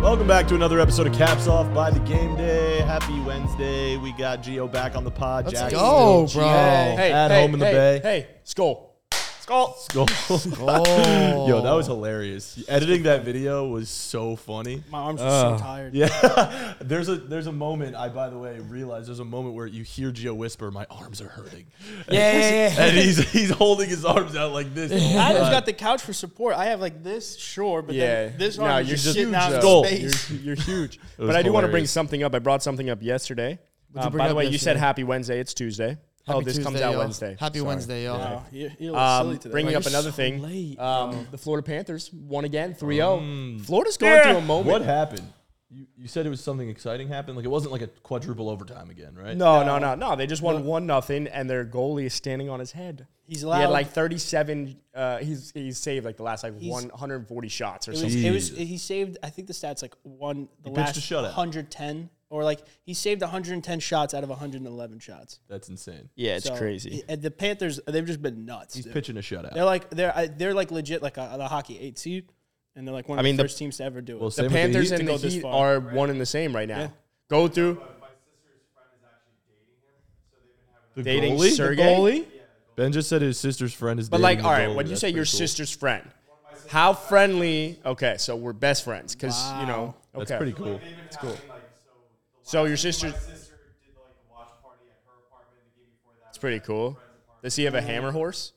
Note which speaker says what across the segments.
Speaker 1: Welcome back to another episode of Caps Off by the Game Day. Happy Wednesday. We got Geo back on the pod.
Speaker 2: Let's
Speaker 1: Jacksonville,
Speaker 2: go,
Speaker 1: Gio
Speaker 2: bro.
Speaker 3: Hey,
Speaker 1: at
Speaker 3: hey,
Speaker 1: home in the
Speaker 3: hey,
Speaker 1: Bay.
Speaker 3: Hey, skull. Skull.
Speaker 1: Go.
Speaker 2: Oh.
Speaker 1: Yo, that was hilarious. Editing that video was so funny.
Speaker 2: My arms are so tired.
Speaker 1: Yeah. there's a there's a moment I by the way realized there's a moment where you hear Geo whisper, My arms are hurting.
Speaker 3: Yeah, yeah, yeah.
Speaker 1: And he's he's holding his arms out like this. Oh the whole
Speaker 2: I just
Speaker 1: time.
Speaker 2: got the couch for support. I have like this, sure, but
Speaker 3: Yeah.
Speaker 2: then this
Speaker 3: No,
Speaker 2: arm
Speaker 3: you're
Speaker 2: is
Speaker 3: just
Speaker 2: sitting out in
Speaker 1: skull.
Speaker 2: space.
Speaker 3: You're, you're huge. but
Speaker 1: was
Speaker 3: I do want to bring
Speaker 1: hilarious.
Speaker 3: something up. I brought something up yesterday.
Speaker 4: you
Speaker 3: Uh,
Speaker 4: bring
Speaker 3: by the
Speaker 4: up
Speaker 3: way, you said
Speaker 4: yesterday?
Speaker 3: happy Wednesday. It's Tuesday. oh,
Speaker 4: Happy
Speaker 3: this comes
Speaker 4: Tuesday,
Speaker 3: out
Speaker 4: y'all.
Speaker 3: Wednesday.
Speaker 4: Happy
Speaker 3: Sorry.
Speaker 4: Wednesday, y'all.
Speaker 2: Oh, you, you look
Speaker 3: Um,
Speaker 2: silly today.
Speaker 3: bringing up
Speaker 4: you're
Speaker 3: another
Speaker 4: so
Speaker 3: thing.
Speaker 4: late,
Speaker 3: um, the Florida Panthers won again, 3 0. Florida's going through a moment.
Speaker 1: What happened? You, you said it was something exciting happened. Like it wasn't like a quadruple overtime again, right?
Speaker 3: No, no, no, no. They just won one nothing, and their goalie is standing on his head.
Speaker 2: He's
Speaker 3: He
Speaker 2: loud.
Speaker 3: had like thirty-seven. Uh, he's he's saved like the last like one hundred and forty shots or
Speaker 2: It
Speaker 3: something.
Speaker 2: was, it was.
Speaker 1: Jesus.
Speaker 2: He saved. I think the stats like one. The
Speaker 1: pitched a
Speaker 2: last
Speaker 1: shutout.
Speaker 2: 110, or like he saved 110 shots out of 111 shots.
Speaker 1: That's insane.
Speaker 3: Yeah, it's
Speaker 2: So,
Speaker 3: crazy.
Speaker 2: And the Panthers, they've just been nuts.
Speaker 1: He's
Speaker 2: dude.
Speaker 1: pitching a shutout.
Speaker 2: They're like they're I- they're like legit like a, the hockey eight seed, and they're like one of
Speaker 3: I mean,
Speaker 2: the
Speaker 3: the-
Speaker 2: first teams to ever do it.
Speaker 1: Well,
Speaker 3: The
Speaker 1: Same with the
Speaker 3: Panthers
Speaker 1: Heat.
Speaker 3: and
Speaker 2: To
Speaker 3: the
Speaker 2: go this
Speaker 3: Heat
Speaker 2: far.
Speaker 3: are one and the same right now. Go through
Speaker 1: The
Speaker 3: dating
Speaker 1: goalie?
Speaker 3: Sergey.
Speaker 1: Ben just said his sister's friend is.
Speaker 3: But
Speaker 1: dating
Speaker 3: like,
Speaker 1: the
Speaker 3: all right,
Speaker 1: goalie.
Speaker 3: when you
Speaker 1: That's
Speaker 3: say your
Speaker 1: pretty cool.
Speaker 3: sister's friend, how friendly? Okay, so we're best friends because you know. Okay,
Speaker 1: that's pretty cool.
Speaker 5: It's cool. Like, so the
Speaker 3: So your
Speaker 5: last-
Speaker 3: sister-
Speaker 5: My sister did like a watch party at her apartment the game before that.
Speaker 3: It's pretty cool. Does he have a hammer horse?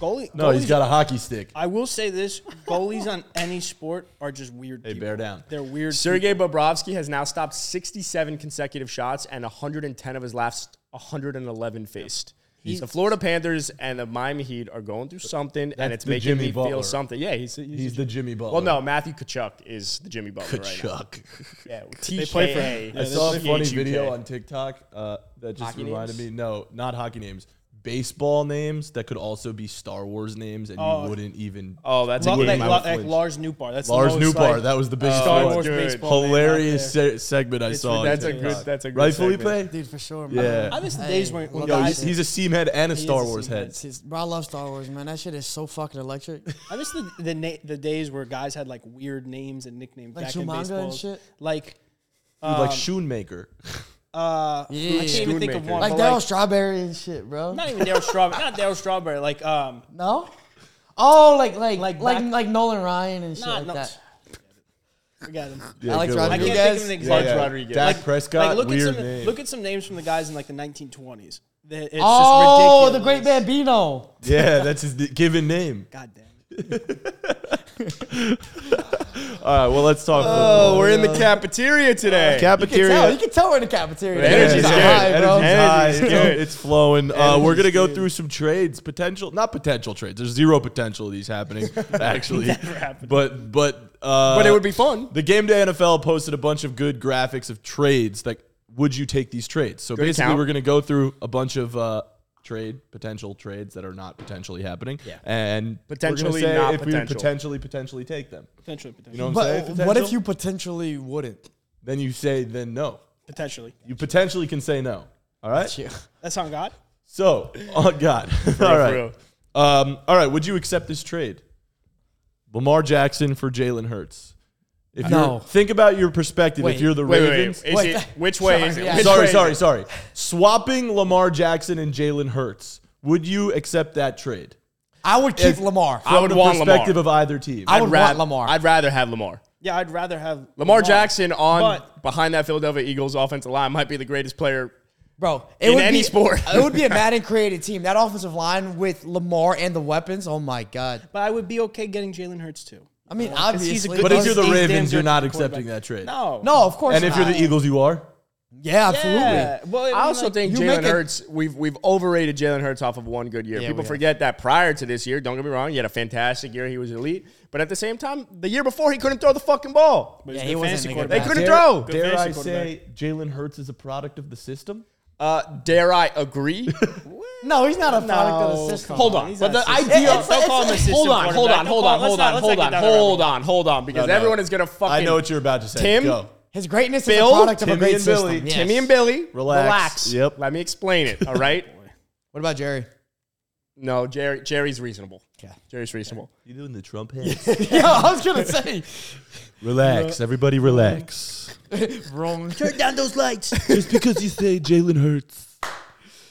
Speaker 2: goalie.
Speaker 1: No, he's
Speaker 2: goalies-
Speaker 1: got a hockey stick.
Speaker 2: I will say this: goalies on any sport are just weird.
Speaker 1: Hey,
Speaker 2: people.
Speaker 1: bear down.
Speaker 2: They're weird.
Speaker 3: Sergei Bobrovsky has now stopped 67 consecutive shots and 110 of his last 111 faced. the Florida Panthers and the Miami Heat are going through something, and
Speaker 1: That's
Speaker 3: it's
Speaker 1: the
Speaker 3: making
Speaker 1: Jimmy
Speaker 3: me
Speaker 1: Butler.
Speaker 3: feel something. Yeah, he's, he's,
Speaker 1: He's the Jimmy Butler.
Speaker 3: well, no, Matthew Kachuk is the Jimmy Butler right now.
Speaker 1: Chuck.
Speaker 3: Yeah,
Speaker 2: They play for him.
Speaker 1: I
Speaker 2: Yeah,
Speaker 1: saw a
Speaker 3: this is
Speaker 1: funny
Speaker 3: PHUK.
Speaker 1: video on TikTok uh, that just
Speaker 3: Hockey
Speaker 1: reminded
Speaker 3: names?
Speaker 1: me. No, not hockey names. Baseball names that could also be Star Wars names, and
Speaker 2: Oh.
Speaker 1: you wouldn't even.
Speaker 3: Oh, that's a
Speaker 2: Lo-
Speaker 3: game.
Speaker 2: like,
Speaker 3: I
Speaker 2: Lo-
Speaker 3: would
Speaker 2: like
Speaker 3: flinch.
Speaker 2: Lars Newbar. That's the
Speaker 1: Lars
Speaker 2: most,
Speaker 1: Newbar.
Speaker 2: like,
Speaker 1: that was the biggest
Speaker 3: Star
Speaker 1: one.
Speaker 3: Wars
Speaker 1: Dude,
Speaker 2: baseball name out
Speaker 1: hilarious se- segment I saw. on
Speaker 3: that's a
Speaker 1: TikTok.
Speaker 3: good. That's a good.
Speaker 1: Rightfully
Speaker 3: segment.
Speaker 1: played.
Speaker 4: dude, for sure. Man.
Speaker 1: Yeah.
Speaker 2: I miss the
Speaker 4: Hey,
Speaker 2: days when, when
Speaker 4: love
Speaker 1: Yo,
Speaker 4: that
Speaker 1: he's,
Speaker 2: guys.
Speaker 4: shit.
Speaker 1: he's a seam head and a
Speaker 2: is
Speaker 1: Star
Speaker 2: a
Speaker 1: Wars
Speaker 2: seam head.
Speaker 1: head.
Speaker 4: It's- bro, I love Star Wars, man. That shit is so fucking electric.
Speaker 2: I miss the the, na- the days where guys had like weird names and nicknames
Speaker 4: Like
Speaker 2: back in
Speaker 4: Shumanga and
Speaker 2: baseball.
Speaker 4: shit?
Speaker 2: Like
Speaker 1: Dude,
Speaker 3: Um,
Speaker 1: like Shoemaker.
Speaker 2: uh, I
Speaker 4: Yeah.
Speaker 2: can't even think of
Speaker 3: Schoonmaker.
Speaker 2: one.
Speaker 4: Like
Speaker 2: but,
Speaker 4: Daryl Strawberry and shit, bro.
Speaker 2: not even Daryl Strawberry. Not Daryl Strawberry. Like um,
Speaker 4: No. Oh, like like
Speaker 2: Like
Speaker 4: like like,
Speaker 2: back-
Speaker 4: Nolan Ryan and shit
Speaker 2: not
Speaker 4: like
Speaker 2: no,
Speaker 4: that.
Speaker 2: we got him.
Speaker 1: Yeah,
Speaker 4: Alex
Speaker 1: good one.
Speaker 2: I can't
Speaker 4: Rodriguez.
Speaker 2: think of an example.
Speaker 3: yeah. Rodriguez.
Speaker 1: Dak
Speaker 2: Like-
Speaker 1: Prescott.
Speaker 2: Like, look
Speaker 1: weird
Speaker 2: at some,
Speaker 1: name.
Speaker 2: Look at some names from the guys in like the 1920s. That- It's
Speaker 4: Oh,
Speaker 2: just ridiculous.
Speaker 4: the Great Bambino.
Speaker 1: yeah, that's his di- given name.
Speaker 2: God damn. it.
Speaker 1: All right, well, let's talk.
Speaker 3: Oh, we're in the cafeteria today.
Speaker 4: You can tell, you
Speaker 1: Cafeteria.
Speaker 4: can tell we're in the cafeteria.
Speaker 3: Energy's
Speaker 4: It's
Speaker 3: good.
Speaker 4: high, bro.
Speaker 1: Energy's high.
Speaker 3: Energy's good.
Speaker 1: It's flowing. Uh, we're gonna
Speaker 3: Energy's
Speaker 1: go
Speaker 3: good.
Speaker 1: through some trades. Potential, not potential trades. There's zero potential of these happening, actually. But but uh,
Speaker 3: but it would be fun.
Speaker 1: The game day NFL posted a bunch of good graphics of trades. Like, would you take these trades? So basically,
Speaker 3: account.
Speaker 1: we're going to go through a bunch of uh, trade potential trades that are not potentially happening, yeah. and we're gonna
Speaker 3: Potentially
Speaker 1: say
Speaker 3: not
Speaker 1: if we would
Speaker 3: potential.
Speaker 1: potentially potentially take them.
Speaker 2: Potentially, potentially.
Speaker 1: You know what I'm
Speaker 4: But
Speaker 1: saying?
Speaker 4: what if
Speaker 1: Potential?
Speaker 4: you potentially wouldn't?
Speaker 1: then you say then no?
Speaker 2: potentially.
Speaker 1: You potentially can say no. All right.
Speaker 2: That's on God.
Speaker 1: So, oh God. all right.
Speaker 3: real.
Speaker 1: Um, all right. Would you accept this trade? Lamar Jackson for Jalen Hurts. If
Speaker 4: No.
Speaker 1: you're, think about your perspective.
Speaker 4: Wait,
Speaker 1: if you're the
Speaker 3: Wait, wait, wait.
Speaker 1: Ravens,
Speaker 3: Is
Speaker 4: What
Speaker 3: it,
Speaker 4: the-
Speaker 3: which way is
Speaker 4: Sorry,
Speaker 3: it?
Speaker 4: yeah.
Speaker 3: Which way
Speaker 1: sorry,
Speaker 3: is
Speaker 1: sorry,
Speaker 3: it?
Speaker 1: sorry. Swapping Lamar Jackson and Jalen Hurts. Would you accept that trade?
Speaker 4: I would keep
Speaker 1: If-
Speaker 4: Lamar.
Speaker 3: I would
Speaker 1: the
Speaker 3: want Lamar.
Speaker 1: perspective of either team.
Speaker 4: I
Speaker 3: I'd
Speaker 4: would want
Speaker 3: rath-
Speaker 4: Lamar.
Speaker 3: I'd rather have Lamar.
Speaker 2: Yeah, I'd rather have Lamar,
Speaker 3: Lamar Jackson on
Speaker 2: But-
Speaker 3: behind that Philadelphia Eagles offensive line might be the greatest player.
Speaker 4: Bro, it
Speaker 3: In
Speaker 4: would
Speaker 3: any
Speaker 4: be,
Speaker 3: sport.
Speaker 4: it would be a Madden created team. That offensive line with Lamar and the weapons. Oh my god.
Speaker 2: But I would be okay getting Jalen Hurts too.
Speaker 4: I mean,
Speaker 2: 'Cause
Speaker 4: obviously.
Speaker 2: he's a good-
Speaker 1: but if you're the
Speaker 2: He's damn
Speaker 1: Ravens, you're
Speaker 2: good
Speaker 1: not
Speaker 2: quarterback.
Speaker 1: accepting that trade.
Speaker 2: No,
Speaker 4: no, of course.
Speaker 1: And if you're
Speaker 4: not.
Speaker 1: the Eagles, you are.
Speaker 4: yeah, absolutely.
Speaker 2: Yeah. Well, mean,
Speaker 3: I also
Speaker 2: like,
Speaker 3: think
Speaker 4: you
Speaker 3: Jalen
Speaker 4: make it-
Speaker 3: Hurts. We've we've overrated Jalen Hurts off of one good year.
Speaker 4: Yeah,
Speaker 3: People
Speaker 4: we have.
Speaker 3: forget that prior to this year. Don't get me wrong, he had a fantastic year. He was elite. But at the same time, the year before he couldn't throw the fucking ball.
Speaker 2: but he's
Speaker 4: Yeah,
Speaker 2: a
Speaker 4: he
Speaker 2: good
Speaker 4: wasn't
Speaker 2: fantasy
Speaker 4: a good
Speaker 2: quarterback.
Speaker 3: They
Speaker 4: back.
Speaker 3: couldn't throw.
Speaker 2: Good
Speaker 1: Dare I
Speaker 2: fantasy
Speaker 1: say Jalen Hurts is a product of the system?
Speaker 3: Uh, dare I agree?
Speaker 4: No, he's not a product of the system.
Speaker 3: Hold on.
Speaker 2: He's
Speaker 3: But
Speaker 2: not
Speaker 3: the
Speaker 2: a system.
Speaker 3: idea
Speaker 4: It's- it's-
Speaker 3: call him a
Speaker 4: it's-
Speaker 3: system
Speaker 2: hold on,
Speaker 3: quarterback.
Speaker 2: hold on,
Speaker 3: Don't
Speaker 2: hold
Speaker 3: call-
Speaker 2: on,
Speaker 3: let's
Speaker 2: hold
Speaker 3: not-
Speaker 2: on,
Speaker 3: let's
Speaker 2: hold
Speaker 3: not
Speaker 2: on,
Speaker 3: get down that
Speaker 2: hold
Speaker 3: rabbit hole. on, hold on, because
Speaker 1: no.
Speaker 3: everyone is gonna fucking
Speaker 1: I know what you're about to say.
Speaker 3: Tim?
Speaker 1: Go.
Speaker 4: His greatness
Speaker 3: Bill,
Speaker 4: is a product of a
Speaker 1: Timmy
Speaker 4: great
Speaker 1: and
Speaker 4: system.
Speaker 1: Billy.
Speaker 4: Yes.
Speaker 3: Timmy and Billy,
Speaker 1: Relax.
Speaker 3: relax.
Speaker 1: Yep.
Speaker 3: Let me explain it. All right.
Speaker 4: What about Jerry?
Speaker 3: No, Jerry. Jerry's reasonable.
Speaker 4: Okay.
Speaker 3: Jerry's reasonable.
Speaker 1: You doing the Trump hand?
Speaker 4: yeah, I was gonna say.
Speaker 1: relax, everybody, relax.
Speaker 4: Wrong.
Speaker 2: Turn down those lights.
Speaker 1: Just because you say Jalen Hurts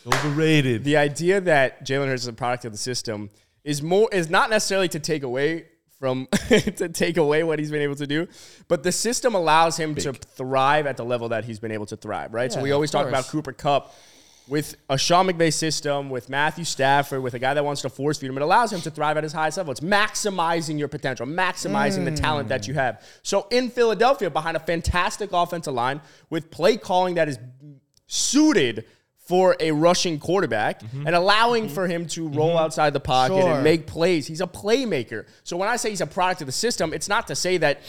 Speaker 1: overrated,
Speaker 3: The idea that Jalen Hurts is a product of the system is more is not necessarily to take away from to take away what he's been able to do, but the system allows him to thrive at the level that he's been able to thrive. Right. so
Speaker 4: Yeah,
Speaker 3: we always
Speaker 4: of
Speaker 3: talk about
Speaker 4: course.
Speaker 3: Cooper Cup. With a Sean McVay system, with Matthew Stafford, with a guy that wants to force feed him, it allows him to thrive at his highest level. It's maximizing your potential, maximizing the talent
Speaker 4: Mm.
Speaker 3: that you have. So in Philadelphia, behind a fantastic offensive line with play calling that is suited for a rushing quarterback and allowing for him to roll outside the pocket
Speaker 4: Mm-hmm. Sure.
Speaker 3: and make plays. He's a playmaker. So when I say he's a product of the system, it's not to say that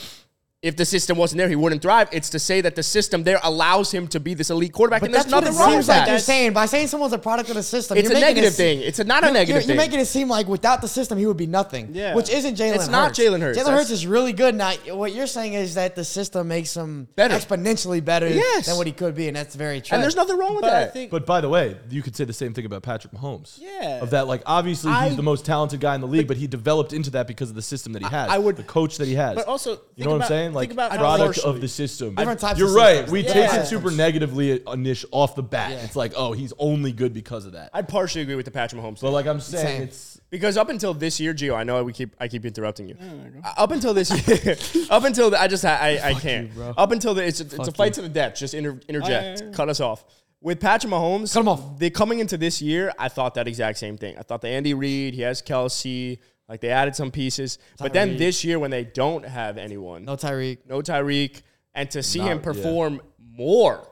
Speaker 3: if the system wasn't there, he wouldn't thrive. It's to say that the system there allows him to be this elite quarterback,
Speaker 4: But
Speaker 3: and there's
Speaker 4: that's what it
Speaker 3: nothing wrong
Speaker 4: seems
Speaker 3: with
Speaker 4: like
Speaker 3: that.
Speaker 4: you're saying. By saying someone's a product of the system,
Speaker 3: It's
Speaker 4: you're
Speaker 3: a
Speaker 4: making
Speaker 3: negative
Speaker 4: it, se-
Speaker 3: thing. It's a, not a
Speaker 4: You're,
Speaker 3: negative
Speaker 4: you're
Speaker 3: thing.
Speaker 4: making it seem like without the system, he would be nothing.
Speaker 2: Yeah.
Speaker 4: Which isn't Jalen.
Speaker 3: It's not Jalen Hurts.
Speaker 4: Jalen
Speaker 3: That's-
Speaker 4: Hurts is really good. Now, what you're saying is that the system makes him
Speaker 3: Better.
Speaker 4: exponentially better
Speaker 3: Yes.
Speaker 4: than what he could be, and that's very true.
Speaker 3: and there's nothing wrong with
Speaker 2: But I
Speaker 3: that.
Speaker 2: think
Speaker 1: But by the way, you could say the same thing about Patrick Mahomes.
Speaker 2: Yeah.
Speaker 1: Of that, like obviously
Speaker 2: I-
Speaker 1: he's the most talented guy in the league, but he developed into that because of the system that he has.
Speaker 2: I would-
Speaker 1: the coach that he has.
Speaker 2: But also, think
Speaker 1: you know what
Speaker 2: about-
Speaker 1: I'm saying? Like
Speaker 2: think about how
Speaker 1: product
Speaker 2: partially-
Speaker 1: of the system.
Speaker 4: Different types
Speaker 1: You're
Speaker 4: of
Speaker 1: right.
Speaker 4: systems.
Speaker 1: We
Speaker 4: Yeah.
Speaker 1: take it
Speaker 4: Systems.
Speaker 1: super negatively initial off the bat.
Speaker 4: Yeah.
Speaker 1: It's like, oh, he's only good because of that.
Speaker 3: I'd partially agree with the Patrick Mahomes. thing.
Speaker 1: but like I'm saying,
Speaker 4: Same.
Speaker 1: it's
Speaker 3: Because up until this year, Gio, I know we keep I keep interrupting you. Uh, up until this year, up until the, I just I I, I can't. up until the, it's it's a fight to the death. Just inter, interject, cut us off. With Patrick Mahomes,
Speaker 4: Cut him off.
Speaker 3: They coming into this year, I thought that exact same thing. I thought the Andy Reid, he has Kelsey, like they added some pieces. But then
Speaker 4: Tyreek.
Speaker 3: this year, when they don't have anyone,
Speaker 4: no Tyreek.
Speaker 3: no Tyreek, and to see
Speaker 1: Not-
Speaker 3: him
Speaker 1: yeah.
Speaker 3: perform more,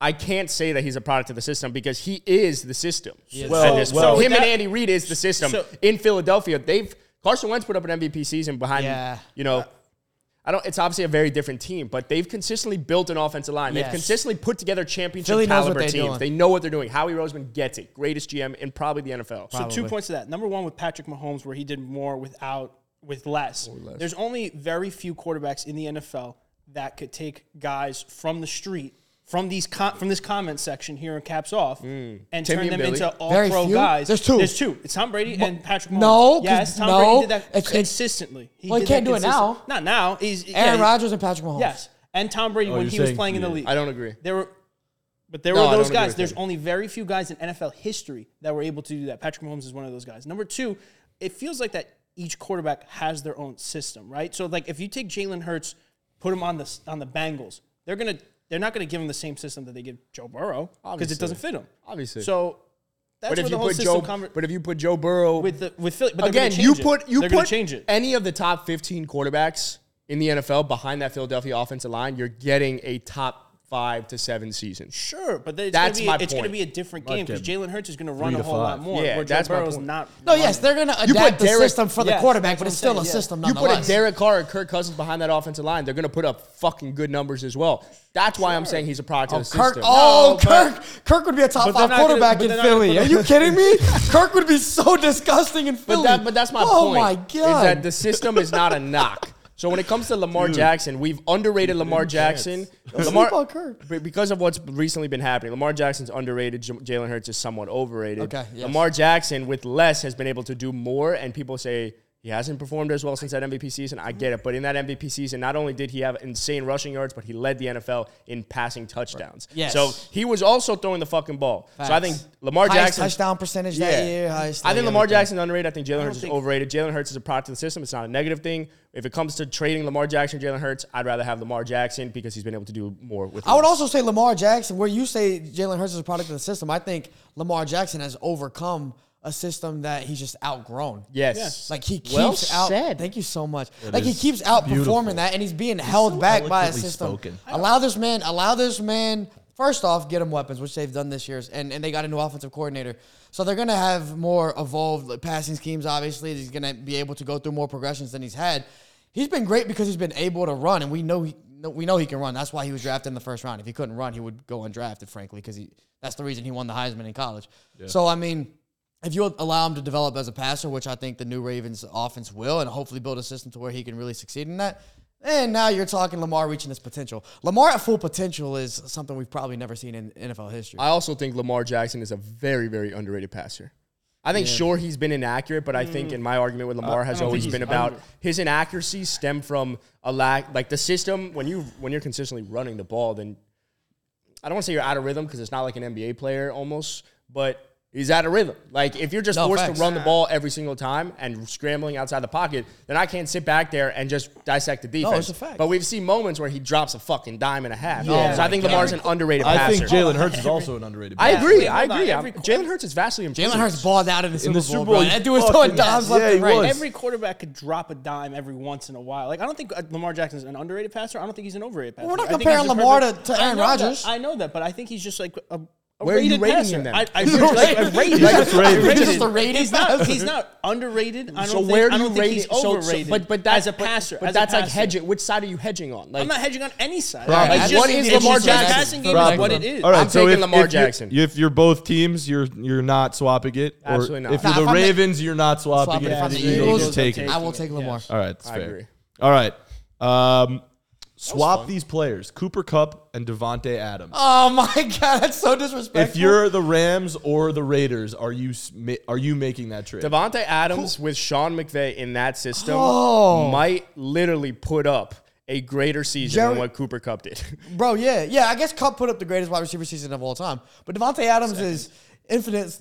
Speaker 3: I can't say that he's a product of the system because he is the system.
Speaker 1: Well,
Speaker 3: at this
Speaker 1: well-
Speaker 3: point. him
Speaker 2: that-
Speaker 3: and Andy Reid is the system
Speaker 2: So-
Speaker 3: in Philadelphia. They've Carson Wentz put up an MVP season behind,
Speaker 4: Yeah.
Speaker 3: you know. I don't. It's obviously a very different team, but they've consistently built an offensive line. They've
Speaker 4: Yes.
Speaker 3: consistently put together championship
Speaker 4: Philly knows what
Speaker 3: caliber
Speaker 4: they're
Speaker 3: teams.
Speaker 4: doing.
Speaker 3: They know what they're doing. Howie Roseman gets it. Greatest GM in probably the NFL.
Speaker 2: So two
Speaker 4: Probably.
Speaker 2: points to that. Number one with Patrick Mahomes, where he did more without with less. There's only very few quarterbacks in the NFL that could take guys from the street, from these com- from this comment section here in caps off, and
Speaker 3: Timmy
Speaker 2: turn
Speaker 3: and
Speaker 2: them
Speaker 3: Billy.
Speaker 2: into all
Speaker 4: Hmm. Very
Speaker 2: pro
Speaker 4: few?
Speaker 2: guys.
Speaker 4: There's two.
Speaker 2: There's two. It's Tom Brady and Patrick Mahomes.
Speaker 4: no, 'cause
Speaker 2: yes, Tom
Speaker 4: no,
Speaker 2: Brady did that
Speaker 4: it's-
Speaker 2: consistently. He
Speaker 4: Well, he
Speaker 2: did that
Speaker 4: can't do it
Speaker 2: consistent-
Speaker 4: now.
Speaker 2: Not now. He's yeah,
Speaker 4: Aaron
Speaker 2: he-
Speaker 4: Rodgers and Patrick Mahomes.
Speaker 2: Yes, and Tom Brady
Speaker 1: Oh,
Speaker 2: when
Speaker 1: you're
Speaker 2: he was
Speaker 1: saying-
Speaker 2: playing in the
Speaker 1: yeah.
Speaker 2: league.
Speaker 3: I don't agree.
Speaker 2: There were, but there
Speaker 3: No, I
Speaker 2: were
Speaker 3: don't
Speaker 2: those
Speaker 3: agree
Speaker 2: guys.
Speaker 3: with
Speaker 2: There's
Speaker 3: that.
Speaker 2: only very few guys in NFL history that were able to do that. Patrick Mahomes is one of those guys. Number two, it feels like that each quarterback has their own system, right? So like if you take Jalen Hurts, put him on the on the Bengals, they're gonna they're not gonna give him the same system that they give Joe Burrow because
Speaker 3: Obviously.
Speaker 2: it doesn't fit him.
Speaker 3: Obviously.
Speaker 2: So that's
Speaker 3: But
Speaker 2: where
Speaker 3: if
Speaker 2: the
Speaker 3: you
Speaker 2: whole
Speaker 3: put
Speaker 2: system
Speaker 3: Joe,
Speaker 2: conver-
Speaker 3: but if you put Joe Burrow
Speaker 2: with the with Philly. But they're gonna
Speaker 3: again, you
Speaker 2: change it.
Speaker 3: put you
Speaker 2: they're gonna
Speaker 3: put
Speaker 2: change it.
Speaker 3: any of the top 15 quarterbacks in the NFL behind that Philadelphia offensive line, you're getting a top five to seven season.
Speaker 2: Sure, but then it's
Speaker 3: That's
Speaker 2: gonna be,
Speaker 3: my
Speaker 2: it's going to
Speaker 3: point.
Speaker 2: be a different game because
Speaker 1: game.
Speaker 2: Jalen Hurts is going to run
Speaker 1: to
Speaker 2: a whole lot
Speaker 1: five.
Speaker 2: more.
Speaker 3: Yeah,
Speaker 2: where Joe
Speaker 3: that's my
Speaker 2: Burrow's
Speaker 3: point.
Speaker 2: not.
Speaker 4: No, yes, they're going to adapt the
Speaker 3: Derek-
Speaker 4: system for the
Speaker 2: Yes, that's
Speaker 4: quarterback, but
Speaker 2: what
Speaker 4: it's
Speaker 2: I'm
Speaker 4: still a
Speaker 2: saying, yeah.
Speaker 4: system
Speaker 3: You put a
Speaker 4: nonetheless.
Speaker 3: Derek Carr or Kirk Cousins behind that offensive line, they're going to put up fucking good numbers as well. That's why I'm saying he's a product of the
Speaker 4: Kirk,
Speaker 3: system.
Speaker 4: oh,
Speaker 2: No, but-
Speaker 4: Kirk, Kirk would be a top
Speaker 2: But they're
Speaker 4: five
Speaker 2: not gonna-
Speaker 4: quarterback
Speaker 2: but
Speaker 4: in
Speaker 2: they're not gonna
Speaker 4: Philly. Are
Speaker 2: put-
Speaker 4: you kidding me? Kirk would be so disgusting in Philly.
Speaker 3: But, that, but that's my
Speaker 4: oh
Speaker 3: point.
Speaker 4: Oh my god!
Speaker 3: Is that the system is not a knock. So when it comes to Lamar Jackson, we've underrated Lamar Jackson. Lamar
Speaker 4: sleep on Kirk.
Speaker 3: be- because of what's recently been happening. Lamar Jackson's underrated. J- Jalen Hurts is somewhat overrated.
Speaker 4: Okay, yes.
Speaker 3: Lamar Jackson with less has been able to do more, and people say. He hasn't performed as well since that MVP season. I get it. But in that MVP season, not only did he have insane rushing yards, but he led the NFL in passing touchdowns.
Speaker 4: Yes.
Speaker 3: So he was also throwing the fucking ball. So I think
Speaker 4: Facts.
Speaker 3: Lamar
Speaker 4: highest
Speaker 3: Jackson
Speaker 4: touchdown percentage
Speaker 3: yeah.
Speaker 4: that year. Highest
Speaker 3: I
Speaker 4: like,
Speaker 3: think Lamar
Speaker 4: everything.
Speaker 3: Jackson's underrated. I think Jalen Hurts is
Speaker 2: think-
Speaker 3: overrated. Jalen Hurts is a product of the system. It's not a negative thing. If it comes to trading Lamar Jackson, Jalen Hurts, I'd rather have Lamar Jackson because he's been able to do more with.
Speaker 4: I would
Speaker 3: less.
Speaker 4: also say Lamar Jackson, where you say Jalen Hurts is a product of the system. I think Lamar Jackson has overcome a system that he's just outgrown.
Speaker 3: yes,
Speaker 4: Like he keeps
Speaker 3: Well
Speaker 4: out.
Speaker 3: said.
Speaker 4: Thank you so much. like he
Speaker 1: is
Speaker 4: keeps outperforming
Speaker 1: beautiful.
Speaker 4: that, and he's being held
Speaker 1: so
Speaker 4: back by a
Speaker 1: eloquently
Speaker 4: system.
Speaker 1: spoken.
Speaker 4: Allow this man. Allow this man. First off, get him weapons, which they've done this year, and, and they got a new offensive coordinator. So they're gonna have more evolved like, passing schemes. Obviously, he's gonna be able to go through more progressions than he's had. He's been great because he's been able to run, and we know he no- we know he can run. That's why he was drafted in the first round. If he couldn't run, he would go undrafted, frankly, because he that's the reason he won the Heisman in college. So I mean if you allow him to develop as a passer, which I think the new Ravens offense will, and hopefully build a system to where he can really succeed in that, and now you're talking Lamar reaching his potential. Lamar at full potential is something we've probably never seen in NFL history.
Speaker 3: I also think Lamar Jackson is a very, very underrated passer. I think sure he's been inaccurate, but I think in my argument with Lamar has
Speaker 2: don't
Speaker 3: always
Speaker 2: think
Speaker 3: been
Speaker 2: he's
Speaker 3: about
Speaker 2: under.
Speaker 3: his inaccuracies stem from a lack like the system when you when you're consistently running the ball then I don't want to say you're out of rhythm because it's not like an NBA player almost, but he's out of rhythm. Like if you're just
Speaker 4: No,
Speaker 3: forced
Speaker 4: facts.
Speaker 3: to run the ball every single time and scrambling outside the pocket, then I can't sit back there and just dissect the defense.
Speaker 4: it's a fact.
Speaker 3: But we've seen moments where he drops a fucking dime and a half.
Speaker 2: Yeah.
Speaker 3: So I think Lamar's an underrated
Speaker 1: I
Speaker 3: passer.
Speaker 1: think Jalen Hurts is also an underrated.
Speaker 3: I
Speaker 1: passer.
Speaker 3: agree.
Speaker 2: wait,
Speaker 3: I
Speaker 2: hold on.
Speaker 3: agree.
Speaker 2: Every
Speaker 3: I'm-
Speaker 2: qu-
Speaker 3: Jalen Hurts is vastly improved.
Speaker 4: Jalen Hurts balled out in the Super,
Speaker 1: the
Speaker 4: Bowl,
Speaker 1: Super
Speaker 4: bro.
Speaker 1: Bowl,
Speaker 4: That
Speaker 1: he
Speaker 4: dude was throwing
Speaker 1: fucking-
Speaker 4: dimes
Speaker 1: yeah,
Speaker 4: left
Speaker 1: he
Speaker 4: and right.
Speaker 1: was.
Speaker 2: Every quarterback could drop a dime every once in a while. Like I don't think uh, Lamar Jackson's an underrated passer. I don't think he's an overrated passer.
Speaker 4: we're not
Speaker 2: I think
Speaker 4: comparing
Speaker 2: he's a
Speaker 4: Lamar to- to
Speaker 2: I
Speaker 4: Aaron
Speaker 2: know that.
Speaker 4: Rodgers.
Speaker 2: I know that, but I think he's just like a, a
Speaker 3: Where are you
Speaker 2: rated
Speaker 3: rating
Speaker 2: passer.
Speaker 3: him then?
Speaker 2: I, I, like, I rated him.
Speaker 1: just rated.
Speaker 2: I
Speaker 4: He's just a
Speaker 2: him.
Speaker 4: rated
Speaker 2: He's not.
Speaker 4: passer.
Speaker 2: He's not underrated. I don't
Speaker 3: So
Speaker 2: think,
Speaker 3: where do
Speaker 2: I
Speaker 3: you
Speaker 2: don't think
Speaker 3: rate
Speaker 2: he's
Speaker 3: it? So- so-
Speaker 2: overrated.
Speaker 3: but but that's
Speaker 2: as a passer.
Speaker 3: But
Speaker 2: as a
Speaker 3: that's like
Speaker 2: passer.
Speaker 3: hedging. Which side are you hedging on? Like
Speaker 2: I'm not hedging on any side.
Speaker 4: Rob,
Speaker 2: It's
Speaker 4: that's-
Speaker 2: just-
Speaker 4: what is
Speaker 2: it's
Speaker 4: Lamar
Speaker 2: just his
Speaker 4: Jackson?
Speaker 2: passing game
Speaker 4: Rob,
Speaker 2: is what
Speaker 4: Rob.
Speaker 2: it is.
Speaker 1: All right,
Speaker 3: I'm
Speaker 1: so
Speaker 3: taking
Speaker 1: if,
Speaker 3: Lamar
Speaker 1: if you-
Speaker 3: Jackson.
Speaker 1: if you're both teams, you're you're not swapping it. Or
Speaker 3: Absolutely not.
Speaker 1: If you're
Speaker 4: Nah, if
Speaker 1: the
Speaker 4: I'm the-
Speaker 1: Ravens, you're not swapping,
Speaker 4: Swapping
Speaker 1: it.
Speaker 4: it
Speaker 1: If
Speaker 4: from
Speaker 1: you're
Speaker 4: the
Speaker 1: the
Speaker 4: Eagles,
Speaker 1: Eagles,
Speaker 4: I'm
Speaker 1: you're taking.
Speaker 4: I
Speaker 1: it.
Speaker 4: will take Lamar.
Speaker 1: All right, that's
Speaker 3: I
Speaker 1: fair.
Speaker 3: agree.
Speaker 1: All right, um, swap these players: Cooper Cup and Devonte Adams.
Speaker 4: Oh my god, that's so disrespectful.
Speaker 1: if you're the Rams or the Raiders, are you smi- are you making that trade?
Speaker 3: Devonte Adams with Sean McVay in that system
Speaker 4: Oh.
Speaker 3: might literally put up a greater season
Speaker 4: Jerry-
Speaker 3: than what Cooper Cup did.
Speaker 4: Bro, yeah, yeah. I guess Cup put up the greatest wide receiver season of all time, but Devontae Adams is infinite,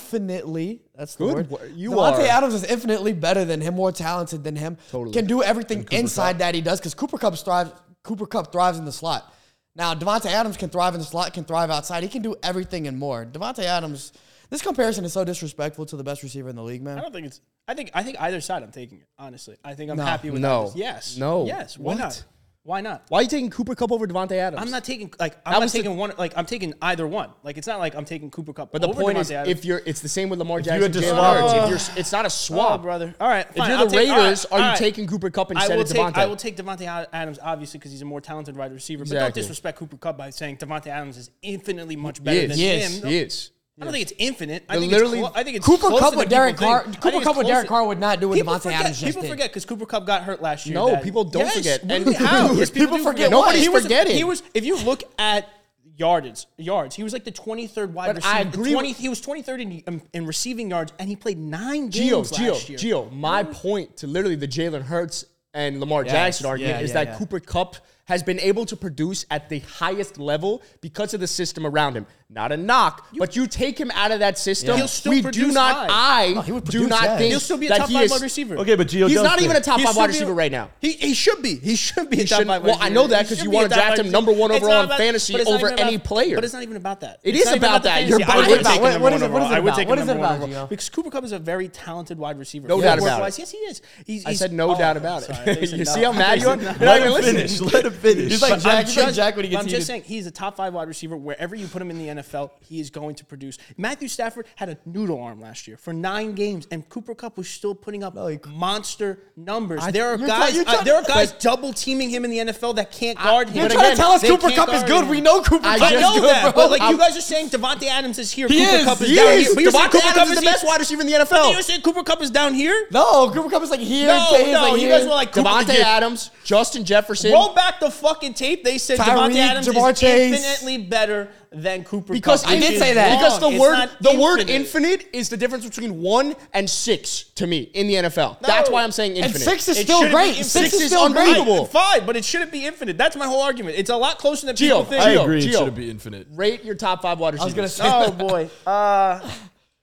Speaker 4: infinitely. That's the
Speaker 3: Good
Speaker 4: word.
Speaker 3: wor- you
Speaker 4: Devontae
Speaker 3: are-
Speaker 4: Adams is infinitely better than him, more talented than him.
Speaker 3: Totally.
Speaker 4: Can do everything inside that he does because Cooper Cup thrives. Cooper Cup thrives in the slot. Now Devontae Adams can thrive in the slot, can thrive outside. He can do everything and more. Devontae Adams. This comparison is so disrespectful to the best receiver in the league, man.
Speaker 2: I don't think it's. I think I think either side. I'm taking it honestly. I think I'm
Speaker 4: No.
Speaker 2: happy with
Speaker 3: No.
Speaker 2: That. Yes.
Speaker 3: No.
Speaker 2: Yes. Why
Speaker 3: What?
Speaker 2: not? Why not?
Speaker 3: Why are you taking Cooper Cup over Devonte Adams?
Speaker 2: I'm not taking like I'm
Speaker 3: That
Speaker 2: not
Speaker 3: was the-
Speaker 2: taking one. Like I'm taking either one. Like it's not like I'm taking Cooper Cup.
Speaker 3: But the
Speaker 2: over
Speaker 3: point
Speaker 2: Devontae
Speaker 3: is,
Speaker 2: Adams.
Speaker 3: if you're, it's the same with Lamar
Speaker 1: had
Speaker 3: Jackson.
Speaker 1: to
Speaker 3: Jalen
Speaker 1: swap-
Speaker 3: Hurts. If you're, it's not a
Speaker 2: Oh,
Speaker 3: swap,
Speaker 2: brother. All right.
Speaker 3: If
Speaker 2: fine.
Speaker 3: you're
Speaker 2: I'll
Speaker 3: the
Speaker 2: take- all
Speaker 3: Raiders,
Speaker 2: right,
Speaker 3: are you
Speaker 2: all right.
Speaker 3: taking Cooper Cup
Speaker 2: I
Speaker 3: instead
Speaker 2: will
Speaker 3: of
Speaker 2: take I will
Speaker 3: Devontae?
Speaker 2: take Devontae Ad- Adams obviously because he's a more talented wide receiver. But don't
Speaker 3: Exactly.
Speaker 2: disrespect Cooper Cup by saying Devontae Adams is infinitely much better
Speaker 3: is.
Speaker 2: than
Speaker 3: He
Speaker 2: him.
Speaker 3: is.
Speaker 2: No,
Speaker 3: He is.
Speaker 2: I don't think it's infinite. I think
Speaker 3: literally-
Speaker 2: it's clo- I think it's
Speaker 4: Cooper
Speaker 2: closer
Speaker 4: Cup
Speaker 2: than
Speaker 4: with
Speaker 2: people
Speaker 4: Derek
Speaker 2: think.
Speaker 4: Carr-
Speaker 2: I think
Speaker 4: Cooper
Speaker 2: it's
Speaker 4: Cup with Derek
Speaker 2: closer-
Speaker 4: Carr would not do what
Speaker 2: People
Speaker 4: Devontae
Speaker 2: forget-
Speaker 4: Adams just
Speaker 2: People
Speaker 4: did.
Speaker 2: forget because Cooper Cup got hurt last year.
Speaker 3: No,
Speaker 2: that-
Speaker 3: people don't
Speaker 2: Yes,
Speaker 3: forget.
Speaker 2: what
Speaker 3: And
Speaker 2: do you- how? Yes,
Speaker 4: people
Speaker 2: do
Speaker 4: forget
Speaker 2: Nobody's
Speaker 4: what?
Speaker 2: He was-
Speaker 3: forgetting.
Speaker 2: He was. If you look at yardage, yards, he was like the 23rd wide
Speaker 3: But
Speaker 2: receiver.
Speaker 3: I agree
Speaker 2: 20
Speaker 3: with-
Speaker 2: he was 23rd in, um, in receiving yards, and he played nine
Speaker 3: Geo,
Speaker 2: games
Speaker 3: Geo,
Speaker 2: last year.
Speaker 3: Geo. My point to literally the Jalen Hurts and Lamar Jackson argument
Speaker 4: yeah,
Speaker 3: is
Speaker 4: yeah,
Speaker 3: that
Speaker 4: yeah.
Speaker 3: Cooper Cup has been able to produce at the highest level because of the system around him. Not a knock, but you take him out of that system.
Speaker 2: He'll still
Speaker 3: we do
Speaker 2: produce
Speaker 3: not.
Speaker 2: high.
Speaker 3: I
Speaker 4: he would
Speaker 3: do
Speaker 4: produce,
Speaker 3: not
Speaker 4: yeah.
Speaker 3: think
Speaker 2: He'll still be a
Speaker 3: that
Speaker 2: top
Speaker 3: he
Speaker 2: five
Speaker 3: is-
Speaker 2: wide receiver.
Speaker 1: okay, but Gio
Speaker 3: He's
Speaker 1: does
Speaker 3: not even a
Speaker 1: fit.
Speaker 3: top
Speaker 2: He
Speaker 3: five
Speaker 2: should
Speaker 3: wide
Speaker 2: be-
Speaker 3: receiver right now.
Speaker 2: He, he should be. He should be a
Speaker 3: He
Speaker 2: top
Speaker 3: should-
Speaker 2: five.
Speaker 3: well,
Speaker 2: wide
Speaker 3: I know
Speaker 2: receiver.
Speaker 3: that
Speaker 2: He
Speaker 3: 'cause
Speaker 2: should
Speaker 3: you
Speaker 2: be a
Speaker 3: wanna
Speaker 2: top
Speaker 3: draft
Speaker 2: five
Speaker 3: him
Speaker 2: receiver.
Speaker 3: number one
Speaker 2: It's
Speaker 3: overall
Speaker 2: not
Speaker 3: in
Speaker 2: about-
Speaker 3: fantasy
Speaker 2: but it's not
Speaker 3: over
Speaker 2: even about-
Speaker 3: any player.
Speaker 2: But it's not even about that.
Speaker 3: It
Speaker 2: It's
Speaker 3: is
Speaker 2: not even
Speaker 3: about
Speaker 2: the
Speaker 3: that.
Speaker 2: fantasy.
Speaker 3: You're
Speaker 2: I
Speaker 3: biased.
Speaker 2: would
Speaker 3: What-
Speaker 2: take him
Speaker 3: what
Speaker 4: is it-
Speaker 2: number
Speaker 4: what
Speaker 2: one
Speaker 4: is it
Speaker 2: overall. I would
Speaker 4: about?
Speaker 2: take
Speaker 4: What
Speaker 2: him
Speaker 4: is it
Speaker 2: number one
Speaker 4: about,
Speaker 2: overall.
Speaker 4: Gio?
Speaker 2: Because Cooper Cup is a very talented wide receiver.
Speaker 3: No doubt about it.
Speaker 2: Footwork-wise, Yes, he is. He's,
Speaker 3: I
Speaker 2: he's-
Speaker 3: said no
Speaker 2: oh,
Speaker 3: doubt about
Speaker 2: sorry, I thought
Speaker 3: it.
Speaker 2: said
Speaker 3: you
Speaker 2: no.
Speaker 3: see how mad you are? You're not
Speaker 1: Let
Speaker 3: even
Speaker 1: him
Speaker 3: listening.
Speaker 1: finish. Let him finish.
Speaker 4: He's like
Speaker 2: But I'm
Speaker 4: Jack, he's like
Speaker 2: just-
Speaker 4: Jack when he
Speaker 2: but
Speaker 4: gets
Speaker 2: I'm
Speaker 4: heated.
Speaker 2: just saying he's a top five wide receiver wherever you put him in the NFL, he is going to produce. Matthew Stafford had a noodle arm last year for nine games, and Cooper Cup was still putting up
Speaker 4: he-
Speaker 2: monster numbers. there are
Speaker 4: you're
Speaker 2: guys,
Speaker 4: try- you're
Speaker 2: uh,
Speaker 4: try-
Speaker 2: there are guys
Speaker 4: like-
Speaker 2: double teaming him in the NFL that can't guard him.
Speaker 4: You're
Speaker 3: But
Speaker 4: trying
Speaker 3: again,
Speaker 4: to tell us
Speaker 3: they
Speaker 4: Cooper
Speaker 3: can't
Speaker 4: Cup is
Speaker 3: guard
Speaker 4: good.
Speaker 3: him.
Speaker 4: We know Cooper
Speaker 3: I
Speaker 4: Cup
Speaker 2: I
Speaker 3: just
Speaker 4: is
Speaker 2: know
Speaker 4: good,
Speaker 2: that,
Speaker 4: bro.
Speaker 2: but like
Speaker 3: I'm-
Speaker 2: you guys are saying, Devontae Adams is here.
Speaker 4: He
Speaker 2: Cooper
Speaker 4: is.
Speaker 2: Cup is
Speaker 4: He
Speaker 2: down
Speaker 4: is.
Speaker 2: here. But you're saying
Speaker 3: Devontae
Speaker 2: Cooper
Speaker 3: Adams
Speaker 2: Kupp
Speaker 3: is the
Speaker 2: here?
Speaker 3: best wide receiver in the
Speaker 2: But
Speaker 3: NFL.
Speaker 2: You're saying Cooper Cup is down here.
Speaker 4: No, Cooper Cup is like here.
Speaker 2: No,
Speaker 4: Tay is
Speaker 2: no,
Speaker 4: like
Speaker 2: you
Speaker 4: here.
Speaker 2: guys were like Cooper
Speaker 3: Devontae
Speaker 2: Cup-
Speaker 3: Adams, Justin Jefferson.
Speaker 2: Roll back the fucking tape. They said
Speaker 4: Tyreek,
Speaker 2: Devontae Adams
Speaker 4: Ja'Marr
Speaker 2: is
Speaker 4: Chase.
Speaker 2: infinitely better than Cooper
Speaker 3: Because
Speaker 2: Kupp,
Speaker 4: I
Speaker 2: which
Speaker 4: did
Speaker 2: is
Speaker 4: say that.
Speaker 2: wrong.
Speaker 3: Because the
Speaker 2: It's
Speaker 3: word
Speaker 2: not
Speaker 3: the word infinite is the difference between one and six to me in the NFL. That's why I'm saying
Speaker 4: and
Speaker 3: infinite.
Speaker 4: six is
Speaker 2: It
Speaker 4: still
Speaker 2: shouldn't be
Speaker 4: great.
Speaker 2: infinite.
Speaker 4: Six,
Speaker 3: Six
Speaker 4: is
Speaker 3: is
Speaker 4: still great.
Speaker 3: unbelievable.
Speaker 2: Fine, but it shouldn't be infinite. That's my whole argument. It's a lot closer than people
Speaker 3: Gio,
Speaker 2: think.
Speaker 1: I
Speaker 3: Gio,
Speaker 1: agree. It
Speaker 3: Gio.
Speaker 1: should be infinite.
Speaker 3: Rate your top five wide
Speaker 4: I was
Speaker 3: receivers
Speaker 4: gonna
Speaker 2: Oh
Speaker 4: say.
Speaker 2: boy. Uh,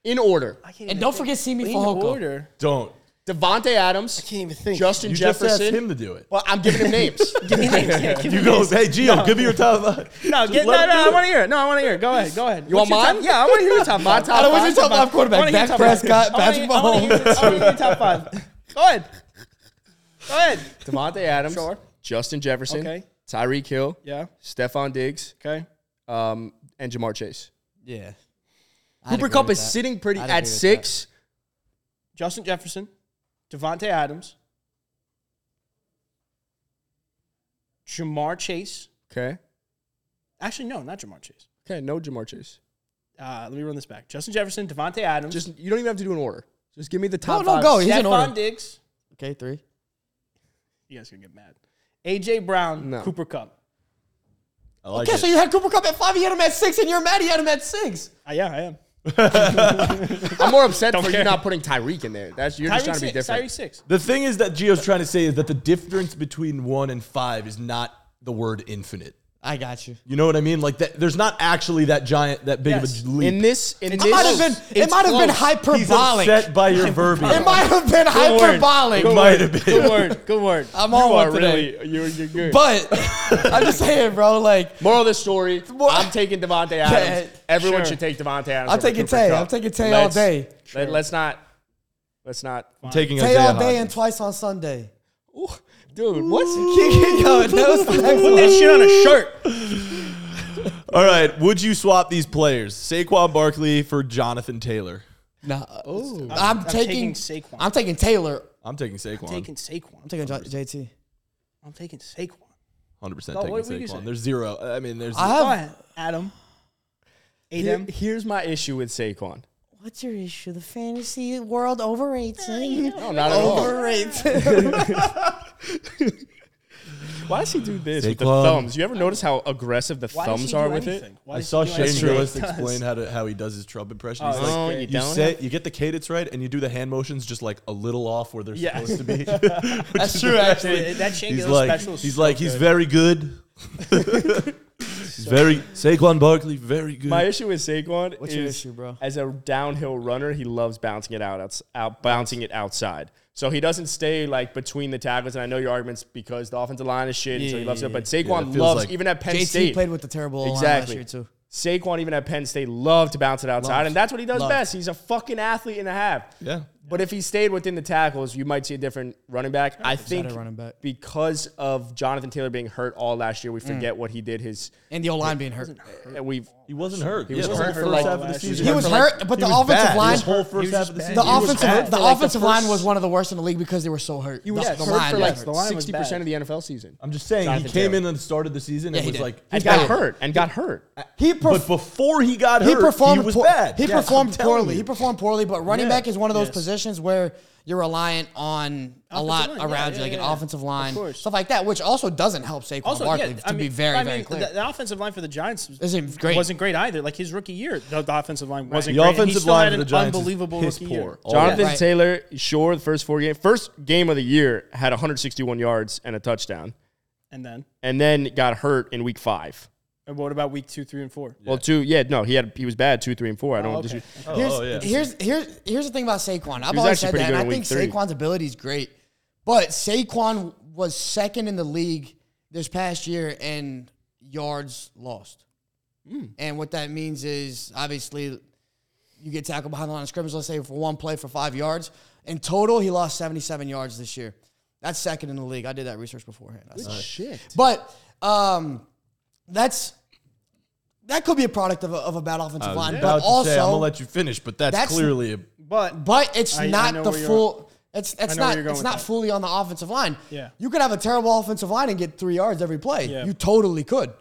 Speaker 3: in order:
Speaker 2: I can't
Speaker 4: And
Speaker 2: even
Speaker 4: don't
Speaker 2: think.
Speaker 4: forget Simi
Speaker 2: Clean
Speaker 4: Fahoko.
Speaker 2: order.
Speaker 1: Don't.
Speaker 3: Devonte Adams,
Speaker 2: can't even think.
Speaker 3: Justin
Speaker 1: You just
Speaker 3: Jefferson.
Speaker 1: asked him to do it.
Speaker 3: Well, I'm giving him names.
Speaker 1: You go, hey, Gio, give me your top five.
Speaker 2: No,
Speaker 1: Just
Speaker 2: get, no,
Speaker 1: let him
Speaker 2: no,
Speaker 1: do
Speaker 2: I
Speaker 1: it.
Speaker 2: want to hear it. No, I want to hear it. Go ahead. Go ahead.
Speaker 3: You
Speaker 2: What's
Speaker 3: want
Speaker 2: your top-
Speaker 3: mine?
Speaker 2: Yeah, I want to hear your top
Speaker 3: My
Speaker 2: five.
Speaker 3: top
Speaker 2: I wanna
Speaker 3: five?
Speaker 2: hear your
Speaker 4: Top five quarterback.
Speaker 2: I wanna hear your
Speaker 4: Dak
Speaker 2: top five.
Speaker 4: Prescott,
Speaker 2: I wanna
Speaker 4: Patrick
Speaker 2: hear- I wanna hear- I want to hear your top five. Go ahead. Go ahead.
Speaker 3: Devonte Adams,
Speaker 2: Sure.
Speaker 3: Justin Jefferson,
Speaker 2: Okay.
Speaker 3: Tyreek Hill,
Speaker 2: Yeah.
Speaker 3: Stephon Diggs,
Speaker 2: Okay.
Speaker 3: um, and Jamar Chase.
Speaker 4: Yeah.
Speaker 3: Cooper Cup is sitting pretty
Speaker 4: I'd agree
Speaker 3: at
Speaker 4: with
Speaker 3: six.
Speaker 2: Justin Jefferson, Devontae Adams, Jamar Chase.
Speaker 3: Okay.
Speaker 2: Actually, no, not Jamar Chase.
Speaker 3: Okay. No Jamar Chase.
Speaker 2: Uh, let me run this back. Justin Jefferson, Devontae Adams,
Speaker 3: Just you don't even have to do an order. Just give me the top
Speaker 4: no,
Speaker 3: five.
Speaker 2: oh,
Speaker 4: go. He's in order.
Speaker 2: Stephon Diggs.
Speaker 4: Okay, three.
Speaker 2: You guys are gonna get mad. AJ Brown,
Speaker 3: No.
Speaker 2: Cooper Cup.
Speaker 1: I like
Speaker 4: Okay,
Speaker 1: it.
Speaker 4: so you had Cooper Cup at five. You had him at six, and you're mad. He had him at six.
Speaker 2: Uh, yeah, I am.
Speaker 3: I'm more upset for you
Speaker 6: care.
Speaker 3: not putting Tyreek in there. That's you're
Speaker 2: Tyreek
Speaker 3: just trying to be
Speaker 2: six.
Speaker 3: different.
Speaker 2: Tyreek six.
Speaker 1: The thing is that Gio's trying to say is that the difference between one and five is not the word infinite.
Speaker 4: I got you.
Speaker 1: You know what I mean? Like that, there's not actually that giant, that big
Speaker 2: Yes.
Speaker 1: of a leap.
Speaker 3: In this, in
Speaker 4: It
Speaker 3: this,
Speaker 4: might have been. It
Speaker 3: it's
Speaker 4: might have been
Speaker 3: close.
Speaker 1: He's
Speaker 4: hyperbolic.
Speaker 1: upset by your verbiage.
Speaker 4: It might have been
Speaker 6: Good word.
Speaker 4: hyperbolic.
Speaker 6: Good
Speaker 1: Might
Speaker 6: word.
Speaker 1: have been.
Speaker 6: Good word. Good word.
Speaker 4: I'm
Speaker 6: You
Speaker 4: on
Speaker 6: are
Speaker 4: one today.
Speaker 6: really. You're, you're good.
Speaker 4: But I'm just saying, bro. Like
Speaker 3: Moral of the story:
Speaker 4: What?
Speaker 3: I'm taking Devonte Adams.
Speaker 4: Yeah,
Speaker 3: Everyone
Speaker 6: sure.
Speaker 3: should take Devonte Adams. over
Speaker 4: I'm taking
Speaker 3: Cooper
Speaker 4: Tay.
Speaker 3: Kupp.
Speaker 4: I'm taking Tay all
Speaker 3: Let's-
Speaker 4: day.
Speaker 3: Let, let's not. Let's not.
Speaker 1: taking
Speaker 4: Tay
Speaker 1: Isaiah
Speaker 4: all day
Speaker 1: Hodgins.
Speaker 4: and twice on Sunday.
Speaker 3: Dude, what's
Speaker 4: Yo, that was the next
Speaker 2: Put that shit
Speaker 4: one.
Speaker 2: on a shirt.
Speaker 1: All right, would you swap these players, Saquon Barkley for Jonathan Taylor?
Speaker 4: Nah, I'm,
Speaker 2: I'm taking
Speaker 4: taking.
Speaker 2: Saquon.
Speaker 4: I'm taking Taylor.
Speaker 1: I'm taking Saquon.
Speaker 2: I'm taking Saquon.
Speaker 4: I'm taking J- JT.
Speaker 2: I'm taking Saquon.
Speaker 1: 100 percent
Speaker 2: No,
Speaker 1: taking
Speaker 2: what were you
Speaker 1: Saquon.
Speaker 2: saying?
Speaker 1: There's zero. I mean, there's.
Speaker 4: I
Speaker 2: Go
Speaker 4: have.
Speaker 2: ahead, Adam.
Speaker 3: Here-
Speaker 2: Adam.
Speaker 3: here's my issue with Saquon.
Speaker 4: What's your issue? The fantasy world overrates it.
Speaker 3: No, not at all. Why does he do this with the
Speaker 1: Saquon.
Speaker 3: thumbs? You ever notice how aggressive the
Speaker 2: Why does he
Speaker 3: thumbs
Speaker 2: do
Speaker 3: are with
Speaker 2: anything?
Speaker 3: it?
Speaker 2: Why
Speaker 1: I
Speaker 2: does he
Speaker 1: saw
Speaker 2: do
Speaker 1: Shane
Speaker 2: anything?
Speaker 1: Gillis
Speaker 2: He does.
Speaker 1: explain how to how he does his Trump impression. He's
Speaker 2: Oh,
Speaker 1: like,
Speaker 3: Oh,
Speaker 2: great.
Speaker 3: you
Speaker 1: you
Speaker 3: don't.
Speaker 1: say you get the cadence right, and you do the hand motions just like a little off where they're
Speaker 2: Yeah.
Speaker 1: supposed to be.
Speaker 4: That's true, actually.
Speaker 2: Dude, that Shane
Speaker 1: he's
Speaker 2: Gillis
Speaker 1: like,
Speaker 2: special. is
Speaker 1: he's
Speaker 2: so
Speaker 1: like,
Speaker 2: good.
Speaker 1: he's very good. he's very Saquon Barkley, very good.
Speaker 3: My issue with Saquon
Speaker 4: What's
Speaker 3: is,
Speaker 4: your issue, bro?
Speaker 3: as a downhill runner, he loves bouncing it out, outs- out, bouncing it outside. So he doesn't stay like between the tackles. And I know your arguments because the offensive line is shit, and so he loves it. But Saquon
Speaker 1: feels
Speaker 3: loves
Speaker 1: like
Speaker 3: even at Penn
Speaker 4: JT
Speaker 3: State.
Speaker 4: played with the terrible O-line last
Speaker 3: Exactly.
Speaker 4: year too.
Speaker 3: Saquon, even at Penn State, loved to bounce it outside,
Speaker 4: Loved.
Speaker 3: and that's what he does
Speaker 4: Loved.
Speaker 3: best. He's a fucking athlete and a half.
Speaker 1: Yeah.
Speaker 3: But if he stayed within the tackles, you might see a different running back. I think
Speaker 4: better running back. Mm.
Speaker 3: because of Jonathan Taylor being hurt all last year, we forget what he did. His
Speaker 4: And the O line being hurt.
Speaker 3: we've
Speaker 1: He wasn't hurt. He
Speaker 3: was
Speaker 1: the
Speaker 3: hurt
Speaker 1: whole
Speaker 3: for
Speaker 1: first
Speaker 3: like
Speaker 1: half of the
Speaker 2: last year.
Speaker 1: season.
Speaker 4: He was hurt, but the offensive
Speaker 1: bad.
Speaker 4: line-
Speaker 1: He was whole first half of the season.
Speaker 4: The
Speaker 1: He was
Speaker 4: offensive,
Speaker 1: bad.
Speaker 3: Like,
Speaker 4: the
Speaker 3: the
Speaker 4: offensive
Speaker 3: first-
Speaker 4: line was one of the worst in the league because they were so hurt. He
Speaker 3: was
Speaker 4: the,
Speaker 3: hurt
Speaker 4: line
Speaker 3: for
Speaker 4: was
Speaker 3: like
Speaker 4: hurt.
Speaker 2: the line was
Speaker 3: sixty percent of the NFL season.
Speaker 1: I'm just saying,
Speaker 3: Jonathan
Speaker 1: he came
Speaker 3: Taylor.
Speaker 1: in at the start of the season
Speaker 4: Yeah,
Speaker 1: and
Speaker 4: he
Speaker 1: was
Speaker 4: did.
Speaker 1: like,
Speaker 3: And
Speaker 4: He's
Speaker 3: got
Speaker 4: bad.
Speaker 3: hurt and got hurt.
Speaker 4: He per-
Speaker 1: but before he got hurt,
Speaker 4: he performed
Speaker 1: was
Speaker 4: poor-
Speaker 1: bad.
Speaker 4: He
Speaker 1: Yes, I'm
Speaker 4: performed
Speaker 1: telling
Speaker 4: poorly.
Speaker 1: you.
Speaker 4: He performed poorly, but running
Speaker 1: Yeah.
Speaker 4: back is one of those positions where you're reliant on a
Speaker 2: Offensive
Speaker 4: lot
Speaker 2: line, yeah,
Speaker 4: around
Speaker 2: yeah,
Speaker 4: you, like
Speaker 2: yeah.
Speaker 4: an offensive
Speaker 2: Of
Speaker 4: line,
Speaker 2: course.
Speaker 4: stuff like that, which also doesn't help Saquon
Speaker 2: Also,
Speaker 4: Barkley.
Speaker 2: yeah,
Speaker 4: to
Speaker 2: I mean,
Speaker 4: be very,
Speaker 2: I
Speaker 4: very
Speaker 2: mean,
Speaker 4: clear,
Speaker 2: The, the offensive line for the Giants was-
Speaker 4: Isn't great.
Speaker 2: wasn't great either. Like his rookie year, the, the offensive line wasn't
Speaker 1: The
Speaker 2: great. and he
Speaker 1: offensive
Speaker 2: still
Speaker 1: line
Speaker 2: had
Speaker 1: for
Speaker 2: an
Speaker 1: the Giants
Speaker 2: unbelievable
Speaker 1: is piss
Speaker 2: rookie year.
Speaker 1: poor. All
Speaker 3: Jonathan
Speaker 1: that.
Speaker 4: Right.
Speaker 3: Taylor, sure, the first four games, first game of the year had 161 yards and a touchdown,
Speaker 2: And then,
Speaker 3: and then got hurt in week five.
Speaker 2: and what about week two, three, and four?
Speaker 3: Well, two, yeah, no, he had he was bad two, three, and four. I don't.
Speaker 2: okay.
Speaker 3: disagree.
Speaker 1: Oh,
Speaker 4: here's,
Speaker 1: oh, yeah.
Speaker 4: here's here's here's the thing about Saquon. I've
Speaker 3: was
Speaker 4: always
Speaker 3: actually
Speaker 4: said
Speaker 3: pretty
Speaker 4: that, and
Speaker 3: good
Speaker 4: I
Speaker 3: in
Speaker 4: think
Speaker 3: week three.
Speaker 4: Saquon's ability is great, but Saquon was second in the league this past year in yards lost,
Speaker 1: Hmm.
Speaker 4: and what that means is obviously you get tackled behind the line of scrimmage. Let's say for one play for five yards in total, he lost seventy-seven yards this year. That's second in the league. I did that research beforehand. I saw it.
Speaker 3: Shit.
Speaker 4: But um, that's that could be a product of a, of a bad offensive
Speaker 1: I was
Speaker 4: line.
Speaker 1: Oh, about
Speaker 4: But
Speaker 1: to
Speaker 4: also,
Speaker 1: say, I'm gonna let you finish, but that's,
Speaker 4: that's-
Speaker 1: clearly a
Speaker 2: But
Speaker 4: but it's
Speaker 2: I- I
Speaker 4: not
Speaker 2: know
Speaker 4: the
Speaker 2: where you're-
Speaker 4: full. It's it's
Speaker 2: know where
Speaker 4: not
Speaker 2: you're going
Speaker 4: it's
Speaker 2: with
Speaker 4: not
Speaker 2: that.
Speaker 4: fully on the offensive line.
Speaker 2: Yeah.
Speaker 4: you could have a terrible offensive line and get three yards every play.
Speaker 2: Yeah.
Speaker 4: You totally could.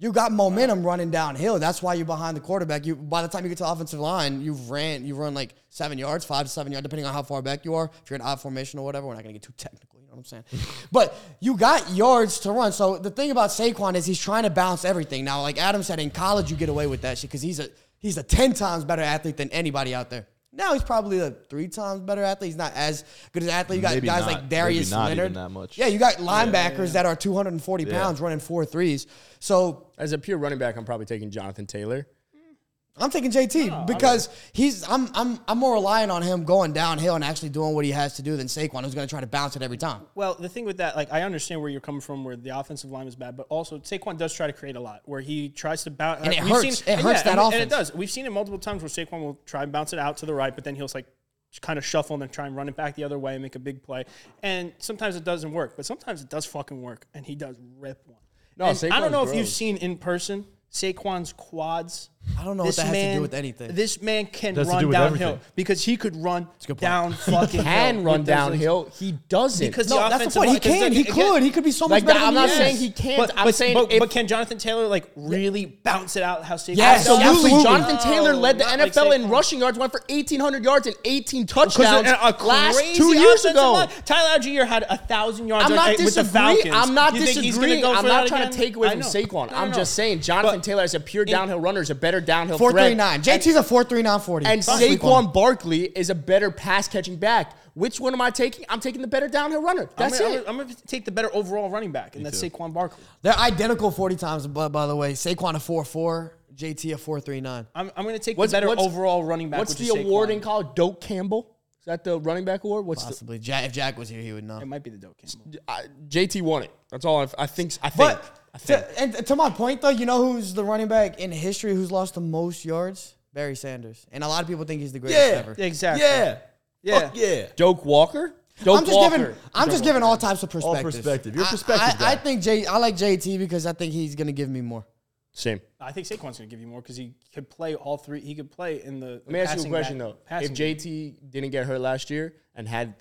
Speaker 4: You got momentum running downhill. That's why you're behind the quarterback. You by the time you get to the offensive line, you've ran you've run like seven yards, five to seven yards, depending on how far back you are. If you're in odd formation or whatever, we're not gonna get too technical. You know what I'm saying? but you got yards to run. So the thing about Saquon is he's trying to bounce everything. Now, like Adam said, in college you get away with that shit because he's a he's a ten times better athlete than anybody out there. Now he's probably a three times better athlete. He's not as good as an athlete. You got
Speaker 1: Maybe
Speaker 4: guys
Speaker 1: not.
Speaker 4: like
Speaker 1: Maybe
Speaker 4: Darius
Speaker 1: not even
Speaker 4: Leonard.
Speaker 1: that much.
Speaker 4: Yeah, you got linebackers that are 240 pounds running four threes. So
Speaker 3: As a pure running back, I'm probably taking Jonathan Taylor.
Speaker 4: I'm taking JT because he's I'm I'm I'm more reliant on him going downhill and actually doing what he has to do than Saquon who's going to try to bounce it every time.
Speaker 2: Well, the thing with that, like, I understand where you're coming from, where the offensive line was bad, but also Saquon does try to create a lot, where he tries to bounce.
Speaker 4: And it
Speaker 2: we've
Speaker 4: hurts. It hurts
Speaker 2: and,
Speaker 4: that
Speaker 2: and it
Speaker 4: offense.
Speaker 2: does. We've seen it multiple times where Saquon will try and bounce it out to the right, but then he'll like kind of shuffle and then try and run it back the other way and make a big play. And sometimes it doesn't work, but sometimes it does fucking work, and he does rip one.
Speaker 3: No,
Speaker 2: And I
Speaker 3: Saquon's
Speaker 2: don't know if
Speaker 3: gross.
Speaker 2: you've seen in person Saquon's quads.
Speaker 4: I don't know what that has to do with anything.
Speaker 2: This man can
Speaker 1: has to do
Speaker 2: run
Speaker 1: with
Speaker 2: downhill
Speaker 1: everything.
Speaker 2: because he could run
Speaker 4: good point.
Speaker 2: down fucking
Speaker 3: Can
Speaker 2: hill
Speaker 3: run
Speaker 2: with those legs.
Speaker 3: downhill. He doesn't.
Speaker 2: Because
Speaker 4: no,
Speaker 2: the
Speaker 4: that's the
Speaker 2: offensive
Speaker 4: point. He
Speaker 2: line- 'cause
Speaker 4: can.
Speaker 2: then
Speaker 4: He
Speaker 2: again-
Speaker 4: could. He could be so much
Speaker 3: Like,
Speaker 4: better.
Speaker 3: I'm
Speaker 4: than
Speaker 3: not
Speaker 4: he is.
Speaker 3: saying he can't.
Speaker 2: But,
Speaker 3: I'm
Speaker 2: but-
Speaker 3: saying
Speaker 2: but,
Speaker 3: if-
Speaker 2: but can Jonathan Taylor like really bounce it out? How Saquon?
Speaker 4: Yes,
Speaker 2: does?
Speaker 3: Absolutely.
Speaker 4: Absolutely.
Speaker 3: Jonathan
Speaker 2: No,
Speaker 3: Taylor led the
Speaker 2: not like
Speaker 3: NFL in
Speaker 2: Saquon.
Speaker 3: rushing yards, went for 1,800 yards and 18
Speaker 2: Because
Speaker 3: touchdowns
Speaker 2: a- a
Speaker 3: last
Speaker 2: crazy
Speaker 3: two years
Speaker 2: offensive
Speaker 3: ago.
Speaker 2: line. Tyler Algier had a thousand yards.
Speaker 3: I'm not
Speaker 2: like, with the
Speaker 3: disagreeing.
Speaker 2: Falcons.
Speaker 3: I'm not
Speaker 2: You think he's gonna
Speaker 3: disagreeing.
Speaker 2: go
Speaker 3: I'm
Speaker 2: for
Speaker 3: not
Speaker 2: that
Speaker 3: trying to
Speaker 2: again?
Speaker 3: take away
Speaker 2: I
Speaker 3: from
Speaker 2: know.
Speaker 3: Saquon.
Speaker 2: No, no,
Speaker 3: I'm
Speaker 2: no.
Speaker 3: just saying Jonathan
Speaker 2: But-
Speaker 3: Taylor as a pure downhill runner is a better better downhill
Speaker 4: Four
Speaker 3: threat.
Speaker 4: three nine. JT's a four three nine forty.
Speaker 3: And
Speaker 4: Don't sleep on him.
Speaker 3: Saquon Barkley is a better pass catching back. Which one am I taking? I'm taking the better downhill runner.
Speaker 2: I'm
Speaker 3: That's
Speaker 2: gonna-
Speaker 3: it.
Speaker 2: I'm going to take the better overall running back, and that's Saquon Barkley.
Speaker 4: They're identical forty times. But by the way, Saquon a four four, JT a four three nine.
Speaker 2: I'm, I'm going to take
Speaker 3: What's-
Speaker 2: the better
Speaker 3: what's-
Speaker 2: overall running back. which
Speaker 3: What's the
Speaker 2: is Saquon.
Speaker 3: award in college? Doak Campbell? Is that the running back award? What's the
Speaker 4: Possibly. Jack, if Jack was here, he would know.
Speaker 2: It might be the Doak Campbell.
Speaker 3: I, JT won it. That's all I've, I think. I think.
Speaker 4: But
Speaker 3: I think.
Speaker 4: to, and to my point though, you know who's the running back in history who's lost the most yards? Barry Sanders. And a lot of people think he's the greatest
Speaker 1: Yeah.
Speaker 4: ever.
Speaker 2: Exactly.
Speaker 1: Yeah.
Speaker 2: Yeah.
Speaker 1: Fuck yeah.
Speaker 3: Doak Walker. Doak
Speaker 4: I'm just
Speaker 3: Walker.
Speaker 4: giving. I'm just giving all types of
Speaker 1: All
Speaker 4: perspective.
Speaker 1: perspective. Your
Speaker 4: I-
Speaker 1: perspective.
Speaker 4: I, I,
Speaker 1: guy.
Speaker 4: think J. I like JT because I think he's gonna give me more.
Speaker 3: Same.
Speaker 2: I think Saquon's going to give you more because he could play all three. He could play in the.
Speaker 3: Let me ask you a question though.
Speaker 2: Passing
Speaker 3: If JT didn't get hurt last year and had,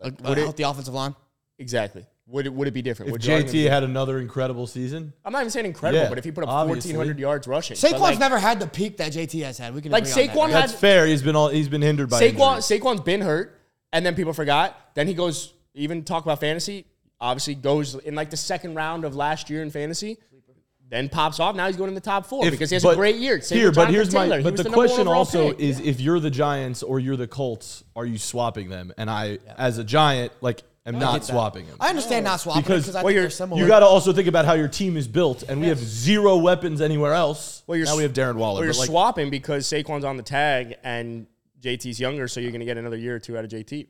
Speaker 3: like,
Speaker 4: Would
Speaker 3: would it
Speaker 4: the offensive line?
Speaker 3: exactly? Would it would it be different?
Speaker 1: If
Speaker 3: would your argument
Speaker 1: JT had another incredible season,
Speaker 3: be- I'm not even saying incredible,
Speaker 1: Yeah,
Speaker 3: but if he put up
Speaker 1: obviously.
Speaker 3: 1,400 yards rushing, but
Speaker 4: Saquon's
Speaker 3: like,
Speaker 4: never had the peak that JT has had. We can
Speaker 3: Like
Speaker 4: agree on that,
Speaker 3: Saquon
Speaker 4: right?
Speaker 1: that's
Speaker 3: had-
Speaker 1: fair. He's been all he's been hindered by
Speaker 3: Saquon
Speaker 1: injuries.
Speaker 3: Saquon's been hurt, and then people forgot. Then he goes even talk about fantasy. Obviously, goes in like the second round of last year in fantasy. Then pops off. Now he's going in the top four
Speaker 1: If-
Speaker 3: because he has a
Speaker 1: but-
Speaker 3: great year. Same
Speaker 1: here,
Speaker 3: with
Speaker 1: but
Speaker 3: Jonathan
Speaker 1: here's
Speaker 3: Taylor.
Speaker 1: my.
Speaker 3: He
Speaker 1: But
Speaker 3: was
Speaker 1: the
Speaker 3: number one
Speaker 1: question
Speaker 3: overall
Speaker 1: also
Speaker 3: pick.
Speaker 1: is: if you're the Giants or you're the Colts, are you swapping them? And I, as a Giant, like am not swapping them
Speaker 4: I understand not swapping
Speaker 1: because
Speaker 4: because I
Speaker 1: well,
Speaker 4: think
Speaker 1: you're-
Speaker 4: they're similar.
Speaker 1: you got to also think about how your team is built, and we have zero weapons anywhere else.
Speaker 3: Well, you're
Speaker 1: now we have Darren Waller.
Speaker 3: Well, you're
Speaker 1: but like,
Speaker 3: swapping because Saquon's on the tag and JT's younger, so you're going to get another year or two out of JT.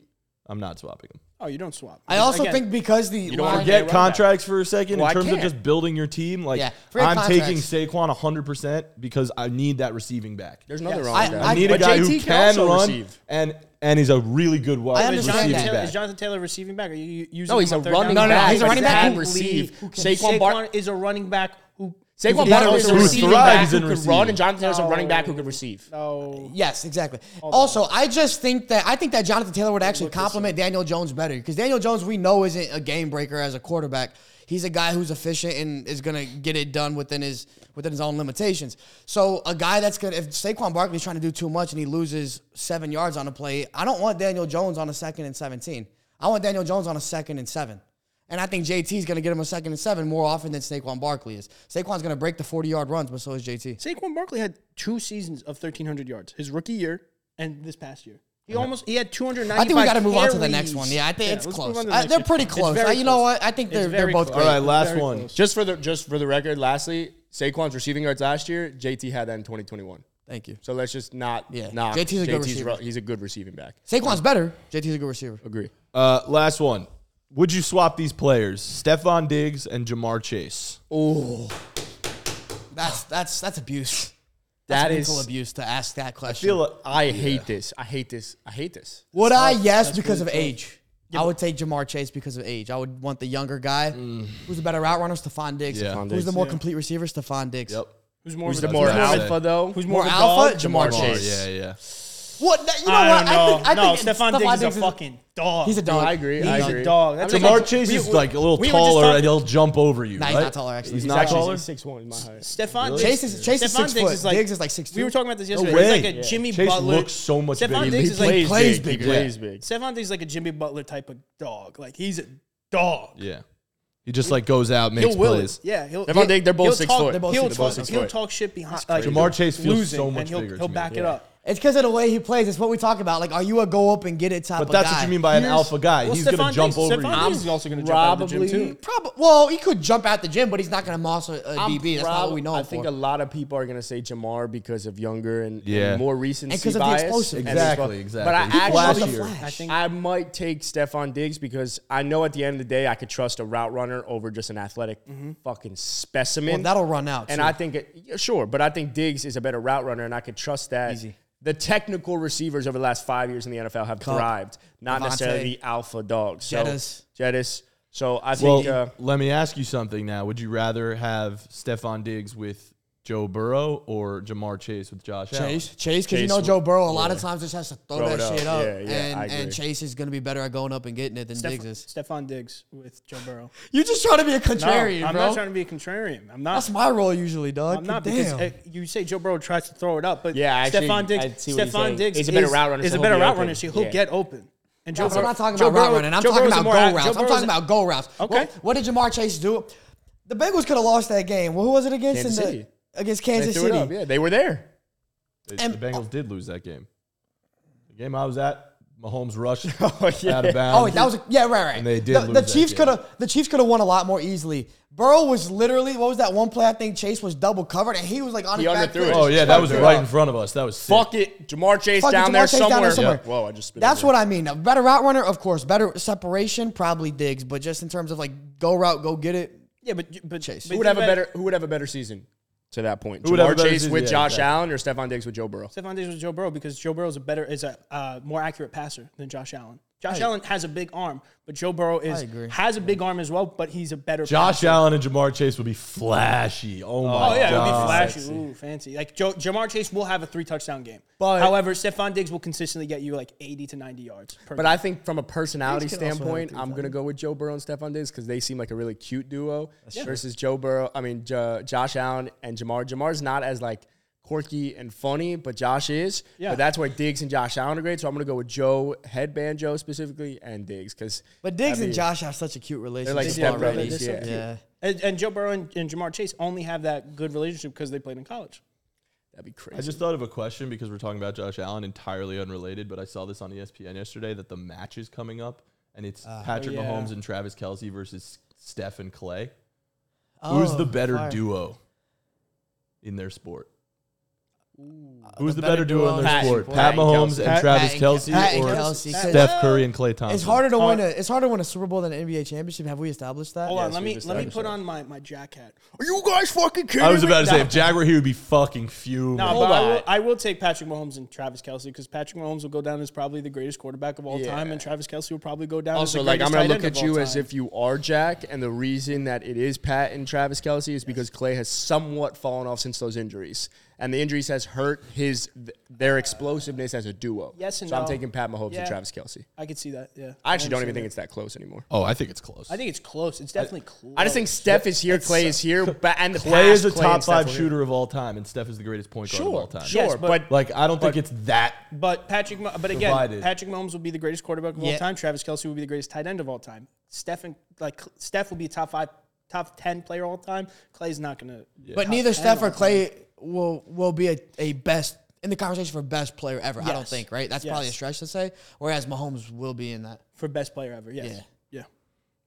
Speaker 1: I'm not swapping them.
Speaker 2: Oh, you don't swap.
Speaker 4: I also
Speaker 2: Again,
Speaker 4: think because the
Speaker 3: don't wanna
Speaker 4: line,
Speaker 3: get-
Speaker 1: Get
Speaker 3: running
Speaker 1: contracts for a second
Speaker 3: Well, I
Speaker 1: in terms of
Speaker 3: can't.
Speaker 1: just building your team. Like
Speaker 4: Yeah, forget
Speaker 1: I'm taking
Speaker 4: contracts.
Speaker 1: Saquon 100 percent because I need that receiving back.
Speaker 3: There's nothing
Speaker 4: Yes.
Speaker 3: wrong
Speaker 4: I-
Speaker 3: with that.
Speaker 1: I need a
Speaker 3: But
Speaker 1: guy who
Speaker 3: JT
Speaker 1: can
Speaker 3: also
Speaker 1: run
Speaker 3: receive.
Speaker 1: and and he's a really good wide
Speaker 2: Is
Speaker 4: understand
Speaker 1: receiving
Speaker 2: Jonathan,
Speaker 4: that.
Speaker 2: Taylor, is
Speaker 1: back.
Speaker 2: Jonathan Taylor receiving back? Are you you- using
Speaker 3: No,
Speaker 2: him
Speaker 3: he's
Speaker 2: on
Speaker 3: a
Speaker 2: third
Speaker 3: running
Speaker 2: down?
Speaker 4: back. No, no, he's a
Speaker 2: but
Speaker 4: running back
Speaker 2: can
Speaker 4: who
Speaker 3: receive.
Speaker 2: lead, who can-
Speaker 3: Saquon
Speaker 2: Saquon,
Speaker 3: Bar-
Speaker 2: is a running back who
Speaker 3: Saquon
Speaker 4: Who
Speaker 3: Barkley is a
Speaker 4: thrives
Speaker 3: receiving
Speaker 1: in
Speaker 3: back who could
Speaker 1: receiving.
Speaker 3: run, and Jonathan Taylor's a running back who could receive.
Speaker 2: Oh,
Speaker 4: Yes, exactly. Also, I just think that I think that Jonathan Taylor would actually complement Daniel Jones better because Daniel Jones we know isn't a game breaker as a quarterback. He's a guy who's efficient and is gonna get it done within his within his own limitations. So a guy that's gonna if Saquon Barkley's trying to do too much and he loses seven yards on a play, I don't want Daniel Jones on a second and seventeen. I want Daniel Jones on a second and seven. And I think JT is going to get him a second and seven more often than Saquon Barkley is. Saquon's going to break the 40 yard runs, but so is JT.
Speaker 2: Saquon Barkley had two seasons of 1,300 yards. His rookie year and this past year. He almost he had 295.
Speaker 4: I think we got to move on to the
Speaker 2: carries.
Speaker 4: next one. Yeah, I think it's
Speaker 2: let's move
Speaker 4: close.
Speaker 2: on to the
Speaker 4: I-
Speaker 2: next
Speaker 4: they're
Speaker 2: one.
Speaker 4: pretty
Speaker 2: It's
Speaker 4: close.
Speaker 2: very
Speaker 4: I- you know
Speaker 2: close.
Speaker 4: what? I think
Speaker 2: It's
Speaker 4: they're they're
Speaker 2: very
Speaker 4: both
Speaker 2: close.
Speaker 4: great.
Speaker 1: All right, last
Speaker 2: Very
Speaker 1: one.
Speaker 2: close.
Speaker 3: Just for the just for the record, lastly, Saquon's receiving yards last year, JT had that in 2021.
Speaker 4: Thank you.
Speaker 3: So let's just not
Speaker 4: Yeah.
Speaker 3: knock
Speaker 4: JT is a good receiver.
Speaker 3: re- he's a good receiving back.
Speaker 4: Saquon's better. JT's a good receiver.
Speaker 3: Agree.
Speaker 1: Uh, last one. Would you swap these players, Stephon Diggs and Jamar Chase?
Speaker 4: That's that's that's abuse.
Speaker 3: That
Speaker 4: That's mental
Speaker 3: is-
Speaker 4: abuse to ask that question.
Speaker 1: feel it.
Speaker 3: I hate this. I hate this. I hate this.
Speaker 4: would I? Yes, because of age. I would take Jamar Chase because of age. I would want the younger guy who's a better route runner, Stephon Diggs.
Speaker 1: Yeah. Stephon
Speaker 4: Who's
Speaker 3: Diggs.
Speaker 4: the more complete receiver, Stephon Diggs.
Speaker 1: Yep.
Speaker 2: Who's more?
Speaker 3: Who's
Speaker 2: of
Speaker 3: the
Speaker 2: a-
Speaker 3: more
Speaker 1: what I said.
Speaker 3: alpha though?
Speaker 2: Who's
Speaker 4: More
Speaker 2: more of a
Speaker 4: alpha,
Speaker 2: dog?
Speaker 4: Jamar,
Speaker 3: Jamar
Speaker 4: Chase.
Speaker 3: Chase.
Speaker 1: Oh, Yeah, yeah.
Speaker 4: What? that- You know
Speaker 2: I
Speaker 4: what?
Speaker 2: don't know.
Speaker 4: I think, I
Speaker 2: no,
Speaker 4: think
Speaker 2: Stephon Diggs is a
Speaker 4: is-
Speaker 2: fucking dog.
Speaker 4: He's a dog.
Speaker 3: I agree.
Speaker 4: He's
Speaker 3: I
Speaker 4: a
Speaker 3: agree.
Speaker 2: dog. That's
Speaker 3: I'm
Speaker 2: like-
Speaker 3: just-
Speaker 1: Jamar Chase
Speaker 2: we-
Speaker 1: is
Speaker 2: we-
Speaker 1: like a little
Speaker 2: we were just
Speaker 1: taller,
Speaker 2: talking-
Speaker 1: and he'll jump over you.
Speaker 4: Nah, he's
Speaker 1: right?
Speaker 4: not taller, actually.
Speaker 1: He's,
Speaker 4: He's
Speaker 1: not
Speaker 3: actually
Speaker 1: taller.
Speaker 3: six one, my height.
Speaker 2: Stephon
Speaker 1: Really?
Speaker 2: Diggs,
Speaker 4: Chase is- Chase is
Speaker 2: Stephon
Speaker 4: six
Speaker 2: Diggs
Speaker 4: foot.
Speaker 2: Is like,
Speaker 4: Diggs is like 6'2".
Speaker 2: We were talking about this yesterday.
Speaker 1: way.
Speaker 2: He's like a
Speaker 1: Yeah.
Speaker 2: Jimmy
Speaker 1: Chase
Speaker 2: Butler.
Speaker 1: looks so much
Speaker 2: Stephon
Speaker 1: bigger. He
Speaker 2: Diggs is
Speaker 4: plays
Speaker 2: like
Speaker 4: plays
Speaker 3: big.
Speaker 4: bigger.
Speaker 3: He plays big.
Speaker 2: Stephon Diggs is like a Jimmy Butler type of dog. Like he's a dog.
Speaker 1: Yeah. He just like goes out, makes
Speaker 3: will it.
Speaker 1: plays.
Speaker 2: Yeah, he'll.
Speaker 3: Stephon
Speaker 2: he'll-
Speaker 3: Diggs, they're both
Speaker 2: he'll
Speaker 3: six
Speaker 2: talk,
Speaker 3: foot.
Speaker 4: They're both
Speaker 2: he'll
Speaker 4: six
Speaker 2: talk,
Speaker 3: foot.
Speaker 2: he'll
Speaker 3: Six foot.
Speaker 2: talk shit behind. Like,
Speaker 1: Jamar Chase feels
Speaker 2: losing,
Speaker 1: so much
Speaker 2: and he'll,
Speaker 1: bigger
Speaker 2: He'll
Speaker 1: to me.
Speaker 2: back it
Speaker 1: Yeah.
Speaker 2: up.
Speaker 4: It's because of the way he plays. It's what we talk about. Like, are you a go up and get it type
Speaker 1: But
Speaker 4: of
Speaker 1: that's
Speaker 4: guy?
Speaker 1: what you mean by an
Speaker 2: Here's-
Speaker 1: alpha guy.
Speaker 2: well,
Speaker 1: he's going
Speaker 2: Stephon
Speaker 1: to jump
Speaker 2: Diggs-
Speaker 1: over
Speaker 2: Stephon
Speaker 1: you.
Speaker 2: Diggs is also going to jump out of the gym
Speaker 3: probably-
Speaker 2: too.
Speaker 4: Probably. Well, he could jump out the gym, but he's not going to muscle a DB. That's not
Speaker 3: prob-
Speaker 4: what we know
Speaker 3: I
Speaker 4: him
Speaker 3: think
Speaker 4: for.
Speaker 3: a lot of people are going to say Jamar because of younger and, and
Speaker 1: Yeah.
Speaker 3: more recent
Speaker 4: And 'cause of the
Speaker 3: bias.
Speaker 4: explosiveness.
Speaker 3: And as
Speaker 1: Exactly,
Speaker 3: well-
Speaker 1: exactly.
Speaker 3: But I
Speaker 1: He's
Speaker 3: actually,
Speaker 1: flashier.
Speaker 4: Flash.
Speaker 3: I, think I might take Stefan Diggs because I know at the end of the day I could trust a route runner over just an athletic fucking specimen.
Speaker 4: Mm-hmm. Well, that'll run out,
Speaker 3: And
Speaker 4: too.
Speaker 3: I think it, yeah, sure, but I think Diggs is a better route runner, and I could trust that.
Speaker 4: Easy.
Speaker 3: The technical receivers over the last five years in the NFL have thrived, not
Speaker 4: Devontae.
Speaker 3: necessarily the alpha dogs. So,
Speaker 4: Jettis.
Speaker 3: Jettis. So I
Speaker 1: Well,
Speaker 3: think uh,
Speaker 1: let me ask you something now. Would you rather have Stephon Diggs with Joe Burrow or Jamar Chase with Josh Allen?
Speaker 4: Chase, Chase, because you
Speaker 3: Chase
Speaker 4: know
Speaker 3: would-
Speaker 4: Joe Burrow a lot of times just has to throw,
Speaker 3: Throw
Speaker 4: that
Speaker 3: it up.
Speaker 4: shit up,
Speaker 3: Yeah, yeah,
Speaker 4: and,
Speaker 3: I
Speaker 4: and
Speaker 3: agree.
Speaker 4: Chase is going to be better at going up and getting it than
Speaker 2: Steph-
Speaker 4: Diggs is.
Speaker 2: Stephon Diggs with Joe Burrow.
Speaker 4: You just trying to be a
Speaker 2: No,
Speaker 4: contrarian,
Speaker 2: I'm
Speaker 4: bro.
Speaker 2: not trying to be a contrarian. I'm not.
Speaker 4: that's my role usually, dog.
Speaker 2: I'm not because
Speaker 4: Damn.
Speaker 2: uh, you say Joe Burrow tries to throw it up, but
Speaker 3: Yeah, actually,
Speaker 2: Stephon Diggs,
Speaker 3: I see what he's
Speaker 2: Stephon
Speaker 3: saying.
Speaker 2: Diggs
Speaker 3: He's a better
Speaker 2: is-
Speaker 3: route runner,
Speaker 2: Is
Speaker 3: so
Speaker 2: a
Speaker 3: he'll
Speaker 2: better
Speaker 3: be
Speaker 2: route
Speaker 3: open.
Speaker 2: runner, so he'll
Speaker 3: Yeah.
Speaker 2: get open. And Joe
Speaker 4: That's- I'm
Speaker 2: Burrow-
Speaker 4: not talking
Speaker 2: Joe
Speaker 4: about route
Speaker 2: Burrow-
Speaker 4: running. I'm
Speaker 2: Joe
Speaker 4: talking
Speaker 2: Burrow's a
Speaker 4: about
Speaker 2: more-
Speaker 4: go
Speaker 2: Joe
Speaker 4: routes. I'm
Speaker 2: Burrow's
Speaker 4: talking
Speaker 2: a-
Speaker 4: about go routes.
Speaker 2: Okay.
Speaker 4: What, what did Jamar Chase do? The Bengals could have lost that game. Well, who was it against?
Speaker 3: Kansas
Speaker 4: in the,
Speaker 3: City.
Speaker 4: against
Speaker 3: They
Speaker 4: Kansas
Speaker 3: threw it
Speaker 4: City.
Speaker 3: up. Yeah, they were there.
Speaker 1: They-
Speaker 4: And-
Speaker 1: the Bengals did lose that game. The game I was at, Mahomes rushed
Speaker 3: Oh, yeah.
Speaker 1: out of bounds.
Speaker 4: Oh, wait, that was a, yeah, right, right.
Speaker 1: And they did
Speaker 4: The,
Speaker 1: lose
Speaker 4: the
Speaker 1: that
Speaker 4: Chiefs
Speaker 1: game.
Speaker 4: could have the Chiefs could have won a lot more easily. Burrow was literally what was that one play? I think Chase was double covered and he was like on
Speaker 3: He
Speaker 4: his back.
Speaker 3: underthrew
Speaker 4: foot.
Speaker 3: it.
Speaker 1: Oh yeah, that was
Speaker 4: Fuck
Speaker 1: right
Speaker 4: it.
Speaker 1: in front of us. That was sick.
Speaker 3: Fuck it. Jamar Chase
Speaker 4: Fuck it,
Speaker 3: down
Speaker 4: Jamar
Speaker 3: there
Speaker 4: Chase down
Speaker 3: somewhere.
Speaker 4: there somewhere.
Speaker 3: Yeah. Whoa, I just spit
Speaker 4: That's
Speaker 3: everywhere.
Speaker 4: what I mean. A better route runner, of course. Better separation, probably digs, but just in terms of like go route, go get it.
Speaker 2: Yeah, but but
Speaker 4: Chase.
Speaker 2: but
Speaker 3: Who would
Speaker 2: think
Speaker 3: have a
Speaker 2: about it.
Speaker 3: better Who would have a better season to that point?
Speaker 1: Who would have a
Speaker 3: Jamar
Speaker 1: better
Speaker 3: Chase
Speaker 1: season?
Speaker 3: with
Speaker 1: Yeah,
Speaker 3: Josh
Speaker 1: exactly.
Speaker 3: Allen or Stephon Diggs with Joe Burrow?
Speaker 2: Stephon Diggs with Joe Burrow because Joe Burrow is a better is a uh, more accurate passer than Josh Allen. Josh Allen has a big arm, but Joe Burrow is
Speaker 4: agree.
Speaker 2: has a big arm as well, but he's a better
Speaker 1: Josh
Speaker 2: passer.
Speaker 1: Allen and Jamar Chase would be flashy. Oh my
Speaker 2: Oh yeah, it would be
Speaker 1: god.
Speaker 2: flashy. Ooh, fancy. Like Joe, Jamar Chase will have a three touchdown game.
Speaker 3: But-
Speaker 2: however, Stephon Diggs will consistently get you like 80 to 90 yards per
Speaker 3: But
Speaker 2: game.
Speaker 3: I think from a personality
Speaker 4: Diggs could also have
Speaker 3: standpoint,
Speaker 4: three
Speaker 3: I'm gonna
Speaker 4: thousand.
Speaker 3: go with Joe Burrow and Stephon Diggs because they seem like a really cute duo versus Joe Burrow. I mean, Jo- Josh Allen and Jamar. Jamar's not as like quirky and funny, but Josh is.
Speaker 2: Yeah.
Speaker 3: But that's why Diggs and Josh Allen are great. So I'm gonna go with Joe Headband Joe specifically and Diggs because
Speaker 4: But Diggs and Josh have such a cute relationship
Speaker 3: like
Speaker 2: step
Speaker 4: already.
Speaker 2: brothers, they're so
Speaker 4: yeah.
Speaker 2: and, and Joe Burrow and, and Jamar Chase only have that good relationship because they played in college.
Speaker 3: that'd be
Speaker 1: I
Speaker 3: crazy.
Speaker 1: just thought of a question because we're talking about Josh Allen, entirely unrelated, but I saw this on E ESPN yesterday that the match is coming up and it's Patrick
Speaker 2: Oh, yeah.
Speaker 1: Mahomes and Travis Kelsey versus Steph and Clay. Who's the
Speaker 4: Oh,
Speaker 1: better
Speaker 4: fire.
Speaker 1: duo in their sport?
Speaker 4: Uh,
Speaker 1: Who's the, better, duo in their
Speaker 3: Pat-
Speaker 1: sport?
Speaker 3: Pat
Speaker 1: Pat
Speaker 3: and
Speaker 1: Mahomes
Speaker 3: Kelsey.
Speaker 1: and
Speaker 3: Pat-
Speaker 1: Travis
Speaker 4: Pat and-
Speaker 1: Kelsey
Speaker 4: Pat and
Speaker 1: or
Speaker 4: Kelsey.
Speaker 1: Steph Curry and Clay Thompson?
Speaker 4: It's harder to win a it's harder to win a Super Bowl than an NBA championship. Have we established that?
Speaker 2: Hold on, let
Speaker 3: we
Speaker 2: me
Speaker 3: just
Speaker 2: let me
Speaker 3: established
Speaker 2: put
Speaker 3: that.
Speaker 2: on my my jack hat.
Speaker 3: Are you guys fucking kidding
Speaker 1: I was about to say,
Speaker 3: No.
Speaker 1: if Jack were here, he would be fucking fuming.
Speaker 2: No,
Speaker 3: Hold
Speaker 2: but I
Speaker 3: on.
Speaker 2: will, I will take Patrick Mahomes and Travis Kelsey because Patrick Mahomes will go down as probably the greatest quarterback of all
Speaker 3: Yeah.
Speaker 2: time, and Travis Kelsey will probably go down.
Speaker 3: Also,
Speaker 2: as the
Speaker 3: like I'm
Speaker 2: going
Speaker 3: gonna
Speaker 2: to
Speaker 3: look at you as if you are Jack, and the reason that it is Pat and Travis Kelsey is because Clay has somewhat fallen off since those injuries, and the injuries has hurt his th- their explosiveness as a duo.
Speaker 2: Yes and
Speaker 3: so I'm
Speaker 2: no.
Speaker 3: taking Pat Mahomes
Speaker 2: Yeah.
Speaker 3: and Travis Kelsey.
Speaker 2: I could see that. Yeah,
Speaker 3: I actually don't even think it's that close anymore.
Speaker 1: Oh, I think it's close.
Speaker 2: I think it's close. It's definitely close.
Speaker 3: I just think Steph is here, Clay is here, but and the
Speaker 1: Clay
Speaker 3: past
Speaker 1: is a
Speaker 3: and
Speaker 1: top
Speaker 3: Steph
Speaker 1: five
Speaker 3: were here.
Speaker 1: shooter of all time, and Steph is the greatest point guard of all time.
Speaker 3: Sure,
Speaker 2: Yes,
Speaker 3: but,
Speaker 2: but-
Speaker 1: Like, I don't think it's that.
Speaker 2: But Patrick, Ma- but again,
Speaker 1: Provided.
Speaker 2: Patrick Mahomes will be the greatest quarterback of all
Speaker 4: Yeah.
Speaker 2: time. Travis Kelsey will be the greatest tight end of all time. Stephen, like Steph, will be a top five, top ten player all time. Clay's not gonna.
Speaker 4: But
Speaker 2: top
Speaker 4: neither
Speaker 2: 10
Speaker 4: Steph
Speaker 2: all
Speaker 4: or
Speaker 2: time.
Speaker 4: Clay will will be a, a best in the conversation for best player ever. I don't
Speaker 2: Yes.
Speaker 4: think, right? That's probably a
Speaker 2: Yes.
Speaker 4: stretch to say. Whereas Mahomes will be in that.
Speaker 2: for best player ever. Yes. Yeah.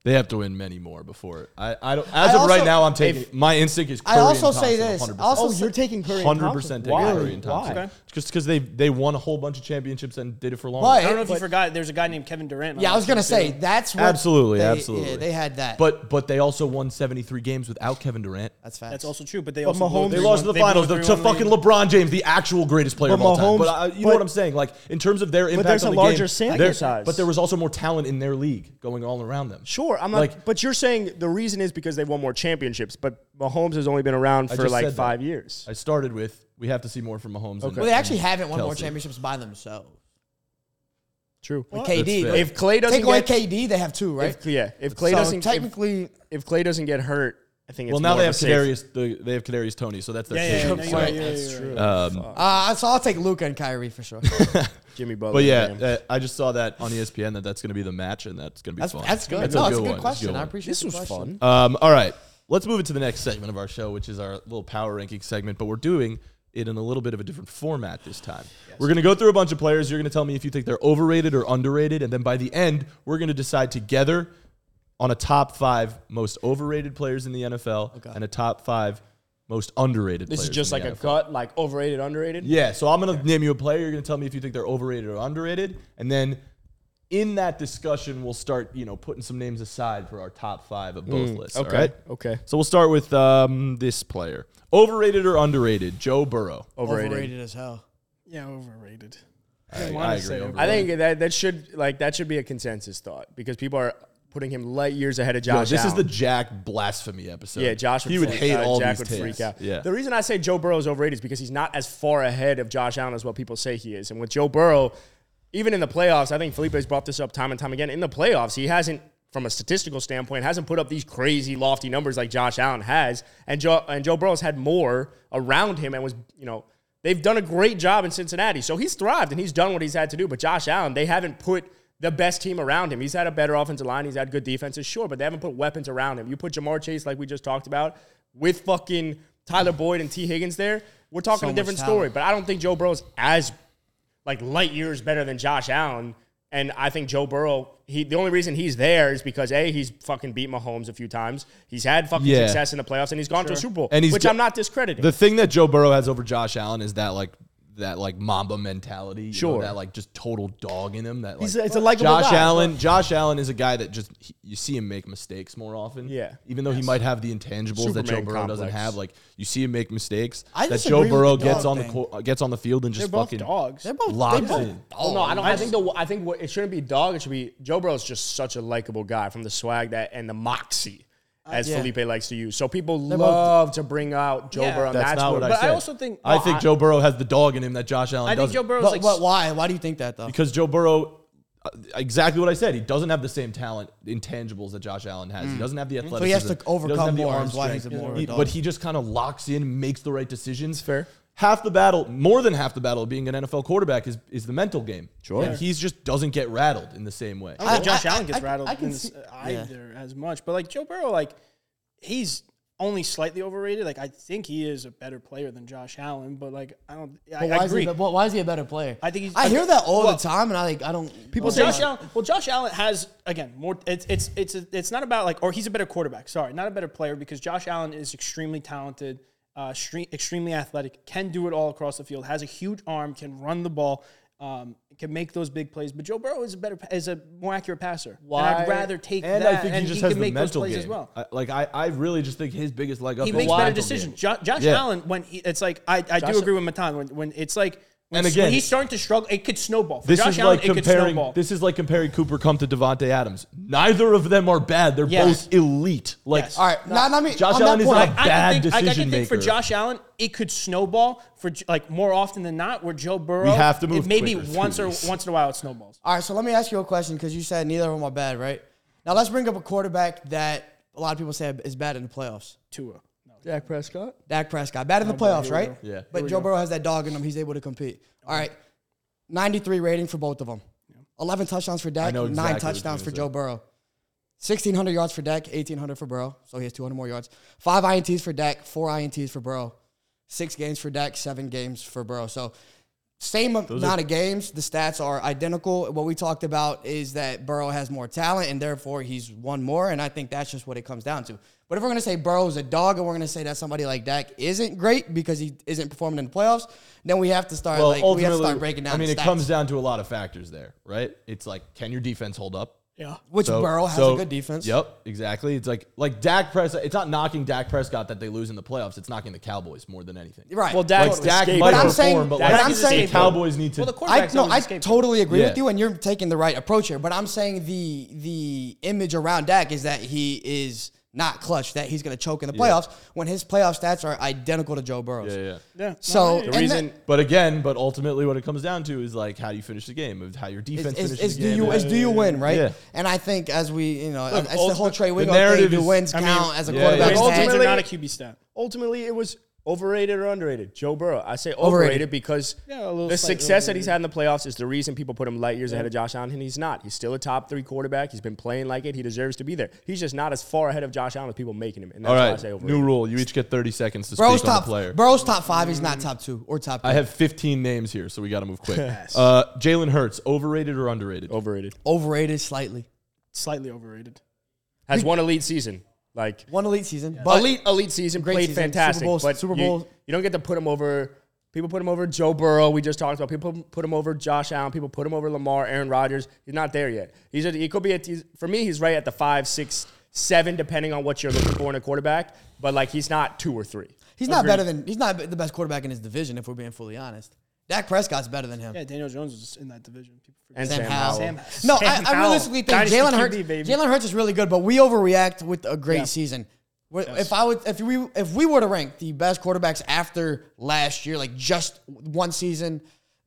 Speaker 1: They have to win many more before. it- I, I don't. As
Speaker 4: I
Speaker 1: of right
Speaker 4: also-
Speaker 1: now, I'm taking my instinct is. Curry
Speaker 4: I also
Speaker 1: and Thompson,
Speaker 4: say this.
Speaker 1: 100%.
Speaker 4: Also,
Speaker 3: Oh, you're taking Curry. and
Speaker 1: hundred
Speaker 3: Thompson?
Speaker 1: percent taking
Speaker 3: Why?
Speaker 1: Curry and Thompson.
Speaker 3: Why?
Speaker 1: Just because they they won a whole bunch of championships and did it for long.
Speaker 4: But-
Speaker 2: I don't know if you
Speaker 4: But-
Speaker 2: forgot. There's a guy named Kevin Durant.
Speaker 4: yeah,
Speaker 2: on
Speaker 4: I was
Speaker 2: that
Speaker 4: gonna
Speaker 2: team,
Speaker 4: say
Speaker 2: too.
Speaker 4: that's what
Speaker 1: Absolutely,
Speaker 4: they-
Speaker 1: absolutely.
Speaker 4: Yeah, they had that.
Speaker 1: But but they also won 73 games without Kevin Durant.
Speaker 4: that's facts.
Speaker 2: that's also true. But they
Speaker 6: But
Speaker 2: also blew
Speaker 6: Mahomes-
Speaker 1: They
Speaker 2: a
Speaker 1: lost in the
Speaker 2: 3-1
Speaker 1: finals
Speaker 2: they blew
Speaker 1: to
Speaker 2: a
Speaker 1: to
Speaker 2: 3-1 lead.
Speaker 1: fucking LeBron James, the actual greatest player of
Speaker 6: But
Speaker 1: all time.
Speaker 6: Mahomes-
Speaker 1: But I, you know
Speaker 6: but-
Speaker 1: what I'm saying? Like in terms of their impact
Speaker 6: there's
Speaker 1: on
Speaker 6: a
Speaker 1: the
Speaker 6: larger
Speaker 1: game,
Speaker 6: sample
Speaker 1: there-
Speaker 6: size.
Speaker 1: But there was also more talent in their league going all around them.
Speaker 3: Sure, I'm not.
Speaker 1: Like-
Speaker 3: but you're saying the reason is because they won more championships, but Mahomes has only been around
Speaker 1: I
Speaker 3: for
Speaker 1: just
Speaker 3: like
Speaker 1: said that.
Speaker 3: five years.
Speaker 1: I started with we have to see more from Mahomes. Okay.
Speaker 4: well, they actually haven't won more
Speaker 1: Kelsey.
Speaker 4: championships by themselves.
Speaker 3: True.
Speaker 4: With
Speaker 1: That's
Speaker 4: KD,
Speaker 1: fair.
Speaker 4: like,
Speaker 3: If Clay doesn't
Speaker 4: take away
Speaker 3: get,
Speaker 4: KD, they have two, right?
Speaker 3: If, yeah, if Clay
Speaker 4: so
Speaker 3: doesn't if,
Speaker 4: technically,
Speaker 3: if Clay doesn't get hurt, I think it's
Speaker 1: well, now
Speaker 3: more
Speaker 1: they have
Speaker 3: of a safe-
Speaker 1: Kadarius. The, they have Kadarius Tony, so that's their.
Speaker 2: Yeah, yeah, yeah,
Speaker 1: favorite.
Speaker 2: no,
Speaker 1: So-
Speaker 2: you're right, you're right, you're right.
Speaker 1: Um,
Speaker 4: uh, so I'll take Luca and Kyrie for sure.
Speaker 3: Jimmy Butler.
Speaker 1: but yeah,
Speaker 3: man.
Speaker 1: uh, I just saw that on E ESPN that that's going to be the match, and that's going to be
Speaker 4: That's
Speaker 1: fun.
Speaker 4: that's good.
Speaker 1: It's
Speaker 4: no,
Speaker 1: a
Speaker 4: it's a
Speaker 1: good
Speaker 4: good
Speaker 1: one. It's a
Speaker 4: question.
Speaker 1: good
Speaker 4: I
Speaker 1: one.
Speaker 4: appreciate
Speaker 3: this
Speaker 4: the
Speaker 3: was fun.
Speaker 4: question.
Speaker 1: Um, all right, let's move into the next segment of our show, which is our little power ranking segment, but we're doing it in a little bit of a different format this time. We're going to go through a bunch of players. You're going to tell me if you think they're overrated or underrated, and then by the end, we're going to decide together on a top five most overrated players in the NFL and a top five most underrated.
Speaker 3: this is
Speaker 1: players
Speaker 3: just
Speaker 1: in
Speaker 3: like
Speaker 1: the
Speaker 3: a
Speaker 1: NFL.
Speaker 3: gut, like overrated, underrated.
Speaker 1: Yeah, so I'm gonna name you a player. You're gonna tell me if you think they're overrated or underrated, and then in that discussion, we'll start you know putting some names aside for our top five of both lists.
Speaker 3: Mm, okay,
Speaker 1: all right?
Speaker 3: okay.
Speaker 1: So we'll start with um, this player, overrated or underrated, Joe Burrow.
Speaker 3: Overrated.
Speaker 4: Overrated. as hell.
Speaker 2: Yeah, overrated.
Speaker 1: I,
Speaker 2: wanna say
Speaker 1: overrated.
Speaker 3: I think that that should like that should be a consensus thought because people are putting him light years ahead of
Speaker 1: Yo,
Speaker 3: Josh.
Speaker 1: this is
Speaker 3: Allen.
Speaker 1: the Jack blasphemy episode.
Speaker 3: Yeah, Josh would
Speaker 1: he would
Speaker 3: freak
Speaker 1: hate
Speaker 3: out.
Speaker 1: all these
Speaker 3: Jack would
Speaker 1: takes.
Speaker 3: freak out.
Speaker 1: Yeah,
Speaker 3: The reason I say Joe Burrow is overrated is because he's not as far ahead of Josh Allen as what people say he is. And with Joe Burrow, even in the playoffs, I think Felipe has brought this up time and time again. In the playoffs, he hasn't, from a statistical standpoint, hasn't put up these crazy lofty numbers like Josh Allen has. And Joe and Joe Burrow's had more around him and was, you know, they've done a great job in Cincinnati. So he's thrived and he's done what he's had to do. But Josh Allen, they haven't put the best team around him. He's had a better offensive line. He's had good defenses, sure, but they haven't put weapons around him. You put Jamar Chase, like we just talked about, with fucking Tyler Boyd and T. Higgins there, we're talking
Speaker 4: So
Speaker 3: a different
Speaker 4: much
Speaker 3: story.
Speaker 4: talent.
Speaker 3: But I don't think Joe Burrow's as like light years better than Josh Allen. And I think Joe Burrow, he the only reason he's there is because A, he's fucking beat Mahomes a few times. He's had fucking
Speaker 1: Yeah.
Speaker 3: success in the playoffs and he's gone to a Super Bowl.
Speaker 1: And he's
Speaker 3: which
Speaker 1: go-
Speaker 3: I'm not discrediting.
Speaker 1: The thing that Joe Burrow has over Josh Allen is that like that like Mamba mentality, you know,
Speaker 3: Sure.
Speaker 1: that like just total dog in him. That like,
Speaker 3: He's a- it's a likable
Speaker 1: Josh
Speaker 3: guy.
Speaker 1: Allen. Josh Allen is a guy that just he- you see him make mistakes more often.
Speaker 3: Yeah.
Speaker 1: even though he might have the intangibles that Joe
Speaker 3: Superman
Speaker 1: Burrow doesn't
Speaker 3: complex.
Speaker 1: have, like you see him make mistakes.
Speaker 4: I
Speaker 1: that
Speaker 4: disagree
Speaker 1: Joe
Speaker 4: with
Speaker 1: Burrow
Speaker 4: the
Speaker 1: gets
Speaker 4: dog
Speaker 1: on the
Speaker 4: thing.
Speaker 1: court, gets on the field and
Speaker 2: They're
Speaker 1: just
Speaker 2: both
Speaker 1: fucking
Speaker 2: dogs.
Speaker 4: They're both.
Speaker 1: locked
Speaker 4: They both
Speaker 1: in.
Speaker 3: Oh no, I don't. I,
Speaker 4: just-
Speaker 3: think the. I think what it shouldn't be dog. It should be Joe Burrow's just such a likable guy from the swag that and the moxie, as
Speaker 4: yeah.
Speaker 3: Felipe likes to use. So people
Speaker 4: They're both-
Speaker 3: love to bring out Joe
Speaker 2: Yeah.
Speaker 3: Burrow. and
Speaker 1: That's, not what, I
Speaker 2: But I
Speaker 1: said.
Speaker 2: also think-
Speaker 1: I
Speaker 2: no,
Speaker 1: think
Speaker 2: I-
Speaker 1: Joe Burrow has the dog in him that Josh Allen
Speaker 2: I think
Speaker 1: doesn't.
Speaker 2: Joe Burrow's
Speaker 4: But,
Speaker 2: like
Speaker 4: but why? Why do you think that though?
Speaker 1: because Joe Burrow, uh, exactly what I said, he doesn't have the same talent intangibles that Josh Allen has. He doesn't have the athleticism.
Speaker 4: Mm. he has to
Speaker 1: doesn't
Speaker 4: overcome
Speaker 1: have the
Speaker 4: more,
Speaker 1: arm
Speaker 4: is why he's
Speaker 1: strength.
Speaker 4: a more
Speaker 1: He-
Speaker 4: adult.
Speaker 1: But he just kind of locks in, makes the right decisions.
Speaker 3: Fair.
Speaker 1: Half the battle, more than half the battle of being an NFL quarterback is is the mental game. Sure. And he's just doesn't get rattled in the same way.
Speaker 2: I don't think
Speaker 4: I-
Speaker 2: Josh
Speaker 4: I-
Speaker 2: Allen gets
Speaker 4: I-
Speaker 2: rattled
Speaker 4: I can
Speaker 2: in this
Speaker 4: see-
Speaker 2: either as much. But like Joe Burrow, like he's only slightly overrated. Like I think he is a better player than Josh Allen, but like I don't. I,
Speaker 4: But
Speaker 2: I
Speaker 4: why, is
Speaker 2: agree.
Speaker 4: he, but why is he a better player?
Speaker 2: I think he's-
Speaker 4: I hear that all
Speaker 2: Well-
Speaker 4: the time, and I like. I don't. People
Speaker 2: Well, Josh Allen. Well, Josh Allen has again more. It's it's it's it's not about like or he's a better quarterback. Sorry, not a better player because Josh Allen is extremely talented, uh, stre- extremely athletic, can do it all across the field, has a huge arm, can run the ball. Um, can make those big plays, but Joe Burrow is a better, pa- is a more accurate passer. Why? And
Speaker 3: Why-
Speaker 2: I'd rather take
Speaker 1: and
Speaker 2: that.
Speaker 1: I think
Speaker 2: and
Speaker 1: he just
Speaker 2: can
Speaker 1: has the
Speaker 2: make those
Speaker 1: mental
Speaker 2: plays
Speaker 1: game.
Speaker 2: as well.
Speaker 1: I, like I, I really just think his biggest leg up.
Speaker 2: He
Speaker 1: is
Speaker 2: makes
Speaker 1: his
Speaker 2: better
Speaker 1: mental
Speaker 2: decisions.
Speaker 1: game.
Speaker 2: Jo- Josh
Speaker 1: Yeah.
Speaker 2: Allen, when he, it's like I, I do agree with Matan when, when it's like when,
Speaker 1: And
Speaker 2: s-
Speaker 1: again-
Speaker 2: when he's starting to struggle, it could snowball. For
Speaker 1: This
Speaker 2: Josh
Speaker 1: is
Speaker 2: Allen,
Speaker 1: like
Speaker 2: it could
Speaker 1: comparing.
Speaker 2: snowball.
Speaker 1: This is like comparing Cooper Cup to Devonte Adams. Neither of them are bad. They're
Speaker 2: Yes.
Speaker 1: both elite. Like
Speaker 2: Yes.
Speaker 4: All right, not, not me.
Speaker 1: Josh
Speaker 4: on
Speaker 1: Allen
Speaker 4: that
Speaker 1: is
Speaker 4: point,
Speaker 1: not
Speaker 4: I-
Speaker 2: I
Speaker 1: bad
Speaker 2: can think, I- I
Speaker 1: decision
Speaker 2: can think for
Speaker 1: maker.
Speaker 2: Josh Allen, it could snowball for j- like more often than not. Where Joe Burrow,
Speaker 1: We have to move
Speaker 2: it maybe
Speaker 1: quicker through
Speaker 2: once or
Speaker 1: these.
Speaker 2: once in a while it snowballs.
Speaker 4: All right, so let me ask you a question because you said neither of them are bad, right? Now let's bring up a quarterback that a lot of people say is bad in the playoffs.
Speaker 2: Tua, no.
Speaker 3: Dak Prescott.
Speaker 4: Dak Prescott, bad in the playoffs, right?
Speaker 1: go. Yeah.
Speaker 4: But Joe Burrow has that dog in him; he's able to compete. All right, ninety-three rating for both of them. Eleven touchdowns for Dak,
Speaker 1: know
Speaker 4: nine
Speaker 1: exactly what
Speaker 4: touchdowns
Speaker 1: you're
Speaker 4: for
Speaker 1: gonna
Speaker 4: Joe Burrow. Sixteen hundred yards for Dak, eighteen hundred for Burrow, so he has two hundred more yards. Five ints for Dak, four ints for Burrow. Six games for Dak, seven games for Burrow. So same amount of games. The stats are identical. What we talked about is that Burrow has more talent and therefore he's won more. And I think that's just what it comes down to. But if we're going to say Burrow's a dog and we're going to say that somebody like Dak isn't great because he isn't performing in the playoffs, then we have to start
Speaker 1: Well,
Speaker 4: like we have to
Speaker 1: ultimately,
Speaker 4: start breaking down.
Speaker 1: I mean,
Speaker 4: the
Speaker 1: it
Speaker 4: stats,
Speaker 1: comes down to a lot of factors there, right? It's like, can your defense hold up?
Speaker 2: yeah,
Speaker 4: which
Speaker 1: So-
Speaker 4: Burrow has
Speaker 1: so-
Speaker 4: a good defense.
Speaker 1: Yep, exactly. It's like like Dak Prescott. It's not knocking Dak Prescott that they lose in the playoffs. It's knocking the Cowboys more than anything.
Speaker 4: Right.
Speaker 3: Well, Dak,
Speaker 1: Like Dak might
Speaker 4: But I'm
Speaker 1: perform,
Speaker 4: saying-
Speaker 1: but
Speaker 4: but
Speaker 1: like
Speaker 4: I'm saying-
Speaker 1: the Cowboys need to.
Speaker 2: Well, the
Speaker 4: I
Speaker 2: quarterback's
Speaker 4: no,
Speaker 2: always
Speaker 4: I
Speaker 2: escaping.
Speaker 4: totally agree
Speaker 1: Yeah.
Speaker 4: with you, and you're taking the right approach here. But I'm saying the the image around Dak is that he is not clutch, that he's going to choke in the playoffs when his playoff stats are identical to Joe Burrow's.
Speaker 1: yeah, yeah.
Speaker 2: yeah.
Speaker 4: So
Speaker 3: The
Speaker 4: and
Speaker 3: reason
Speaker 4: that-
Speaker 1: But again, but ultimately, what it comes down to is like how do you finish the game, of how your defense
Speaker 4: is, is,
Speaker 1: finishes the
Speaker 4: do
Speaker 1: game.
Speaker 4: you is do you win right?
Speaker 1: Yeah.
Speaker 4: And I think as we you know, it's the whole
Speaker 3: ultimate-
Speaker 4: Trey Wingo
Speaker 1: narrative
Speaker 4: thing. Do
Speaker 1: is-
Speaker 4: wins
Speaker 1: I
Speaker 4: count
Speaker 1: mean,
Speaker 4: as a
Speaker 1: yeah,
Speaker 4: quarterback?
Speaker 1: yeah.
Speaker 2: Wins- wins are
Speaker 3: Ultimately-
Speaker 2: not a QB stat.
Speaker 3: ultimately it was overrated or underrated. Joe Burrow. I say overrated,
Speaker 4: Overrated.
Speaker 3: because
Speaker 2: Yeah, a little
Speaker 3: the
Speaker 2: slightly
Speaker 3: success that he's had in the playoffs is the reason people put him light years ahead of Josh Allen, and he's not. He's still a top three quarterback. He's been playing like it. He deserves to be there. He's just not as far ahead of Josh Allen as people making him. And that's
Speaker 1: All
Speaker 3: why I
Speaker 1: right,
Speaker 3: say overrated.
Speaker 1: new rule. You each get thirty seconds to
Speaker 4: Burrow's
Speaker 1: speak on
Speaker 4: top
Speaker 1: the player.
Speaker 4: Burrow's top five. He's not top two or top.
Speaker 1: I
Speaker 4: three.
Speaker 1: have 15 names here, so we got to move quick. uh, Jalen Hurts, overrated or underrated?
Speaker 3: Overrated.
Speaker 4: overrated slightly.
Speaker 2: Slightly overrated.
Speaker 3: Has one elite season. Like
Speaker 4: One elite season, but
Speaker 3: elite, elite season.
Speaker 4: Great
Speaker 3: played
Speaker 4: season.
Speaker 3: fantastic.
Speaker 4: Super Bowl-
Speaker 3: but
Speaker 4: Super
Speaker 3: you-
Speaker 4: Bowl.
Speaker 3: You, don't get to put him over. People put him over Joe Burrow. We just talked about. People put him over Josh Allen. People put him over Lamar, Aaron Rodgers. He's not there yet. He's a, he could be at he's, for me. He's right at the five, six, seven, depending on what you're looking for in a quarterback. But like he's not two or three.
Speaker 4: he's not better than he's not the best quarterback in his division. If we're being fully honest, Dak Prescott's better than him.
Speaker 2: Yeah, Daniel Jones was in that division. People forget.
Speaker 3: And
Speaker 4: Sam
Speaker 3: Sam,
Speaker 4: Howell.
Speaker 3: Howell.
Speaker 2: Sam-
Speaker 4: No,
Speaker 2: Sam
Speaker 4: I, I
Speaker 2: Howell.
Speaker 4: realistically think
Speaker 2: Dynasty
Speaker 4: Jalen
Speaker 2: QB,
Speaker 4: Hurts.
Speaker 2: baby.
Speaker 4: Jalen Hurts is really good, but we overreact with a great season. We're- If I would, if we, if we were to rank the best quarterbacks after last year, like just one season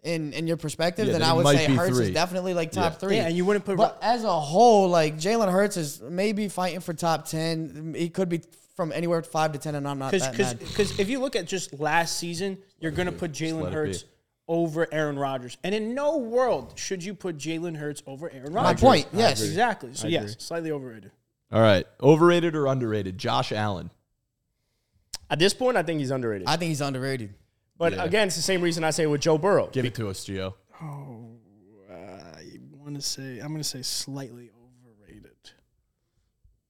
Speaker 4: in in your perspective,
Speaker 1: Yeah,
Speaker 4: then
Speaker 1: then
Speaker 4: I
Speaker 1: it
Speaker 4: would
Speaker 1: might
Speaker 4: say
Speaker 1: be
Speaker 4: Hurts
Speaker 1: three.
Speaker 4: is definitely like top
Speaker 1: Yeah.
Speaker 4: three.
Speaker 2: Yeah, and you wouldn't put-
Speaker 4: But as a whole, like Jalen Hurts is maybe fighting for top ten. He could be from anywhere five to ten, and I'm not that
Speaker 2: because
Speaker 4: mad.
Speaker 2: because if you look at just last season, you're going to put Jalen
Speaker 1: let it
Speaker 2: Hurts
Speaker 1: be.
Speaker 2: over Aaron Rodgers, and in no world should you put Jalen Hurts over Aaron
Speaker 4: My
Speaker 2: Rodgers.
Speaker 4: point, yes.
Speaker 2: exactly. So yes, slightly overrated.
Speaker 1: All right, overrated or underrated? Josh Allen.
Speaker 3: At this point, I think he's underrated.
Speaker 4: I think he's underrated.
Speaker 3: but
Speaker 1: Yeah.
Speaker 3: again, it's the same reason I say with Joe Burrow.
Speaker 1: Give it to us, Gio.
Speaker 2: Uh, I want to say I'm going to say slightly overrated.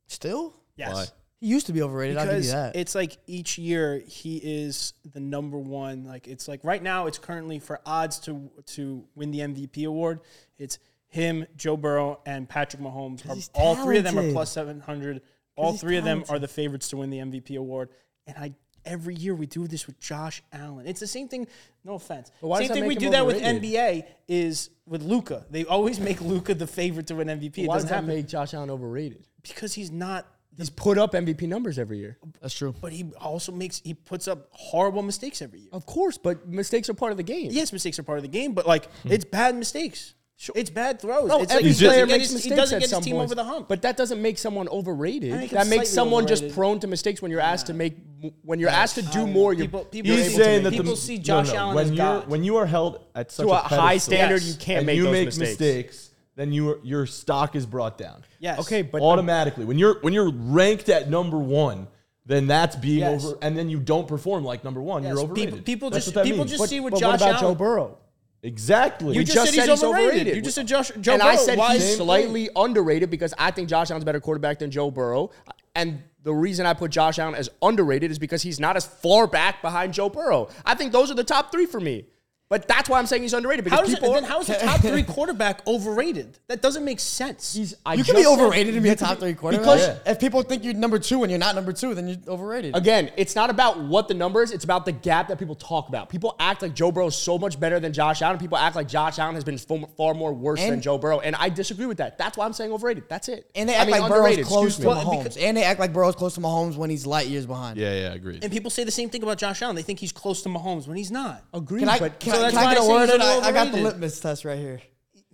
Speaker 4: Still,
Speaker 2: Yes.
Speaker 1: Why?
Speaker 4: he used to be overrated. I'll give you
Speaker 2: Because
Speaker 4: that.
Speaker 2: it's like each year he is the number one. Like it's like right now it's currently for odds to to win the MVP award. It's him, Joe Burrow, and Patrick Mahomes. Are,
Speaker 4: he's
Speaker 2: all three of them are
Speaker 4: talented.
Speaker 2: plus seven hundred. All
Speaker 4: he's
Speaker 2: three of them are
Speaker 4: talented.
Speaker 2: the favorites to win the MVP award. And I every year we do this with Josh Allen. It's the same thing. No offense.
Speaker 3: why
Speaker 2: Same
Speaker 3: does that
Speaker 2: thing we
Speaker 3: make
Speaker 2: do
Speaker 3: him
Speaker 2: that
Speaker 3: overrated?
Speaker 2: with NBA is with Luca. They always make Luca the favorite to win MVP. It
Speaker 3: Why does
Speaker 2: doesn't
Speaker 3: that
Speaker 2: happen
Speaker 3: make Josh Allen overrated?
Speaker 2: because he's not.
Speaker 3: He's put up MVP numbers every year.
Speaker 4: That's true.
Speaker 2: But he also makes he puts up horrible mistakes every year.
Speaker 3: Of course, but mistakes are part of the game.
Speaker 2: yes, mistakes are part of the game, but like it's bad mistakes. It's bad throws.
Speaker 3: Hmm. No,
Speaker 2: it's
Speaker 3: every
Speaker 2: he doesn't
Speaker 3: player
Speaker 2: get
Speaker 3: makes
Speaker 2: his-
Speaker 3: mistakes
Speaker 2: He doesn't
Speaker 3: at
Speaker 2: get his
Speaker 3: some
Speaker 2: team
Speaker 3: points,
Speaker 2: over the hump.
Speaker 3: but that doesn't make someone overrated.
Speaker 2: I think
Speaker 3: That
Speaker 2: it's
Speaker 3: makes
Speaker 2: slightly
Speaker 3: someone just
Speaker 2: overrated.
Speaker 3: prone to mistakes when you're asked to make when you're asked to do more. You're,
Speaker 2: People- people
Speaker 3: you're
Speaker 2: He's
Speaker 3: able
Speaker 2: saying
Speaker 3: to
Speaker 2: that
Speaker 3: make
Speaker 2: people
Speaker 3: it.
Speaker 2: see Josh Allen
Speaker 1: when
Speaker 2: as
Speaker 1: you're,
Speaker 2: God.
Speaker 1: When you are held at such
Speaker 3: to a high
Speaker 1: pedestal
Speaker 3: standard,
Speaker 2: Yes.
Speaker 3: you can't
Speaker 1: and
Speaker 3: make
Speaker 1: you
Speaker 3: those
Speaker 1: make
Speaker 3: mistakes.
Speaker 1: then you your stock is brought down.
Speaker 2: yes.
Speaker 3: Okay, but
Speaker 1: automatically when you're when you're ranked at number one, then that's being
Speaker 2: Yes.
Speaker 1: over, and then you don't perform like number one.
Speaker 2: Yes,
Speaker 1: You're
Speaker 2: people-
Speaker 1: overrated.
Speaker 2: people
Speaker 1: That's
Speaker 2: just-
Speaker 1: what that
Speaker 2: people
Speaker 1: means.
Speaker 2: just
Speaker 3: but,
Speaker 2: see with
Speaker 3: but
Speaker 2: Josh
Speaker 3: what about Joe
Speaker 2: Allen.
Speaker 3: Burrow?
Speaker 1: exactly.
Speaker 2: you
Speaker 3: just
Speaker 2: just,
Speaker 3: said
Speaker 2: said, he's,
Speaker 3: he's
Speaker 2: overrated.
Speaker 3: overrated.
Speaker 2: You just said Josh Joe
Speaker 3: and
Speaker 2: Burrow.
Speaker 3: I said
Speaker 2: why
Speaker 3: he's
Speaker 2: is-
Speaker 3: slightly underrated because I think Josh Allen's a better quarterback than Joe Burrow. And the reason I put Josh Allen as underrated is because he's not as far back behind Joe Burrow. I think those are the top three for me. But that's why I'm saying he's underrated because
Speaker 2: How does it,
Speaker 3: people are-
Speaker 2: then how is the top three quarterback overrated? That doesn't make sense.
Speaker 3: He's- I
Speaker 4: You can
Speaker 3: just
Speaker 4: be
Speaker 3: said-
Speaker 4: overrated and be
Speaker 3: you
Speaker 4: a
Speaker 3: can
Speaker 4: top
Speaker 3: be-
Speaker 4: three quarterback.
Speaker 3: Because
Speaker 4: if people think you're number two and you're not number two, then you're overrated.
Speaker 3: Again, it's not about what the number is, it's about the gap that people talk about. People act like Joe Burrow is so much better than Josh Allen. People act like Josh Allen has been fo- far more worse than
Speaker 4: And-
Speaker 3: Joe Burrow. And I disagree with that. That's why I'm saying overrated. That's it.
Speaker 4: And they
Speaker 3: I
Speaker 4: act
Speaker 3: mean,
Speaker 4: like Burrow's
Speaker 3: underrated,
Speaker 4: close to
Speaker 3: excuse me.
Speaker 2: Well,
Speaker 4: Mahomes.
Speaker 2: because-
Speaker 4: and they act like Burrow's close to Mahomes when he's light years behind.
Speaker 1: yeah, yeah, agreed.
Speaker 2: and people say the same thing about Josh Allen. They think he's close to Mahomes when he's not.
Speaker 3: Agreed,
Speaker 4: Can I,
Speaker 3: but
Speaker 4: can,
Speaker 2: so
Speaker 4: I,
Speaker 2: that's
Speaker 4: can I
Speaker 2: why I
Speaker 4: get a
Speaker 2: say
Speaker 4: word
Speaker 2: he's
Speaker 4: in?
Speaker 2: a
Speaker 4: I,
Speaker 2: little
Speaker 4: I got the
Speaker 2: overrated.
Speaker 4: litmus test right here.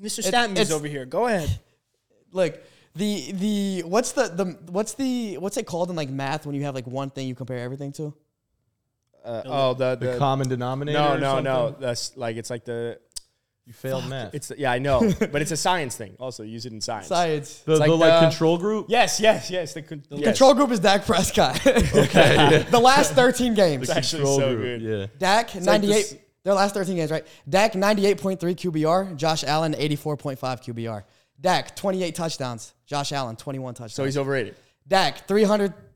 Speaker 2: Mr. Statman is
Speaker 4: it's-
Speaker 2: over here. Go ahead.
Speaker 4: Look, the the what's the the what's the what's it called in like math when you have like one thing you compare everything to?
Speaker 3: uh, oh, the, the,
Speaker 1: The common denominator.
Speaker 3: No,
Speaker 1: or
Speaker 3: no, no.
Speaker 1: something?
Speaker 3: That's like it's like the
Speaker 1: You failed math.
Speaker 3: it's yeah, I know, but it's a science thing. Also, use it in science.
Speaker 4: Science.
Speaker 1: the, the,
Speaker 3: like uh,
Speaker 1: like
Speaker 3: the-
Speaker 1: control group.
Speaker 3: Yes, yes, yes. The, con- yes.
Speaker 4: Control group is Dak Prescott. the last 13 games.
Speaker 3: actually
Speaker 1: Control
Speaker 3: so
Speaker 1: group.
Speaker 3: good.
Speaker 1: Yeah.
Speaker 4: Dak,
Speaker 3: like
Speaker 4: 98.
Speaker 3: this-
Speaker 4: their last 13 games, right? Dak, 98.3 QBR. Josh Allen, 84.5 QBR. Dak, 28 touchdowns. Josh Allen, 21 touchdowns.
Speaker 3: So he's overrated.
Speaker 4: Dak, 300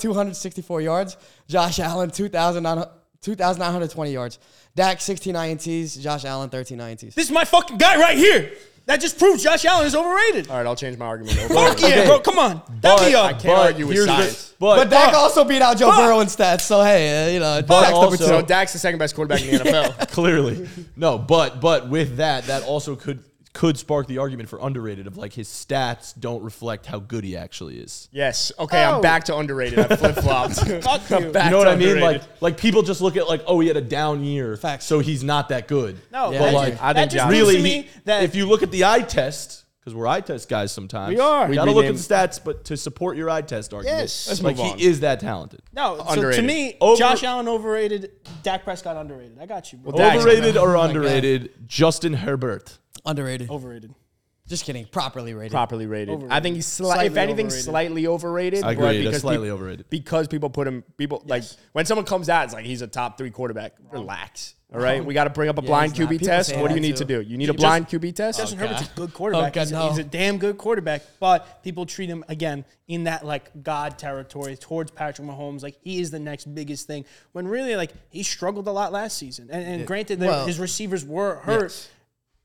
Speaker 4: 3,264 yards. Josh Allen, 2,900 2,920 yards. Dak, 16 INTs. Josh Allen, 13 INTs.
Speaker 2: This is my fucking guy right here. That just proves Josh Allen is overrated.
Speaker 3: All right, I'll change my argument.
Speaker 2: Fuck yeah, bro. Come on. Back me up.
Speaker 3: I can't argue with
Speaker 1: here's the-
Speaker 3: science.
Speaker 1: but,
Speaker 4: But Dak
Speaker 1: but
Speaker 4: also beat out Joe
Speaker 2: Fuck.
Speaker 4: Burrow in stats. So, hey, uh, you know, Dak's number
Speaker 1: also-
Speaker 4: two.
Speaker 3: So Dak's the second best quarterback in the NFL.
Speaker 1: clearly no. But but with that, that also could could spark the argument for underrated of like his stats don't reflect how good he actually is.
Speaker 3: Yes. Okay, I'm
Speaker 2: Oh.
Speaker 3: back to underrated. I flip flopped.
Speaker 2: Fuck you.
Speaker 1: You know what I mean? Like like people just look at like oh he had a down year,
Speaker 4: Facts.
Speaker 1: so he's not that good.
Speaker 2: No,
Speaker 1: but
Speaker 2: that,
Speaker 1: like
Speaker 3: I
Speaker 2: I think
Speaker 3: think Josh-
Speaker 2: just proves
Speaker 1: really
Speaker 2: to
Speaker 1: he-
Speaker 2: me that
Speaker 1: if you look at the eye test because we're eye test guys sometimes
Speaker 3: We are.
Speaker 1: we gotta
Speaker 3: We
Speaker 1: look at
Speaker 3: renamed-
Speaker 1: the stats but to support your eye test argument
Speaker 3: Yes. Let's
Speaker 1: like
Speaker 3: move
Speaker 1: he
Speaker 3: on.
Speaker 1: is that talented
Speaker 2: no. So to
Speaker 3: Underrated.
Speaker 2: me,
Speaker 1: Over-
Speaker 2: Josh Allen overrated. Dak Prescott underrated. I got you, bro.
Speaker 3: Dak's-
Speaker 1: overrated or
Speaker 4: Oh my God.
Speaker 1: underrated Justin Herbert
Speaker 4: Underrated.
Speaker 2: overrated.
Speaker 4: Just kidding. Properly rated.
Speaker 3: properly rated. I think he's sli-
Speaker 2: Slightly
Speaker 3: if anything
Speaker 2: overrated.
Speaker 3: slightly overrated.
Speaker 1: I
Speaker 3: but
Speaker 1: agree, that's
Speaker 3: because
Speaker 1: slightly
Speaker 3: peop-
Speaker 1: overrated.
Speaker 3: because people put him. People like when someone comes out, it's like he's a top three quarterback. Relax. All right, we got to bring up a blind
Speaker 4: he's not.
Speaker 3: QB
Speaker 4: People
Speaker 3: test.
Speaker 4: say
Speaker 3: What do you
Speaker 4: that
Speaker 3: need to
Speaker 4: too.
Speaker 3: do? You need a blind QB test.
Speaker 2: Justin Herbert's a good quarterback.
Speaker 4: Oh, God,
Speaker 2: he's,
Speaker 4: no.
Speaker 2: he's a damn good quarterback, but people treat him again in that like God territory towards Patrick Mahomes. Like he is the next biggest thing. When really, like he struggled a lot last season. And, and granted, that
Speaker 4: well,
Speaker 2: his receivers were hurt.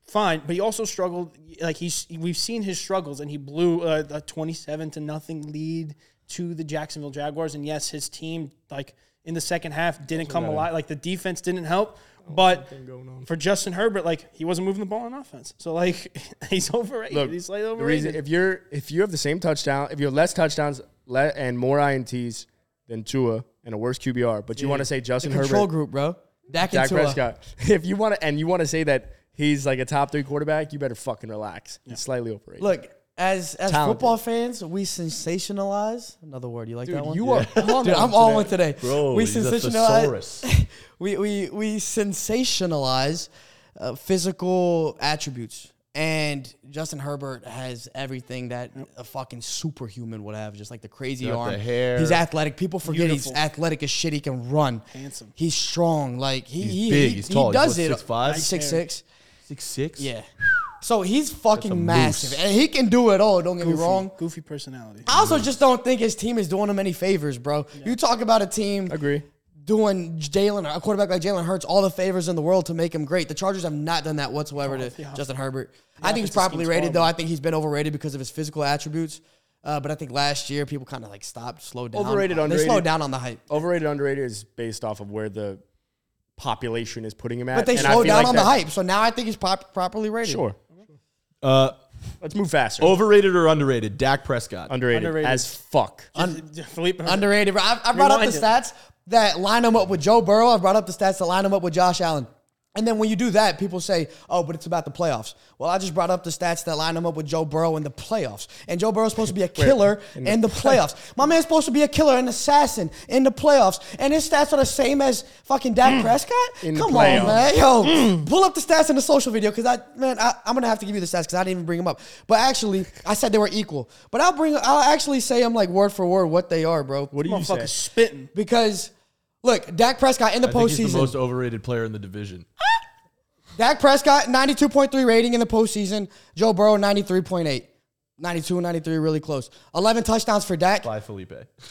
Speaker 2: Fine, but he also struggled. Like he's, we've seen his struggles, and he blew a, a twenty-seven to nothing lead to the Jacksonville Jaguars. And yes, his team, like in the second half, didn't come alive. Like the defense didn't help. But for Justin Herbert, like he wasn't moving the ball on offense, so like he's overrated.
Speaker 3: Look,
Speaker 2: he's slightly
Speaker 3: the reason
Speaker 2: overrated.
Speaker 3: if you're if you have the same touchdown, if you have less touchdowns le- and more ints than Tua and a worse QBR, but you want to say Justin
Speaker 4: Control
Speaker 3: Herbert,
Speaker 4: group, bro. Dak, and
Speaker 3: Dak
Speaker 2: uh,
Speaker 4: Tua.
Speaker 3: Prescott, if you want to and you want to say that he's like a top three quarterback, you better fucking relax. He's slightly overrated.
Speaker 4: Look, as as
Speaker 3: Talented.
Speaker 4: football fans, we sensationalize. Another word. You like that one?
Speaker 3: you are
Speaker 4: I'm on,
Speaker 3: Dude,
Speaker 4: I'm on one today.
Speaker 1: Bro,
Speaker 4: we
Speaker 1: he's a thesaurus.
Speaker 4: sensationalize. we we we sensationalize uh, physical attributes And Justin Herbert has everything that a fucking superhuman would have, just like the crazy
Speaker 1: Got
Speaker 4: arm.
Speaker 1: the hair.
Speaker 4: He's athletic. People forget
Speaker 2: Beautiful.
Speaker 4: he's athletic as shit. He can run.
Speaker 2: Handsome.
Speaker 4: He's strong. Like he,
Speaker 1: He's
Speaker 4: he,
Speaker 1: big.
Speaker 4: he-
Speaker 1: He's
Speaker 4: he
Speaker 1: tall. He's,
Speaker 4: does
Speaker 1: what,
Speaker 4: it.
Speaker 1: 6'5"?
Speaker 4: Six six.
Speaker 1: Six six.
Speaker 4: Yeah. So he's fucking
Speaker 1: moose.
Speaker 4: massive, and he can do it all. Don't get
Speaker 2: goofy,
Speaker 4: me wrong.
Speaker 2: Goofy personality.
Speaker 4: I also just don't think his team is doing him any favors, bro. You talk about a team
Speaker 3: Agree.
Speaker 4: doing Jalen, a quarterback like Jalen Hurts, all the favors in the world to make him great. The Chargers have not done that whatsoever to
Speaker 2: Oh, yeah.
Speaker 4: Justin Herbert. I think he's
Speaker 2: offensive scheme's
Speaker 4: properly rated,
Speaker 2: horrible.
Speaker 4: though. I think he's been overrated because of his physical attributes. Uh, but I think last year people kind of like stopped, slowed down.
Speaker 3: Overrated,
Speaker 4: They
Speaker 3: underrated.
Speaker 4: slowed down on the hype.
Speaker 3: Overrated, underrated is based off of where the population is putting him at.
Speaker 4: But they
Speaker 3: and I
Speaker 4: slowed
Speaker 3: feel
Speaker 4: down
Speaker 3: like
Speaker 4: on the
Speaker 3: that-
Speaker 4: hype. So now I think he's pop- properly rated.
Speaker 3: Sure.
Speaker 1: Uh,
Speaker 3: Let's move faster.
Speaker 1: overrated or underrated? Dak Prescott.
Speaker 3: underrated,
Speaker 2: Underrated.
Speaker 3: as fuck.
Speaker 2: Philippe Herbert.
Speaker 4: Underrated. Bro. I, I brought up
Speaker 2: Rewind
Speaker 4: the
Speaker 2: it.
Speaker 4: stats that line him up with Joe Burrow. I brought up the stats that line him up with Josh Allen. And then when you do that, people say, oh, but it's about the playoffs. Well, I just brought up the stats that line him up with Joe Burrow in the playoffs. And Joe Burrow's supposed to be a killer in, the playoffs. My man's supposed to be a killer, an assassin in the playoffs. And his stats are the same as fucking Dak Prescott?
Speaker 3: In the
Speaker 4: Come
Speaker 3: playoffs.
Speaker 4: on, man. Yo, pull up the stats in the social video because I, man, I, I'm going to have to give you the stats because I didn't even bring them up. But actually, I said they were equal. But I'll bring, I'll actually say I'm like word for word what they are, bro. What
Speaker 3: do you say?
Speaker 2: Motherfucker spitting.
Speaker 4: because look, Dak Prescott in the
Speaker 1: I think he's the most
Speaker 4: postseason.
Speaker 1: overrated player in the division.
Speaker 4: Dak Prescott, 92.3 rating in the postseason. Joe Burrow, 93.8. 92, 93, really close. 11 touchdowns for Dak.
Speaker 1: By Felipe.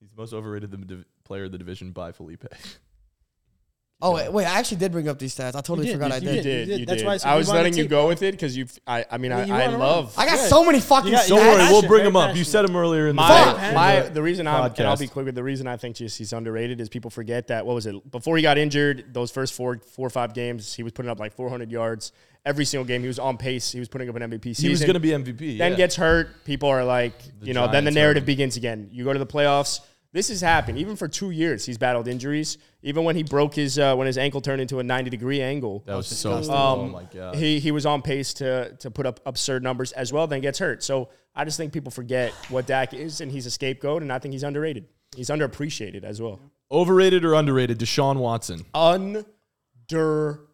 Speaker 1: he's the most overrated the div- player in the division by Felipe.
Speaker 4: Oh, wait, wait, I actually did bring up these stats. I totally
Speaker 2: You did,
Speaker 4: forgot
Speaker 2: you
Speaker 4: I
Speaker 2: did,
Speaker 3: You
Speaker 4: did.
Speaker 3: did.
Speaker 2: You did.
Speaker 3: You
Speaker 2: That's
Speaker 3: did.
Speaker 2: why I said
Speaker 3: I
Speaker 2: you
Speaker 3: was
Speaker 2: wanted
Speaker 3: letting
Speaker 2: to
Speaker 3: you
Speaker 2: take
Speaker 3: go with it because you. I, I mean,
Speaker 2: you
Speaker 3: I,
Speaker 2: were
Speaker 3: I
Speaker 2: on a
Speaker 3: love.
Speaker 4: I got so many fucking
Speaker 2: You got- you
Speaker 4: stats.
Speaker 1: Don't worry, we'll
Speaker 2: passionate,
Speaker 1: bring
Speaker 2: very
Speaker 1: him up. You
Speaker 2: passionate.
Speaker 1: said him earlier in the
Speaker 2: Fuck.
Speaker 3: My,
Speaker 1: day.
Speaker 3: my
Speaker 1: But-
Speaker 3: the reason I'm, and I'll be
Speaker 1: Podcast.
Speaker 3: quick with the reason I think he's, he's underrated is people forget that what was it before he got injured those first four four or five games he was putting up like 400 yards every single game he was on pace he was putting up an MVP season
Speaker 1: he was going to be MVP.
Speaker 3: then
Speaker 1: yeah.
Speaker 3: gets hurt people are like you know then the
Speaker 1: Giants hurt
Speaker 3: narrative
Speaker 1: him.
Speaker 3: begins again you go to the playoffs this has happened even for two years he's battled injuries even when he broke his uh, when his ankle turned into a 90 degree angle
Speaker 1: That was so. oh my god.
Speaker 3: Um, he he was on pace to to put up absurd numbers as well, then gets hurt. So I just think people forget what Dak is, and he's a scapegoat, and I think he's underrated. He's underappreciated as well.
Speaker 1: overrated or underrated? Deshaun Watson.
Speaker 3: Underrated.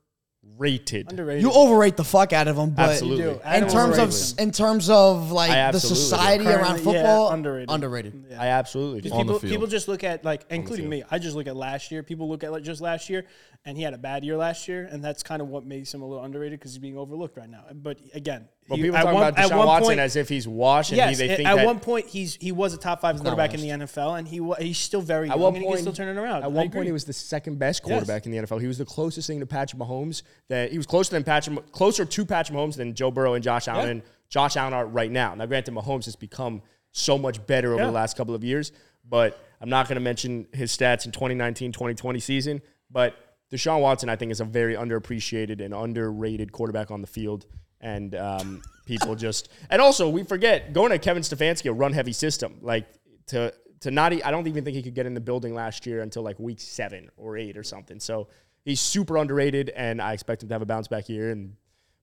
Speaker 2: Underrated.
Speaker 4: You overrate the fuck out of him, but
Speaker 3: Absolutely.
Speaker 2: You do. I
Speaker 4: in
Speaker 2: don't
Speaker 4: terms
Speaker 2: overrate
Speaker 4: of
Speaker 2: him.
Speaker 4: in terms of like the
Speaker 3: absolutely do.
Speaker 4: society around
Speaker 2: Currently, yeah,
Speaker 4: football,
Speaker 2: underrated.
Speaker 4: underrated.
Speaker 3: I absolutely do.
Speaker 1: On the
Speaker 2: people,
Speaker 1: field.
Speaker 2: people just look at like, including me. I just look at last year. People look at like just last year, and he had a bad year last year, and that's kind of what makes him a little underrated because he's being overlooked right now. But again,
Speaker 3: Well,
Speaker 2: you-
Speaker 3: people
Speaker 2: at
Speaker 3: talk
Speaker 2: one-
Speaker 3: about
Speaker 2: at
Speaker 3: Deshaun
Speaker 2: one
Speaker 3: Watson
Speaker 2: point-
Speaker 3: as if he's washed, and he,
Speaker 2: Yes,
Speaker 3: they
Speaker 2: at-
Speaker 3: think
Speaker 2: at
Speaker 3: that
Speaker 2: one point he's he was a top five quarterback in the NFL, and he wa- he's still very young, and he can still turn it around.
Speaker 3: At one point, he was the second best quarterback in the NFL. He was the closest thing to Patrick Mahomes. That he was closer than Patrick, closer to Patrick Mahomes than Joe Burrow and Josh Allen. And Josh Allen are right now. Now, granted, Mahomes has become so much better over
Speaker 2: Yeah.
Speaker 3: the last couple of years, but I'm not going to mention his stats in 2019, 2020 season. But Deshaun Watson, I think, is a very underappreciated and underrated quarterback on the field. And um, people just, and also we forget going to Kevin Stefanski, a run heavy system. Like to to not. e- I don't even think he could get in the building last year until like week seven or eight or something. So he's super underrated, and I expect him to have a bounce back year. And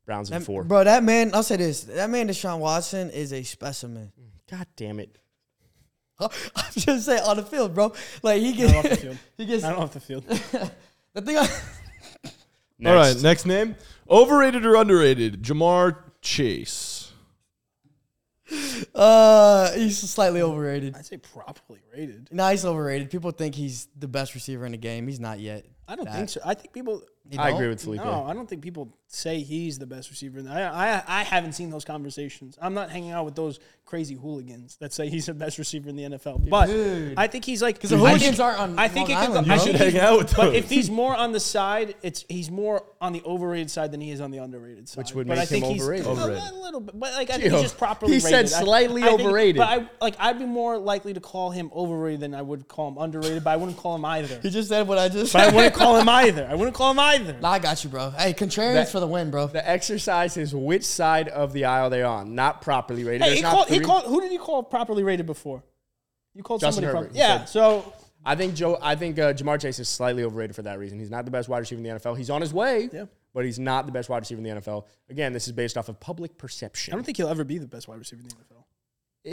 Speaker 3: Browns in four.
Speaker 4: Bro, that man, I'll say this. That man Deshaun Watson is a specimen.
Speaker 3: God damn it!
Speaker 4: I'm just saying on the field, bro. Like he
Speaker 2: Not off the
Speaker 4: gets
Speaker 2: field.
Speaker 4: he gets
Speaker 2: Not off the field.
Speaker 4: the thing. I,
Speaker 3: Next.
Speaker 1: All right, next name. Overrated or underrated? Jamar Chase.
Speaker 4: uh, he's slightly overrated.
Speaker 2: I'd say properly rated.
Speaker 4: Nah, he's overrated. People think he's the best receiver in the game. He's not yet.
Speaker 2: I don't think so. I think people.
Speaker 3: I agree with Felipe.
Speaker 2: No, I don't think people say he's the best receiver. in the- I, I, I haven't seen those conversations. I'm not hanging out with those crazy hooligans that say he's the best receiver in the NFL. But I think he's like because
Speaker 4: the hooligans aren't on
Speaker 2: I think
Speaker 4: Long
Speaker 2: it could
Speaker 4: Island,
Speaker 2: go, I
Speaker 4: bro.
Speaker 2: think
Speaker 1: You should
Speaker 2: he's-
Speaker 1: hang out with
Speaker 2: But
Speaker 1: those.
Speaker 2: if he's more on the side, it's he's more on the overrated side than he is on the underrated side.
Speaker 3: Which would
Speaker 2: but
Speaker 3: make
Speaker 2: I think
Speaker 3: him
Speaker 2: he's
Speaker 3: overrated.
Speaker 2: A,
Speaker 1: Overrated.
Speaker 2: little- little bit, but like I think
Speaker 3: Gio,
Speaker 2: he's just properly.
Speaker 3: he said
Speaker 2: rated. I-
Speaker 3: slightly
Speaker 2: I think-
Speaker 3: overrated.
Speaker 2: But I like I'd be more likely to call him overrated than I would call him underrated. But I wouldn't call him either.
Speaker 4: He just said what I just.
Speaker 2: But I
Speaker 4: said.
Speaker 2: wouldn't call him either. I wouldn't call him either.
Speaker 4: Nah, I got you, bro. Hey, contrarians
Speaker 3: That-
Speaker 4: for the win, bro.
Speaker 3: The exercise is which side of the aisle they're on. Not properly rated.
Speaker 2: Hey,
Speaker 3: There's
Speaker 2: he
Speaker 3: not
Speaker 2: called, he
Speaker 3: three-
Speaker 2: called. Who did you call properly rated before? You called
Speaker 3: Justin
Speaker 2: somebody.
Speaker 3: Herbert,
Speaker 2: prop-
Speaker 3: he
Speaker 2: yeah.
Speaker 3: said.
Speaker 2: So
Speaker 3: I think Joe. I think uh, Jamar Chase is slightly overrated for that reason. He's not the best wide receiver in the NFL. He's on his way,
Speaker 2: Yeah.
Speaker 3: but he's not the best wide receiver in the NFL. Again, this is based off of public perception.
Speaker 2: I don't think he'll ever be the best wide receiver in the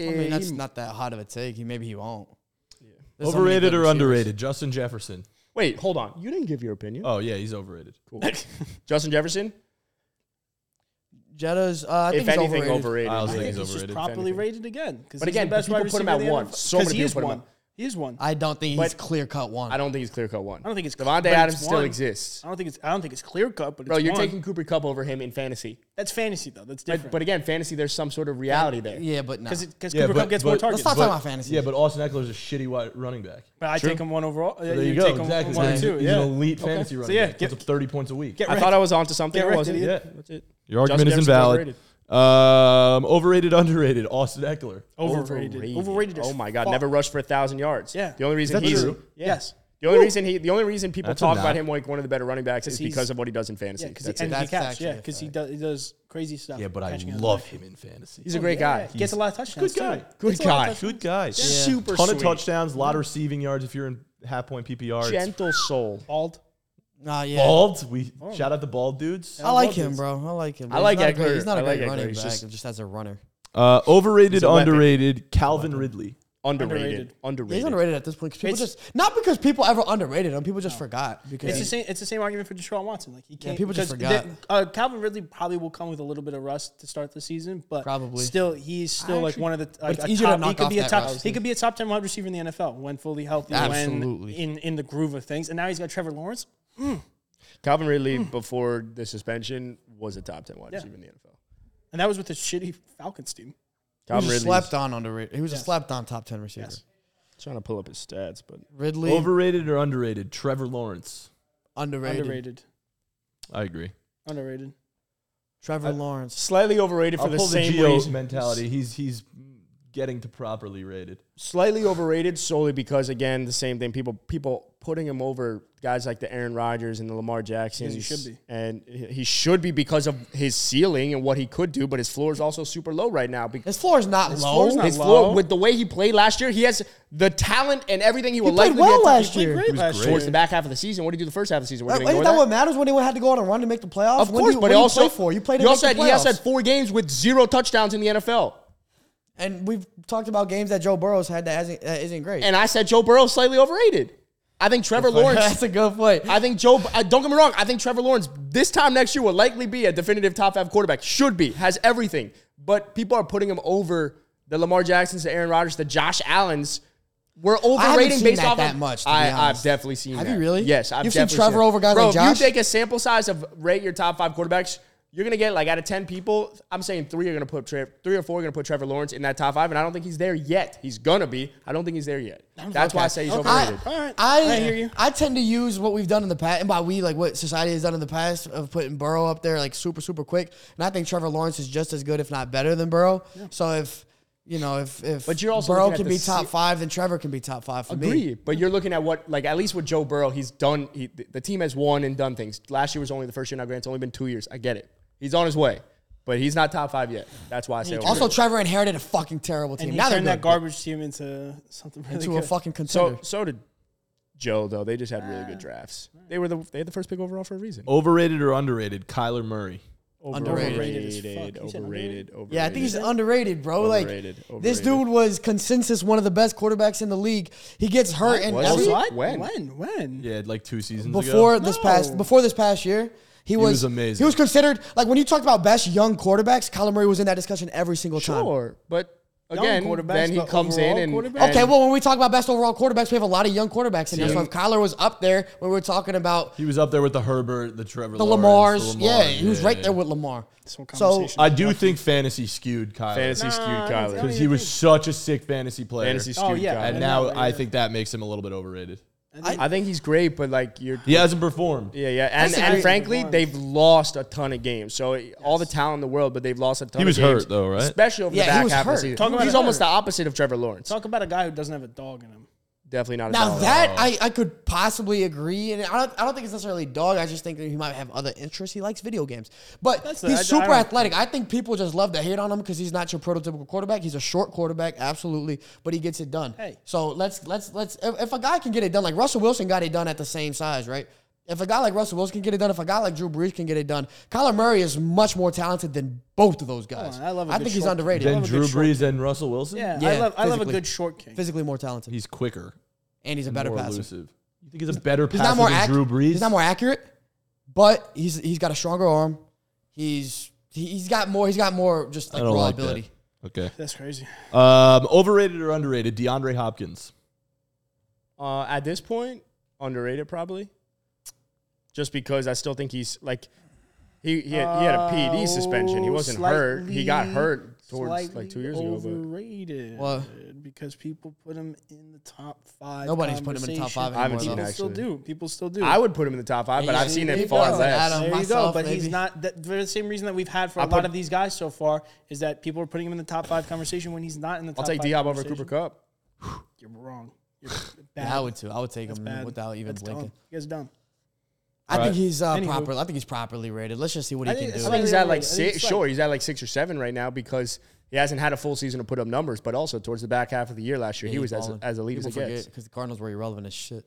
Speaker 2: NFL.
Speaker 4: I mean, that's
Speaker 3: Eh,
Speaker 4: not that hot of a take. He maybe he won't. There's so many
Speaker 1: Overrated
Speaker 4: good
Speaker 1: or
Speaker 4: receivers.
Speaker 1: underrated? Justin Jefferson.
Speaker 3: Wait, hold Oh. on. You didn't give your opinion.
Speaker 1: Oh yeah, he's overrated.
Speaker 3: Cool. Justin Jefferson,
Speaker 4: Jetta's, uh, I think
Speaker 3: if
Speaker 4: he's
Speaker 3: anything,
Speaker 4: overrated.
Speaker 3: overrated.
Speaker 1: I was
Speaker 2: I
Speaker 1: think he's
Speaker 2: think he's just
Speaker 1: overrated.
Speaker 2: properly
Speaker 3: If anything.
Speaker 2: rated again. But
Speaker 3: again,
Speaker 2: the best
Speaker 3: people
Speaker 2: wide
Speaker 3: put him
Speaker 2: receiver
Speaker 3: at
Speaker 2: in the
Speaker 3: one.
Speaker 2: NFL.
Speaker 3: So many
Speaker 2: 'Cause he
Speaker 3: people
Speaker 2: is
Speaker 3: put him
Speaker 2: one.
Speaker 3: at-
Speaker 2: He is one. I
Speaker 4: I don't think he's
Speaker 3: But-
Speaker 4: clear cut one.
Speaker 3: I don't think he's clear cut one. I
Speaker 2: don't think it's
Speaker 3: Devontae
Speaker 2: but it's
Speaker 3: Adams still
Speaker 2: one.
Speaker 3: exists.
Speaker 2: don't think it's. I don't think it's clear cut. But
Speaker 3: Bro,
Speaker 2: it's
Speaker 3: you're
Speaker 2: one.
Speaker 3: taking Cooper Cup over him in fantasy.
Speaker 2: that's fantasy though. That's
Speaker 3: But,
Speaker 2: different.
Speaker 3: but again, fantasy, there's some sort of reality there.
Speaker 4: Yeah, but no.
Speaker 2: because because
Speaker 1: Yeah,
Speaker 2: Cooper
Speaker 1: but-
Speaker 2: Cup gets
Speaker 1: but-
Speaker 2: more
Speaker 1: Let's
Speaker 2: targets.
Speaker 4: Let's not talk
Speaker 1: But-
Speaker 4: about fantasy.
Speaker 1: Yeah, but Austin Eckler's a shitty wide running back.
Speaker 2: But I take him one overall. uh,
Speaker 1: There you, go.
Speaker 2: take him
Speaker 1: exactly.
Speaker 2: One or
Speaker 1: He's-
Speaker 2: two.
Speaker 1: He's
Speaker 2: Yeah.
Speaker 1: an elite fantasy running
Speaker 2: yeah,
Speaker 1: back.
Speaker 2: get-
Speaker 1: Gets up 30 points a week.
Speaker 2: Get
Speaker 3: I
Speaker 2: wrecked.
Speaker 3: thought I was onto something.
Speaker 2: Get
Speaker 3: I
Speaker 2: wrecked,
Speaker 3: wasn't.
Speaker 2: idiot.
Speaker 3: Yeah, that's it.
Speaker 1: Your argument
Speaker 3: Justin
Speaker 1: is
Speaker 3: Jefferson's
Speaker 1: invalid. Um, overrated, underrated. Austin Eckler.
Speaker 2: overrated. Overrated. as
Speaker 3: Oh my god,
Speaker 2: fuck.
Speaker 3: never rushed for a thousand yards.
Speaker 2: Yeah.
Speaker 3: The only reason
Speaker 1: that
Speaker 3: he's
Speaker 1: true?
Speaker 2: Yes.
Speaker 3: the only reason he the only reason people
Speaker 1: That's a
Speaker 3: talk
Speaker 1: knock.
Speaker 3: about him like one of the better running backs is
Speaker 2: he's-
Speaker 3: because of what he does in fantasy.
Speaker 2: Yeah, because
Speaker 3: That's
Speaker 2: he, and
Speaker 3: it.
Speaker 2: he
Speaker 4: That's
Speaker 2: can catch.
Speaker 4: actually
Speaker 2: Yeah,
Speaker 4: a
Speaker 2: because he does he does crazy stuff.
Speaker 1: Yeah, but I
Speaker 2: catching on the
Speaker 1: love
Speaker 2: back.
Speaker 1: him in fantasy.
Speaker 3: Oh, He's a great
Speaker 2: Yeah,
Speaker 3: guy.
Speaker 2: he gets a lot of touchdowns.
Speaker 1: Good guy.
Speaker 2: too.
Speaker 3: Good
Speaker 2: Gets a lot of
Speaker 3: guy.
Speaker 2: touchdowns.
Speaker 1: Good guy.
Speaker 3: Yeah. Super
Speaker 1: Ton of
Speaker 3: sweet.
Speaker 1: touchdowns, a lot of receiving yards if you're in half point PPR. It's
Speaker 3: Gentle soul.
Speaker 2: Bald.
Speaker 4: Nah, yeah.
Speaker 1: Bald. We shout out the bald dudes.
Speaker 4: I like him, bro. I like him. but
Speaker 3: I
Speaker 4: he's
Speaker 3: like
Speaker 4: not a great-
Speaker 3: Eckler.
Speaker 4: He's not a
Speaker 3: I like
Speaker 4: great
Speaker 3: Eckler.
Speaker 4: running
Speaker 3: He's
Speaker 4: back.
Speaker 3: just-
Speaker 4: Just as a runner.
Speaker 1: Uh, overrated,
Speaker 3: He's a weapon.
Speaker 1: underrated. Calvin Ridley.
Speaker 3: Underrated. Underrated.
Speaker 4: Yeah, he's underrated at this point because people
Speaker 2: It's-
Speaker 4: just not because people ever underrated him. People just forgot because
Speaker 2: It's the same. It's the same argument for Deshaun Watson. Like he can't.
Speaker 4: people just
Speaker 2: because
Speaker 4: forgot.
Speaker 2: the- uh, Calvin Ridley probably will come with a little bit of rust to start the season, but
Speaker 4: Probably.
Speaker 2: still he's still like one of the like
Speaker 4: it's
Speaker 2: a
Speaker 4: easier to
Speaker 2: top. he
Speaker 4: knock
Speaker 2: could
Speaker 4: off
Speaker 2: be a
Speaker 4: that
Speaker 2: top.
Speaker 4: rust.
Speaker 2: He could be a top ten wide receiver in the NFL when fully healthy,
Speaker 4: Absolutely.
Speaker 2: when in in the groove of things. And now he's got Trevor Lawrence.
Speaker 3: Calvin Ridley before the suspension was a top ten wide
Speaker 2: Hmm. Yeah.
Speaker 3: receiver in the NFL.
Speaker 2: And that was with the shitty Falcons team.
Speaker 4: he was
Speaker 3: Calvin
Speaker 4: a
Speaker 3: Ridley
Speaker 4: slept on underrated. He was a slept on top ten receiver.
Speaker 2: Yes.
Speaker 3: trying to pull up his stats, but
Speaker 4: Ridley
Speaker 1: Overrated or underrated? Trevor Lawrence.
Speaker 4: underrated.
Speaker 2: Underrated.
Speaker 1: I agree.
Speaker 2: Underrated.
Speaker 4: Trevor Lawrence.
Speaker 3: slightly overrated for
Speaker 1: I'll
Speaker 3: the
Speaker 1: pull the
Speaker 3: same
Speaker 1: Geo
Speaker 3: reason.
Speaker 1: mentality. He's he's getting to properly rated.
Speaker 3: slightly overrated solely because again the same thing people people putting him over guys like the Aaron Rodgers and the Lamar Jacksons.
Speaker 2: Because he should be.
Speaker 3: and he he should be because of his ceiling and what he could do, but his floor is also super low right now. Because
Speaker 4: His floor is not low.
Speaker 2: floor is not
Speaker 3: his
Speaker 2: low.
Speaker 3: floor with the way he played last year, he has the talent and everything he will
Speaker 4: He played
Speaker 3: likely
Speaker 4: well
Speaker 3: get to-
Speaker 4: last
Speaker 3: he played
Speaker 4: year.
Speaker 3: great
Speaker 4: He
Speaker 1: was
Speaker 3: last
Speaker 1: great.
Speaker 3: year. towards the back half of the season. What did he do the first half of the season? We're
Speaker 4: That,
Speaker 3: gonna
Speaker 4: ain't
Speaker 3: ignore
Speaker 4: that
Speaker 3: that?
Speaker 4: what matters when he had to go on a run to make the playoffs?
Speaker 3: Of
Speaker 4: When do
Speaker 3: course,
Speaker 4: you-
Speaker 3: but
Speaker 4: what
Speaker 3: he
Speaker 4: do you
Speaker 3: also
Speaker 4: play for you played.
Speaker 3: He
Speaker 4: to
Speaker 3: also
Speaker 4: make
Speaker 3: had
Speaker 4: the
Speaker 3: he also
Speaker 4: playoffs.
Speaker 3: had four games with zero touchdowns in the NFL.
Speaker 4: and we've talked about games that Joe Burrow's had that hasn't, that isn't great.
Speaker 3: And I said Joe Burrow slightly overrated. I think Trevor Lawrence
Speaker 4: that's a good point.
Speaker 3: I think Joe. I- Don't get me wrong. I think Trevor Lawrence this time next year will likely be a definitive top five quarterback. Should be. Has everything. But people are putting him over the Lamar Jacksons, the Aaron Rodgers, the Josh Allens. We're overrating
Speaker 4: seen
Speaker 3: based
Speaker 4: that
Speaker 3: off
Speaker 4: that
Speaker 3: of,
Speaker 4: much, to be
Speaker 3: I,
Speaker 4: honest.
Speaker 3: I've definitely seen.
Speaker 4: Have
Speaker 3: that.
Speaker 4: you really?
Speaker 3: Yes, I've
Speaker 4: You've seen
Speaker 3: definitely
Speaker 4: Trevor
Speaker 3: it.
Speaker 4: over guys
Speaker 3: Bro, if
Speaker 4: like Josh?
Speaker 3: You take a sample size of rate your top five quarterbacks. You're gonna get like out of ten people. I'm saying three are gonna put Trev, three or four are gonna put Trevor Lawrence in that top five, and I don't think he's there yet. He's gonna be. I don't think he's there yet. That's why I say he's overrated.
Speaker 4: I,
Speaker 2: All right.
Speaker 4: I,
Speaker 2: I hear you.
Speaker 4: I tend to use what we've done in the past, and by we, like what society has done in the past of putting Burrow up there like super, super quick. And I think Trevor Lawrence is just as good, if not better, than Burrow. So if you know, if if
Speaker 3: But you're also
Speaker 4: Burrow
Speaker 3: looking at
Speaker 4: can
Speaker 3: the
Speaker 4: be
Speaker 3: se-
Speaker 4: top five, then Trevor can be top five for
Speaker 3: Agree,
Speaker 4: me.
Speaker 3: but you're looking at what, like, at least with Joe Burrow, he's done. He, th- the team has won and done things. Last year was only the first year. Now, Grant's only been two years. I get it. He's on his way, but he's not top five yet. That's why I say.
Speaker 4: Also,
Speaker 3: overrated.
Speaker 4: Trevor inherited a fucking terrible team.
Speaker 2: And he
Speaker 4: now they're
Speaker 2: turned that
Speaker 4: good,
Speaker 2: garbage team into something really
Speaker 4: but to
Speaker 2: good.
Speaker 4: a fucking contender.
Speaker 3: so so did Joe though. They just had really good drafts. They were the they had the first pick overall for a reason.
Speaker 1: Overrated or underrated? Kyler Murray.
Speaker 4: Underrated.
Speaker 2: Overrated as fuck.
Speaker 3: Overrated.
Speaker 2: You said
Speaker 3: Overrated. Overrated.
Speaker 4: Yeah, I think he's underrated, bro.
Speaker 3: Overrated,
Speaker 4: like this
Speaker 3: overrated.
Speaker 4: dude was consensus one of the best quarterbacks in the league. He gets hurt and
Speaker 3: Was
Speaker 4: every-
Speaker 3: he?
Speaker 2: What?
Speaker 3: When?
Speaker 2: When? When?
Speaker 1: Yeah, like two seasons
Speaker 4: before
Speaker 1: ago.
Speaker 4: this past
Speaker 2: No.
Speaker 4: before this past year. He was,
Speaker 1: was amazing.
Speaker 4: He was considered like when you talked about best young quarterbacks, Kyler Murray was in that discussion every single time.
Speaker 3: sure, but again,
Speaker 2: quarterbacks,
Speaker 3: then he
Speaker 2: but
Speaker 3: comes
Speaker 2: overall
Speaker 3: in and
Speaker 2: quarterbacks?
Speaker 3: and-
Speaker 4: Okay, well, when we talk about best overall quarterbacks, we have a lot of young quarterbacks in there. So if Kyler was up there when we were talking about
Speaker 1: He was up there with the Herbert, the Trevor
Speaker 4: the
Speaker 1: Lawrence,
Speaker 4: Lamars,
Speaker 1: the
Speaker 4: yeah,
Speaker 1: Lamar.
Speaker 4: he was right there with Lamar.
Speaker 2: one
Speaker 4: So
Speaker 2: conversation.
Speaker 1: I do think fantasy skewed Kyler.
Speaker 3: fantasy skewed Kyler.
Speaker 1: Because he was such a sick fantasy player.
Speaker 3: Fantasy skewed
Speaker 2: Oh, yeah.
Speaker 3: Kyler.
Speaker 1: and
Speaker 2: And
Speaker 1: now
Speaker 2: now
Speaker 1: I
Speaker 2: you're-
Speaker 1: think that makes him a little bit overrated.
Speaker 3: I think he's great, but like you're
Speaker 1: He hasn't performed.
Speaker 3: Yeah, yeah, and,
Speaker 4: That's a
Speaker 3: and
Speaker 4: great
Speaker 3: frankly,
Speaker 2: performance.
Speaker 3: they've lost a ton of games. So all the talent in the world, but they've lost a ton.
Speaker 1: He was
Speaker 3: of games,
Speaker 1: hurt, though, right?
Speaker 3: Especially over
Speaker 4: Yeah,
Speaker 3: the
Speaker 4: he
Speaker 3: back
Speaker 4: was
Speaker 3: half of the
Speaker 4: hurt.
Speaker 3: season.
Speaker 4: Talk
Speaker 2: about
Speaker 3: he's
Speaker 2: hurt.
Speaker 3: almost the opposite of Trevor Lawrence.
Speaker 2: Talk about a guy who doesn't have a dog in him.
Speaker 3: Definitely not. A
Speaker 4: Now
Speaker 3: talent.
Speaker 4: that I, I could possibly agree, and I don't, I don't think it's necessarily dog. I just think that he might have other interests. He likes video games, but
Speaker 2: That's-
Speaker 4: he's
Speaker 2: I- I
Speaker 4: super
Speaker 2: don't-
Speaker 4: athletic. I think people just love to hate on him because he's not your prototypical quarterback. He's a short quarterback, absolutely, but he gets it done.
Speaker 2: Hey.
Speaker 4: So let's let's let's if, if a guy can get it done, like Russell Wilson got it done at the same size, right? If a guy like Russell Wilson can get it done, if a guy like Drew Brees can get it done, Kyler Murray is much more talented than both of those guys.
Speaker 2: on, I love a
Speaker 4: I
Speaker 2: good
Speaker 4: think he's
Speaker 2: short-
Speaker 4: underrated.
Speaker 1: Then
Speaker 2: a
Speaker 1: Drew
Speaker 2: good short
Speaker 1: Brees and Russell Wilson?
Speaker 2: Yeah,
Speaker 4: Yeah,
Speaker 2: I love I love a
Speaker 4: physically.
Speaker 2: good short king.
Speaker 4: physically more talented,
Speaker 1: He's quicker.
Speaker 4: and he's a better
Speaker 1: Better more
Speaker 4: passer.
Speaker 1: elusive. You think he's a better
Speaker 4: He's
Speaker 1: passer
Speaker 4: not more
Speaker 1: than
Speaker 4: accurate.
Speaker 1: Drew Brees?
Speaker 4: He's not more accurate, but he's he's got a stronger arm. He's He- He's got more. He's got more just
Speaker 1: I
Speaker 4: like raw
Speaker 1: don't like
Speaker 4: ability.
Speaker 1: that. Okay.
Speaker 2: That's crazy.
Speaker 1: Um, overrated or underrated? DeAndre Hopkins.
Speaker 3: Uh, at this point, underrated probably. Just because I still think he's like he he had, he had a
Speaker 4: Oh,
Speaker 3: PED suspension. He
Speaker 2: Oh,
Speaker 3: wasn't hurt. He got hurt towards like two years ago.
Speaker 2: Overrated.
Speaker 4: What?
Speaker 2: Because people put him in the top five.
Speaker 4: Nobody's putting him in the top five
Speaker 2: conversation.
Speaker 4: anymore.
Speaker 3: I haven't
Speaker 2: People
Speaker 3: seen
Speaker 4: though.
Speaker 2: still
Speaker 3: Actually.
Speaker 2: do. People still do.
Speaker 3: But I would put him in the top five, but
Speaker 4: Yeah,
Speaker 3: I've seen
Speaker 4: maybe
Speaker 3: it far
Speaker 4: I'll
Speaker 3: less.
Speaker 4: add him.
Speaker 2: there
Speaker 4: myself,
Speaker 2: you go. But he's
Speaker 4: maybe.
Speaker 2: not. That, for the same reason that we've had for a
Speaker 3: I'll
Speaker 2: lot
Speaker 3: put-
Speaker 2: of these guys so far is that people are putting him in the top five conversation when he's not in the
Speaker 3: I'll
Speaker 2: top.
Speaker 3: take
Speaker 2: five
Speaker 3: D Hop over
Speaker 2: conversation.
Speaker 3: Cooper Cup.
Speaker 2: You're wrong. You're bad.
Speaker 4: Yeah, I would too. I would take him
Speaker 2: Bad.
Speaker 4: without even
Speaker 2: That's
Speaker 4: blinking.
Speaker 2: Dumb. You guys are dumb.
Speaker 4: I
Speaker 1: Alright.
Speaker 4: think he's uh,
Speaker 2: Anywho.
Speaker 4: proper. I think he's properly rated. Let's just see what he
Speaker 2: I think
Speaker 4: can
Speaker 2: it's
Speaker 4: do.
Speaker 3: I think he's at like
Speaker 2: I think
Speaker 3: six.
Speaker 2: it's like-
Speaker 3: Sure, he's at like six or seven right now because he hasn't had a full season to put up numbers. But also towards the back half of the year last year, he was as, as elite as it gets.
Speaker 4: because the Cardinals were irrelevant as shit.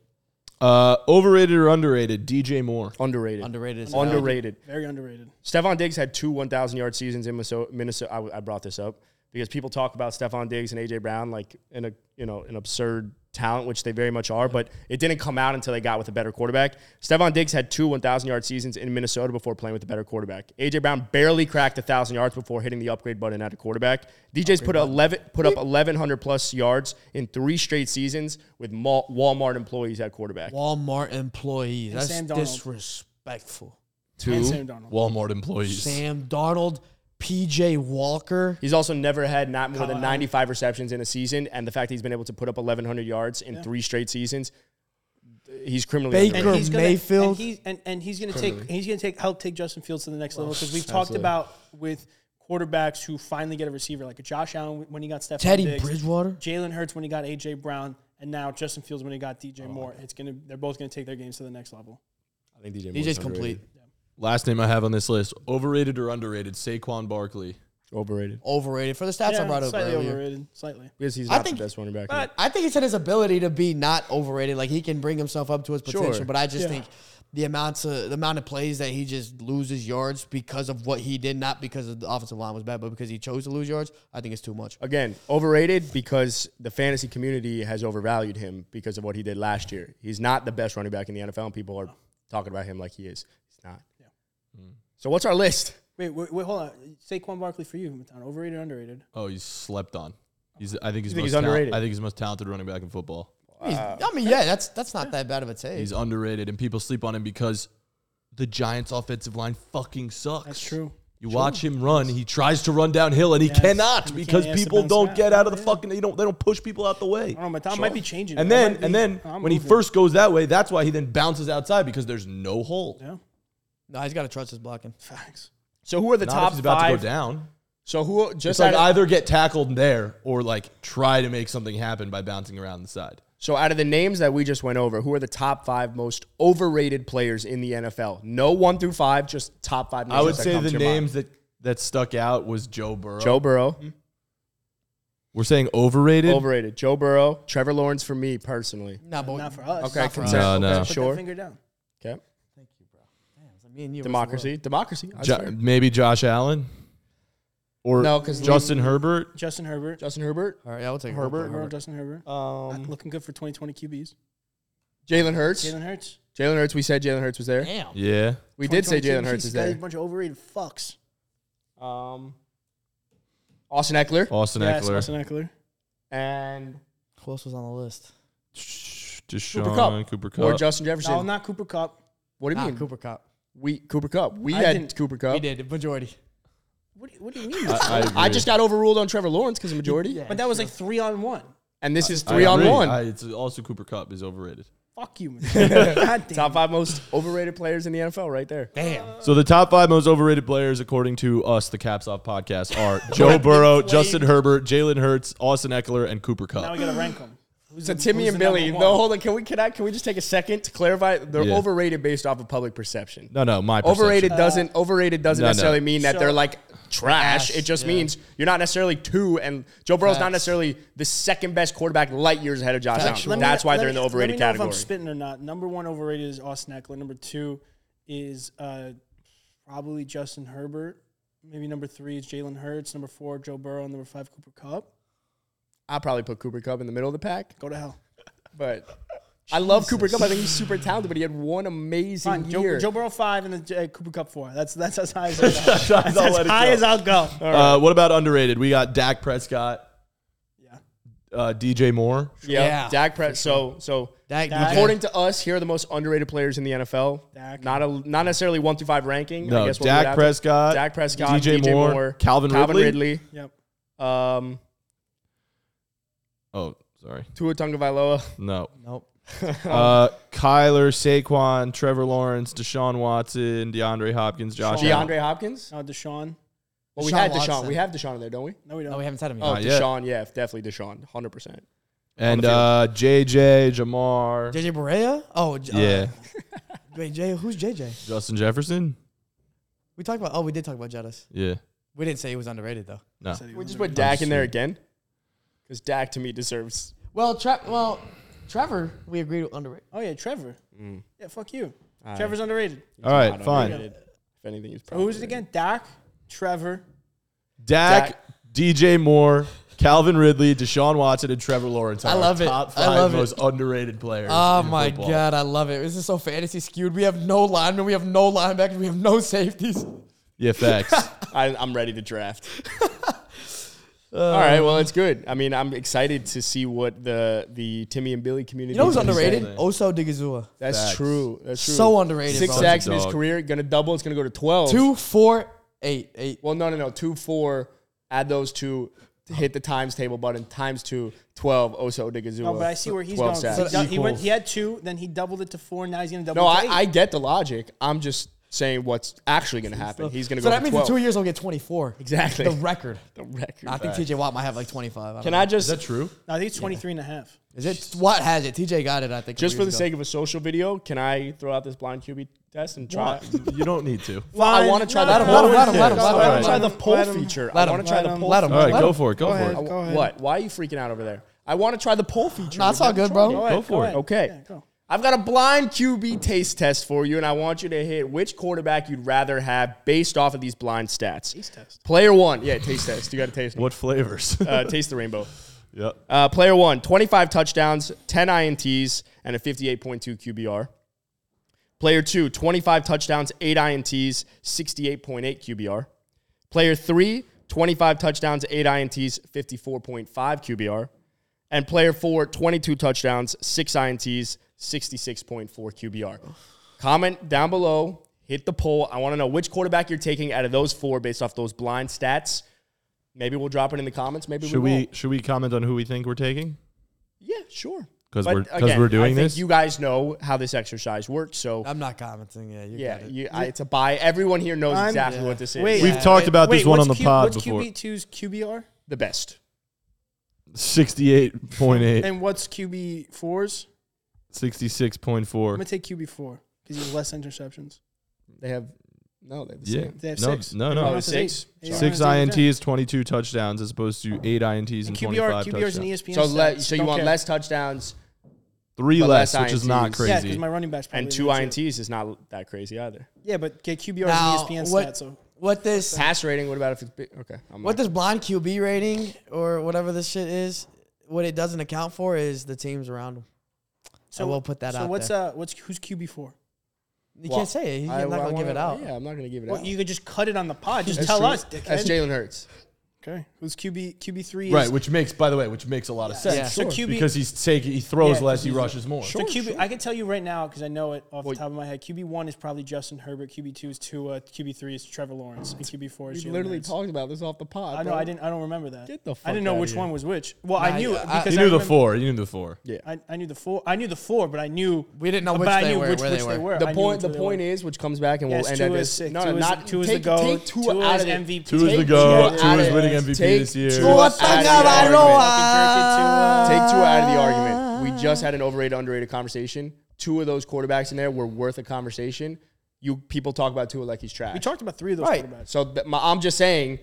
Speaker 1: Uh, overrated or underrated? DJ Moore.
Speaker 3: Underrated.
Speaker 4: Underrated. as hell.
Speaker 3: Underrated.
Speaker 2: Very underrated.
Speaker 3: Stephon Diggs had two 1,000 yard seasons in Minnesota. Minnesota I, w- I brought this up because people talk about Stephon Diggs and AJ Brown like in a you know an absurd talent, which they very much are, but it didn't come out until they got with a better quarterback. Stephon Diggs had two 1,000 yard seasons in Minnesota before playing with a better quarterback. AJ Brown barely cracked 1,000 yards before hitting the upgrade button at a quarterback. DJ's put 11 put up 1,100 plus yards in three straight seasons with Mal- Walmart employees at quarterback.
Speaker 4: Walmart employees. That's
Speaker 2: Sam Darnold.
Speaker 4: disrespectful.
Speaker 2: And Sam Darnold.
Speaker 1: Walmart employees.
Speaker 4: Sam Darnold, PJ Walker.
Speaker 3: He's also never had not more than 95 receptions in a season, and the fact that he's been able to put up 1,100 yards in three straight seasons, he's criminally
Speaker 4: Baker.
Speaker 3: underrated.
Speaker 2: he's gonna,
Speaker 4: Mayfield.
Speaker 2: and he's and, and he's gonna take he's gonna take help take Justin Fields to the next level because we've talked about with quarterbacks who finally get a receiver like a Josh Allen when he got Stephon
Speaker 4: Teddy
Speaker 2: Diggs,
Speaker 4: Bridgewater?
Speaker 2: Jalen Hurts when he got AJ Brown, and now Justin Fields when he got DJ Moore. It's gonna they're both gonna take their games to the next level.
Speaker 3: I think DJ
Speaker 4: DJ's complete.
Speaker 1: Last name I have on this list. Overrated or underrated? Saquon Barkley.
Speaker 3: Overrated.
Speaker 4: Overrated for the stats I brought up
Speaker 2: slightly
Speaker 4: earlier.
Speaker 2: overrated, slightly.
Speaker 3: Because he's
Speaker 4: I
Speaker 3: not
Speaker 4: think-
Speaker 3: the best running back.
Speaker 2: but-
Speaker 4: I think it's in his ability to be not overrated. Like he can bring himself up to his potential,
Speaker 3: Sure.
Speaker 4: but I just
Speaker 2: Yeah.
Speaker 4: think the amount of the amount of plays that he just loses yards because of what he did, not because of the offensive line was bad, but because he chose to lose yards. I think it's too much.
Speaker 3: Again, overrated because the fantasy community has overvalued him because of what he did last year. He's not the best running back in the NFL, and people are talking about him like he is. He's not.
Speaker 1: Hmm.
Speaker 3: So what's our list?
Speaker 2: Wait, wait, wait, hold on. Saquon Barkley for you, Matan. Overrated, underrated.
Speaker 1: Oh, he's slept on. He's. I think he's.
Speaker 3: You think
Speaker 1: most
Speaker 3: he's
Speaker 1: talent-
Speaker 3: underrated?
Speaker 1: I think he's the most talented running back in football.
Speaker 4: He's- I mean, yeah, that's that's not that bad of a take.
Speaker 1: He's underrated, and people sleep on him because the Giants' offensive line fucking sucks.
Speaker 2: That's true.
Speaker 1: You watch him run; he tries to run downhill, and he
Speaker 2: Yes,
Speaker 1: cannot
Speaker 2: and he
Speaker 1: because
Speaker 2: can't. He has to
Speaker 1: people
Speaker 2: bounce
Speaker 1: don't
Speaker 2: back.
Speaker 1: get out of the
Speaker 2: Yeah.
Speaker 1: fucking. They don't. They don't push people out the way. I
Speaker 2: don't know, my Tom might be changing
Speaker 1: And
Speaker 2: it. That
Speaker 1: then,
Speaker 2: might be-
Speaker 1: and then,
Speaker 2: I'm
Speaker 1: when he
Speaker 2: moving.
Speaker 1: first goes that way, that's why he then bounces outside because there's no hole.
Speaker 2: Yeah.
Speaker 4: no, he's got to trust his blocking.
Speaker 2: Facts.
Speaker 3: So who are the
Speaker 1: Not if
Speaker 3: top
Speaker 1: he's about
Speaker 3: five?
Speaker 1: to go down.
Speaker 3: So who just
Speaker 1: It's like
Speaker 3: out of-
Speaker 1: either get tackled there or like try to make something happen by bouncing around the side.
Speaker 3: So, out of the names that we just went over, who are the top five most overrated players in the NFL? No one through five, just top five. Names
Speaker 1: I would
Speaker 3: that
Speaker 1: say
Speaker 3: come
Speaker 1: the
Speaker 3: to your mind.
Speaker 1: names that that stuck out was Joe Burrow.
Speaker 3: Joe Burrow,
Speaker 1: We're saying overrated.
Speaker 3: overrated. Joe Burrow, Trevor Lawrence for me personally.
Speaker 4: No, but
Speaker 2: Not for us.
Speaker 3: Okay,
Speaker 2: Not for us.
Speaker 3: consent.
Speaker 1: No, no.
Speaker 3: Okay,
Speaker 2: Put that
Speaker 3: sure.
Speaker 2: finger down.
Speaker 3: Okay,
Speaker 4: me and you versus the world.
Speaker 3: democracy, democracy. I
Speaker 1: Jo-
Speaker 3: swear.
Speaker 1: maybe Josh Allen or
Speaker 3: No, 'cause
Speaker 1: Justin Herbert.
Speaker 2: Justin Herbert.
Speaker 3: Justin Herbert,
Speaker 4: All right, yeah, I'll take
Speaker 3: Herbert.
Speaker 2: Herbert, Justin Herbert.
Speaker 3: um,
Speaker 2: Looking good for 2020 QBs.
Speaker 3: Jalen Hurts.
Speaker 2: Jalen Hurts.
Speaker 3: Jalen Hurts. We said Jalen Hurts was there.
Speaker 4: Damn.
Speaker 1: Yeah.
Speaker 3: We did say
Speaker 2: 2020
Speaker 3: Jalen Hurts
Speaker 2: QBs,
Speaker 3: is
Speaker 2: got A
Speaker 3: there.
Speaker 2: bunch of overrated fucks.
Speaker 3: Um, Austin Eckler
Speaker 1: Austin
Speaker 2: Yes,
Speaker 1: Eckler.
Speaker 2: Austin Eckler.
Speaker 3: and
Speaker 4: Who else was on the list?
Speaker 1: Deshaun
Speaker 3: Cooper
Speaker 1: Cooper
Speaker 3: Cup
Speaker 1: Cup. Cooper
Speaker 3: or
Speaker 1: Cup.
Speaker 3: Justin Jefferson.
Speaker 2: No, not Cooper Cup.
Speaker 3: what do you
Speaker 4: Nah,
Speaker 3: mean?
Speaker 4: Cooper Cup.
Speaker 3: We Cooper Cup. We
Speaker 2: I
Speaker 3: had
Speaker 2: didn't-
Speaker 3: Cooper Cup.
Speaker 4: We did the majority.
Speaker 2: What do you, what do you mean?
Speaker 3: Uh,
Speaker 1: I, agree.
Speaker 3: I just got overruled on Trevor Lawrence because of majority.
Speaker 2: but that was like three on one.
Speaker 3: And this is
Speaker 1: I
Speaker 3: three on
Speaker 1: agree.
Speaker 3: one.
Speaker 1: I- it's also Cooper Cup is overrated.
Speaker 2: Fuck you, man. God damn.
Speaker 3: Top five most overrated players in the NFL, right there.
Speaker 4: Damn.
Speaker 1: So the top five most overrated players, according to us, the Caps Off podcast, are Joe Burrow, Justin Herbert, Jalen Hurts, Austin Eckler, and Cooper
Speaker 2: Now
Speaker 1: Cup.
Speaker 2: we gotta rank them. Who's
Speaker 3: So
Speaker 2: the-
Speaker 3: Timmy
Speaker 2: who's
Speaker 3: and
Speaker 2: the number
Speaker 3: Billy,
Speaker 2: one?
Speaker 3: no, hold on. Can we can I can we just take a second to clarify? They're
Speaker 1: Yeah.
Speaker 3: overrated based off of public perception.
Speaker 1: No, no, my perception.
Speaker 3: Overrated doesn't overrated doesn't
Speaker 1: no, no.
Speaker 3: necessarily mean that
Speaker 2: Uh, So-
Speaker 3: they're like trash.
Speaker 4: Trash,
Speaker 3: It just
Speaker 4: yeah.
Speaker 3: means you're not necessarily two, and Joe Burrow's not
Speaker 4: Facts.
Speaker 3: necessarily the second best quarterback light years ahead of Josh
Speaker 4: Factual.
Speaker 3: Allen.
Speaker 2: Let me-
Speaker 3: That's why
Speaker 2: let
Speaker 3: they're
Speaker 2: me-
Speaker 3: in the overrated
Speaker 2: let me know
Speaker 3: category.
Speaker 2: If I'm spitting or not. Number one overrated is Austin Eckler. Number two is uh, probably Justin Herbert. Maybe number three is Jalen Hurts. Number four, Joe Burrow. Number five, Cooper Cup.
Speaker 3: I'll probably put Cooper Cup in the middle of the pack,
Speaker 2: Go to hell.
Speaker 3: but I love Cooper Cup. I think he's super talented, but he had one amazing
Speaker 2: Fine,
Speaker 3: year.
Speaker 2: Joe, Joe Burrow five and then uh, Cooper Cup four. That's that's as high as I'll go. that's
Speaker 1: I'll
Speaker 2: as
Speaker 1: let it
Speaker 2: high
Speaker 1: go.
Speaker 2: as I'll go.
Speaker 1: Uh, what about underrated? We got Dak Prescott.
Speaker 2: Yeah.
Speaker 1: Uh, DJ Moore.
Speaker 3: yeah,
Speaker 4: Yeah.
Speaker 3: Dak Pres. So so
Speaker 4: Dak,
Speaker 2: Dak.
Speaker 4: DJ.
Speaker 3: according to us, here are the most underrated players in the NFL.
Speaker 2: Dak.
Speaker 3: Not a not necessarily one through five ranking.
Speaker 1: No,
Speaker 3: I guess we'll do it
Speaker 1: Dak
Speaker 3: after.
Speaker 1: Prescott.
Speaker 3: Dak Prescott,
Speaker 1: DJ
Speaker 3: DJ,
Speaker 1: Moore,
Speaker 3: Moore,
Speaker 1: Calvin Ridley.
Speaker 2: Yep.
Speaker 3: um,
Speaker 1: Oh, sorry.
Speaker 3: Tua Tagovailoa.
Speaker 1: No.
Speaker 4: Nope.
Speaker 1: Uh, Kyler, Saquon, Trevor Lawrence, Deshaun Watson, DeAndre Hopkins, Josh. Allen.
Speaker 3: DeAndre Hopkins.
Speaker 2: No, Deshaun.
Speaker 3: Well, we
Speaker 4: Deshaun
Speaker 3: had Deshaun.
Speaker 4: Watson.
Speaker 3: We have Deshaun in there, don't we?
Speaker 2: No, we don't.
Speaker 4: No, we haven't said him yet.
Speaker 3: Oh,
Speaker 1: yet.
Speaker 3: Deshaun. Yeah, definitely Deshaun. Hundred percent.
Speaker 1: and
Speaker 3: on
Speaker 1: uh, JJ, Jamar,
Speaker 4: JJ Barea? Oh, J- uh,
Speaker 1: yeah,
Speaker 4: Wait, Jay, who's JJ?
Speaker 1: Justin Jefferson,
Speaker 4: We talked about. Oh, we did talk about Jettis.
Speaker 1: yeah,
Speaker 4: We didn't say he was underrated though.
Speaker 1: no,
Speaker 3: We just put Dak in there again because Dak to me deserves.
Speaker 4: Well, Tra- well, Trevor, we agreed with underrated.
Speaker 2: Oh yeah, Trevor. Yeah, fuck you. Trevor's underrated.
Speaker 1: all right,
Speaker 3: not
Speaker 1: fine.
Speaker 3: underrated. If anything, he's probably
Speaker 2: Who is it again? Dak, Trevor.
Speaker 1: Dak, DJ Moore, Calvin Ridley, Deshaun Watson, and Trevor Lawrence. Are
Speaker 4: I
Speaker 1: our
Speaker 4: love it.
Speaker 1: Top
Speaker 4: I
Speaker 1: five
Speaker 4: love it.
Speaker 1: most underrated players.
Speaker 4: Oh
Speaker 1: in
Speaker 4: my
Speaker 1: football.
Speaker 4: god, I love it. This is so fantasy skewed. We have no linemen, we have no linebackers, we have no safeties.
Speaker 1: Yeah, facts.
Speaker 3: I, I'm ready to draft. All right, well, it's good. I mean, I'm excited to see what the the Timmy and Billy community.
Speaker 4: You know who's
Speaker 3: thinks.
Speaker 4: underrated?
Speaker 1: Exactly.
Speaker 4: Oso Digazua.
Speaker 3: That's
Speaker 1: Facts.
Speaker 3: true. That's true.
Speaker 4: So underrated,
Speaker 3: Six
Speaker 4: bro.
Speaker 3: sacks
Speaker 1: Such a
Speaker 3: in his
Speaker 1: dog.
Speaker 3: career. Going to double. It's going to go to twelve.
Speaker 4: Two, four, eight, eight.
Speaker 3: Well, no, no, no. Two, four. Add those two. to Hit the times table button. Times two. Twelve. Oso Odigazua.
Speaker 2: No, but I see where he's going.
Speaker 3: 12
Speaker 2: 'cause
Speaker 3: sacks.
Speaker 2: He, dou- he went. He had two, then he doubled it to four. Now he's gonna double.
Speaker 3: No,
Speaker 2: it
Speaker 3: I,
Speaker 2: to
Speaker 3: I
Speaker 2: eight.
Speaker 3: get the logic. I'm just saying what's actually going to happen. He's going to
Speaker 4: So
Speaker 3: go.
Speaker 4: that
Speaker 3: for
Speaker 4: means
Speaker 3: 12.
Speaker 4: in two years I'll get 24.
Speaker 3: Exactly.
Speaker 4: The record.
Speaker 3: The record.
Speaker 4: I think TJ Watt might have like 25. I
Speaker 3: Can
Speaker 4: don't
Speaker 3: I
Speaker 4: know.
Speaker 1: Is
Speaker 3: just
Speaker 1: that true?
Speaker 2: No, I think it's 23 and a half.
Speaker 4: Is it Watt has it? TJ got it, I think. a
Speaker 3: just for the
Speaker 4: couple years ago.
Speaker 3: sake of a social video? Can I throw out this blind QB test and try?
Speaker 1: You don't need to.
Speaker 3: Well, I want to try
Speaker 2: Let him,
Speaker 3: the poll.
Speaker 4: let him, let him, let him,
Speaker 3: I want
Speaker 1: let
Speaker 3: to try
Speaker 1: him,
Speaker 3: the poll
Speaker 2: let him.
Speaker 3: feature. I
Speaker 4: Let
Speaker 3: want
Speaker 4: him,
Speaker 3: to try
Speaker 4: let
Speaker 3: the
Speaker 4: him,
Speaker 3: poll.
Speaker 4: let him.
Speaker 1: All right,
Speaker 4: Let
Speaker 1: go
Speaker 4: him.
Speaker 1: for it. Go, for it.
Speaker 3: I- What? Why are you freaking out over there? I want to try the poll feature.
Speaker 4: No, it's all good,
Speaker 1: Go,
Speaker 4: bro.
Speaker 1: for it.
Speaker 3: Okay.
Speaker 2: Yeah, go.
Speaker 3: I've got a blind QB taste test for you, and I want you to hit which quarterback you'd rather have based off of these blind stats. Taste
Speaker 2: test.
Speaker 3: Player one. Yeah, taste test. You got to taste them.
Speaker 1: What flavors?
Speaker 3: Uh, taste the rainbow.
Speaker 1: yep.
Speaker 4: Um,
Speaker 3: Uh, player one, 25 touchdowns, 10 INTs, and a 58.2 QBR. Player two, 25 touchdowns, 8 INTs, 68.8 QBR. Player three, 25 touchdowns, 8 INTs, 54.5 QBR. And player four, 22 touchdowns, 6 INTs, 66.4 QBR. Comment down below, hit the poll. I want to know which quarterback you're taking out of those four based off those blind stats. Maybe we'll drop it in the comments. Maybe
Speaker 1: Should
Speaker 3: we won't.
Speaker 1: we should we comment on who we think we're taking?
Speaker 3: Yeah, sure.
Speaker 1: 'Cause
Speaker 3: But
Speaker 1: we're- 'cause
Speaker 3: again,
Speaker 1: we're doing
Speaker 3: I think
Speaker 1: this?
Speaker 3: You guys know how this exercise works,
Speaker 2: Oh,
Speaker 3: so
Speaker 4: I'm not commenting. Yeah, you
Speaker 3: yeah,
Speaker 4: got it.
Speaker 3: you, I, it's a buy. Everyone here knows
Speaker 2: I'm-
Speaker 3: exactly
Speaker 4: Yeah.
Speaker 3: what this is.
Speaker 2: Wait.
Speaker 1: We've
Speaker 2: Yeah.
Speaker 1: talked about this
Speaker 2: Wait,
Speaker 1: one on
Speaker 2: what's
Speaker 1: the
Speaker 2: Q-
Speaker 1: pod
Speaker 2: what's
Speaker 1: before.
Speaker 2: QB2's QBR?
Speaker 3: the best.
Speaker 1: Sixty-eight point eight.
Speaker 2: And what's QB4's?
Speaker 1: Sixty-six point
Speaker 2: I'm
Speaker 1: four.
Speaker 2: going to take QB4 because he has less interceptions.
Speaker 3: They have no, they have the
Speaker 1: Yeah.
Speaker 3: same.
Speaker 2: They have
Speaker 1: no,
Speaker 2: six.
Speaker 1: No,
Speaker 3: Oh,
Speaker 1: no.
Speaker 3: it's six?
Speaker 2: Eight.
Speaker 1: Six
Speaker 2: Eight.
Speaker 1: INTs, 22 touchdowns, as opposed to eight INTs and,
Speaker 2: And QBR,
Speaker 1: 25
Speaker 2: QBR
Speaker 1: touchdowns.
Speaker 2: is an
Speaker 4: E
Speaker 2: ESPN.
Speaker 3: So le-
Speaker 2: stats.
Speaker 3: so you
Speaker 2: Don't
Speaker 3: want
Speaker 2: care.
Speaker 3: less touchdowns
Speaker 1: Three
Speaker 3: but
Speaker 1: less,
Speaker 3: less
Speaker 1: which is not
Speaker 3: INTs.
Speaker 2: Yeah,
Speaker 1: crazy.
Speaker 2: because my running back's probably
Speaker 3: and two
Speaker 2: legit.
Speaker 3: INTs is not that crazy either.
Speaker 2: Yeah, but get QBR
Speaker 4: Now,
Speaker 2: is an E ESPN
Speaker 4: what-
Speaker 2: stat. So
Speaker 4: What this
Speaker 3: Pass rating. What about if it's big? Okay, I'm
Speaker 4: What
Speaker 3: not-
Speaker 4: this blind QB rating or whatever this shit is, what it doesn't account for is the teams around him.
Speaker 2: so
Speaker 4: we'll put that
Speaker 2: so
Speaker 4: out
Speaker 2: what's
Speaker 4: there.
Speaker 2: uh what's who's QB4?
Speaker 4: You
Speaker 3: Well,
Speaker 4: can't say it. He's
Speaker 3: I-
Speaker 4: not
Speaker 3: I
Speaker 4: gonna give
Speaker 3: wanna-
Speaker 4: it out.
Speaker 3: Yeah, I'm not gonna give it
Speaker 2: Well,
Speaker 3: out.
Speaker 2: you could just cut it on the pod. Just
Speaker 3: That's
Speaker 2: tell
Speaker 3: true.
Speaker 2: us,
Speaker 3: That's
Speaker 2: dickhead.
Speaker 3: Jalen Hurts.
Speaker 2: Okay. Who's QB QB3 is
Speaker 1: right, which makes, by the way, which makes a lot of sense.
Speaker 4: Yeah.
Speaker 2: So QB
Speaker 1: Because he's taking, he throws
Speaker 2: Yeah,
Speaker 1: less, he rushes more.
Speaker 2: So QB, I can tell you right now because I know it off
Speaker 3: Well,
Speaker 2: the top of my head. QB one is probably Justin Herbert. QB two is Tua. QB three is Trevor Lawrence. And QB four is
Speaker 3: We
Speaker 2: Jalen
Speaker 3: literally
Speaker 2: Hurts.
Speaker 3: talked about this off the pod.
Speaker 2: I know.
Speaker 3: bro.
Speaker 2: I didn't. I don't remember that.
Speaker 3: Get the
Speaker 2: I
Speaker 3: fuck
Speaker 2: didn't know
Speaker 3: outta
Speaker 2: which
Speaker 3: here.
Speaker 2: one was which. Well,
Speaker 4: Nah,
Speaker 2: I knew
Speaker 4: I-
Speaker 2: it because
Speaker 1: You
Speaker 2: I
Speaker 1: knew the
Speaker 2: remember-
Speaker 1: four. You knew the four.
Speaker 3: Yeah.
Speaker 2: I, I knew the four. I knew the four, but I knew
Speaker 4: We didn't know
Speaker 2: but
Speaker 4: which
Speaker 2: I
Speaker 4: they
Speaker 2: knew
Speaker 4: were,
Speaker 2: which,
Speaker 4: where
Speaker 2: which
Speaker 4: they
Speaker 2: they
Speaker 4: were.
Speaker 2: were.
Speaker 3: The
Speaker 2: I knew which
Speaker 3: point. The
Speaker 2: they
Speaker 3: point
Speaker 2: were.
Speaker 3: is, which comes back, and
Speaker 2: Yes,
Speaker 3: we'll end
Speaker 2: Tua
Speaker 3: at
Speaker 2: is
Speaker 3: this.
Speaker 2: sick.
Speaker 3: No,
Speaker 2: Tua
Speaker 3: no,
Speaker 2: is-
Speaker 3: not
Speaker 2: Tua is
Speaker 3: take,
Speaker 2: the GOAT.
Speaker 3: Take Tua
Speaker 2: Tua
Speaker 3: out
Speaker 2: is
Speaker 3: of it.
Speaker 2: MVP.
Speaker 1: Two is the
Speaker 3: Take
Speaker 1: go.
Speaker 3: Tua
Speaker 1: Two
Speaker 3: out
Speaker 1: is
Speaker 3: of
Speaker 1: winning
Speaker 3: it.
Speaker 1: MVP
Speaker 3: Take
Speaker 1: this year.
Speaker 3: Tua
Speaker 1: Tua
Speaker 3: out of the argument.
Speaker 2: Fucking jerk uh,
Speaker 3: Take Tua out of the argument. We just had an overrated, underrated conversation. Two of those quarterbacks in there were worth a conversation. You people talk about Tua like he's trash.
Speaker 2: We talked about three of those
Speaker 4: Right.
Speaker 2: quarterbacks.
Speaker 3: so th- my, I'm just saying,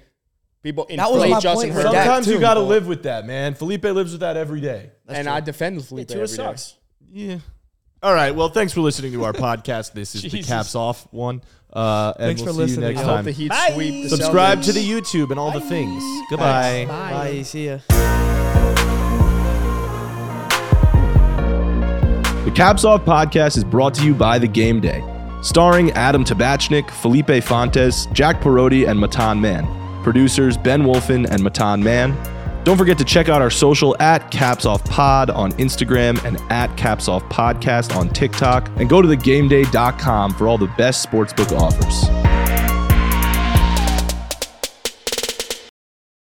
Speaker 3: people
Speaker 4: That was
Speaker 3: inflate
Speaker 4: my
Speaker 3: Justin
Speaker 4: point with
Speaker 3: Herbert,
Speaker 4: Dak.
Speaker 1: Sometimes
Speaker 4: too,
Speaker 1: you got to
Speaker 4: but-
Speaker 1: live with that, man. Felipe lives with that every day.
Speaker 3: and I defend Felipe
Speaker 2: Tua
Speaker 3: every day.
Speaker 2: sucks.
Speaker 1: Yeah. All right. Well, thanks for listening to our podcast. This is the
Speaker 2: Jesus.
Speaker 1: Caps Off one. Uh, and
Speaker 4: Thanks
Speaker 1: we'll
Speaker 4: for
Speaker 1: see you
Speaker 4: listening,
Speaker 1: next
Speaker 4: y'all.
Speaker 3: Hope
Speaker 1: time.
Speaker 3: the Heat
Speaker 2: Bye.
Speaker 3: sweep. The
Speaker 1: Subscribe
Speaker 3: Celtics.
Speaker 1: to the YouTube and all the things. Goodbye.
Speaker 4: Bye. See ya.
Speaker 1: The Caps Off podcast is brought to you by The Game Day, starring Adam Tabachnik, Felipe Fontes, Jack Parodi, and Matan Mann. Producers Ben Wolfen and Matan Mann. Don't forget to check out our social at Caps Off Pod on Instagram and at Caps Off Podcast on TikTok. And go to thegameday.com for all the best sportsbook offers.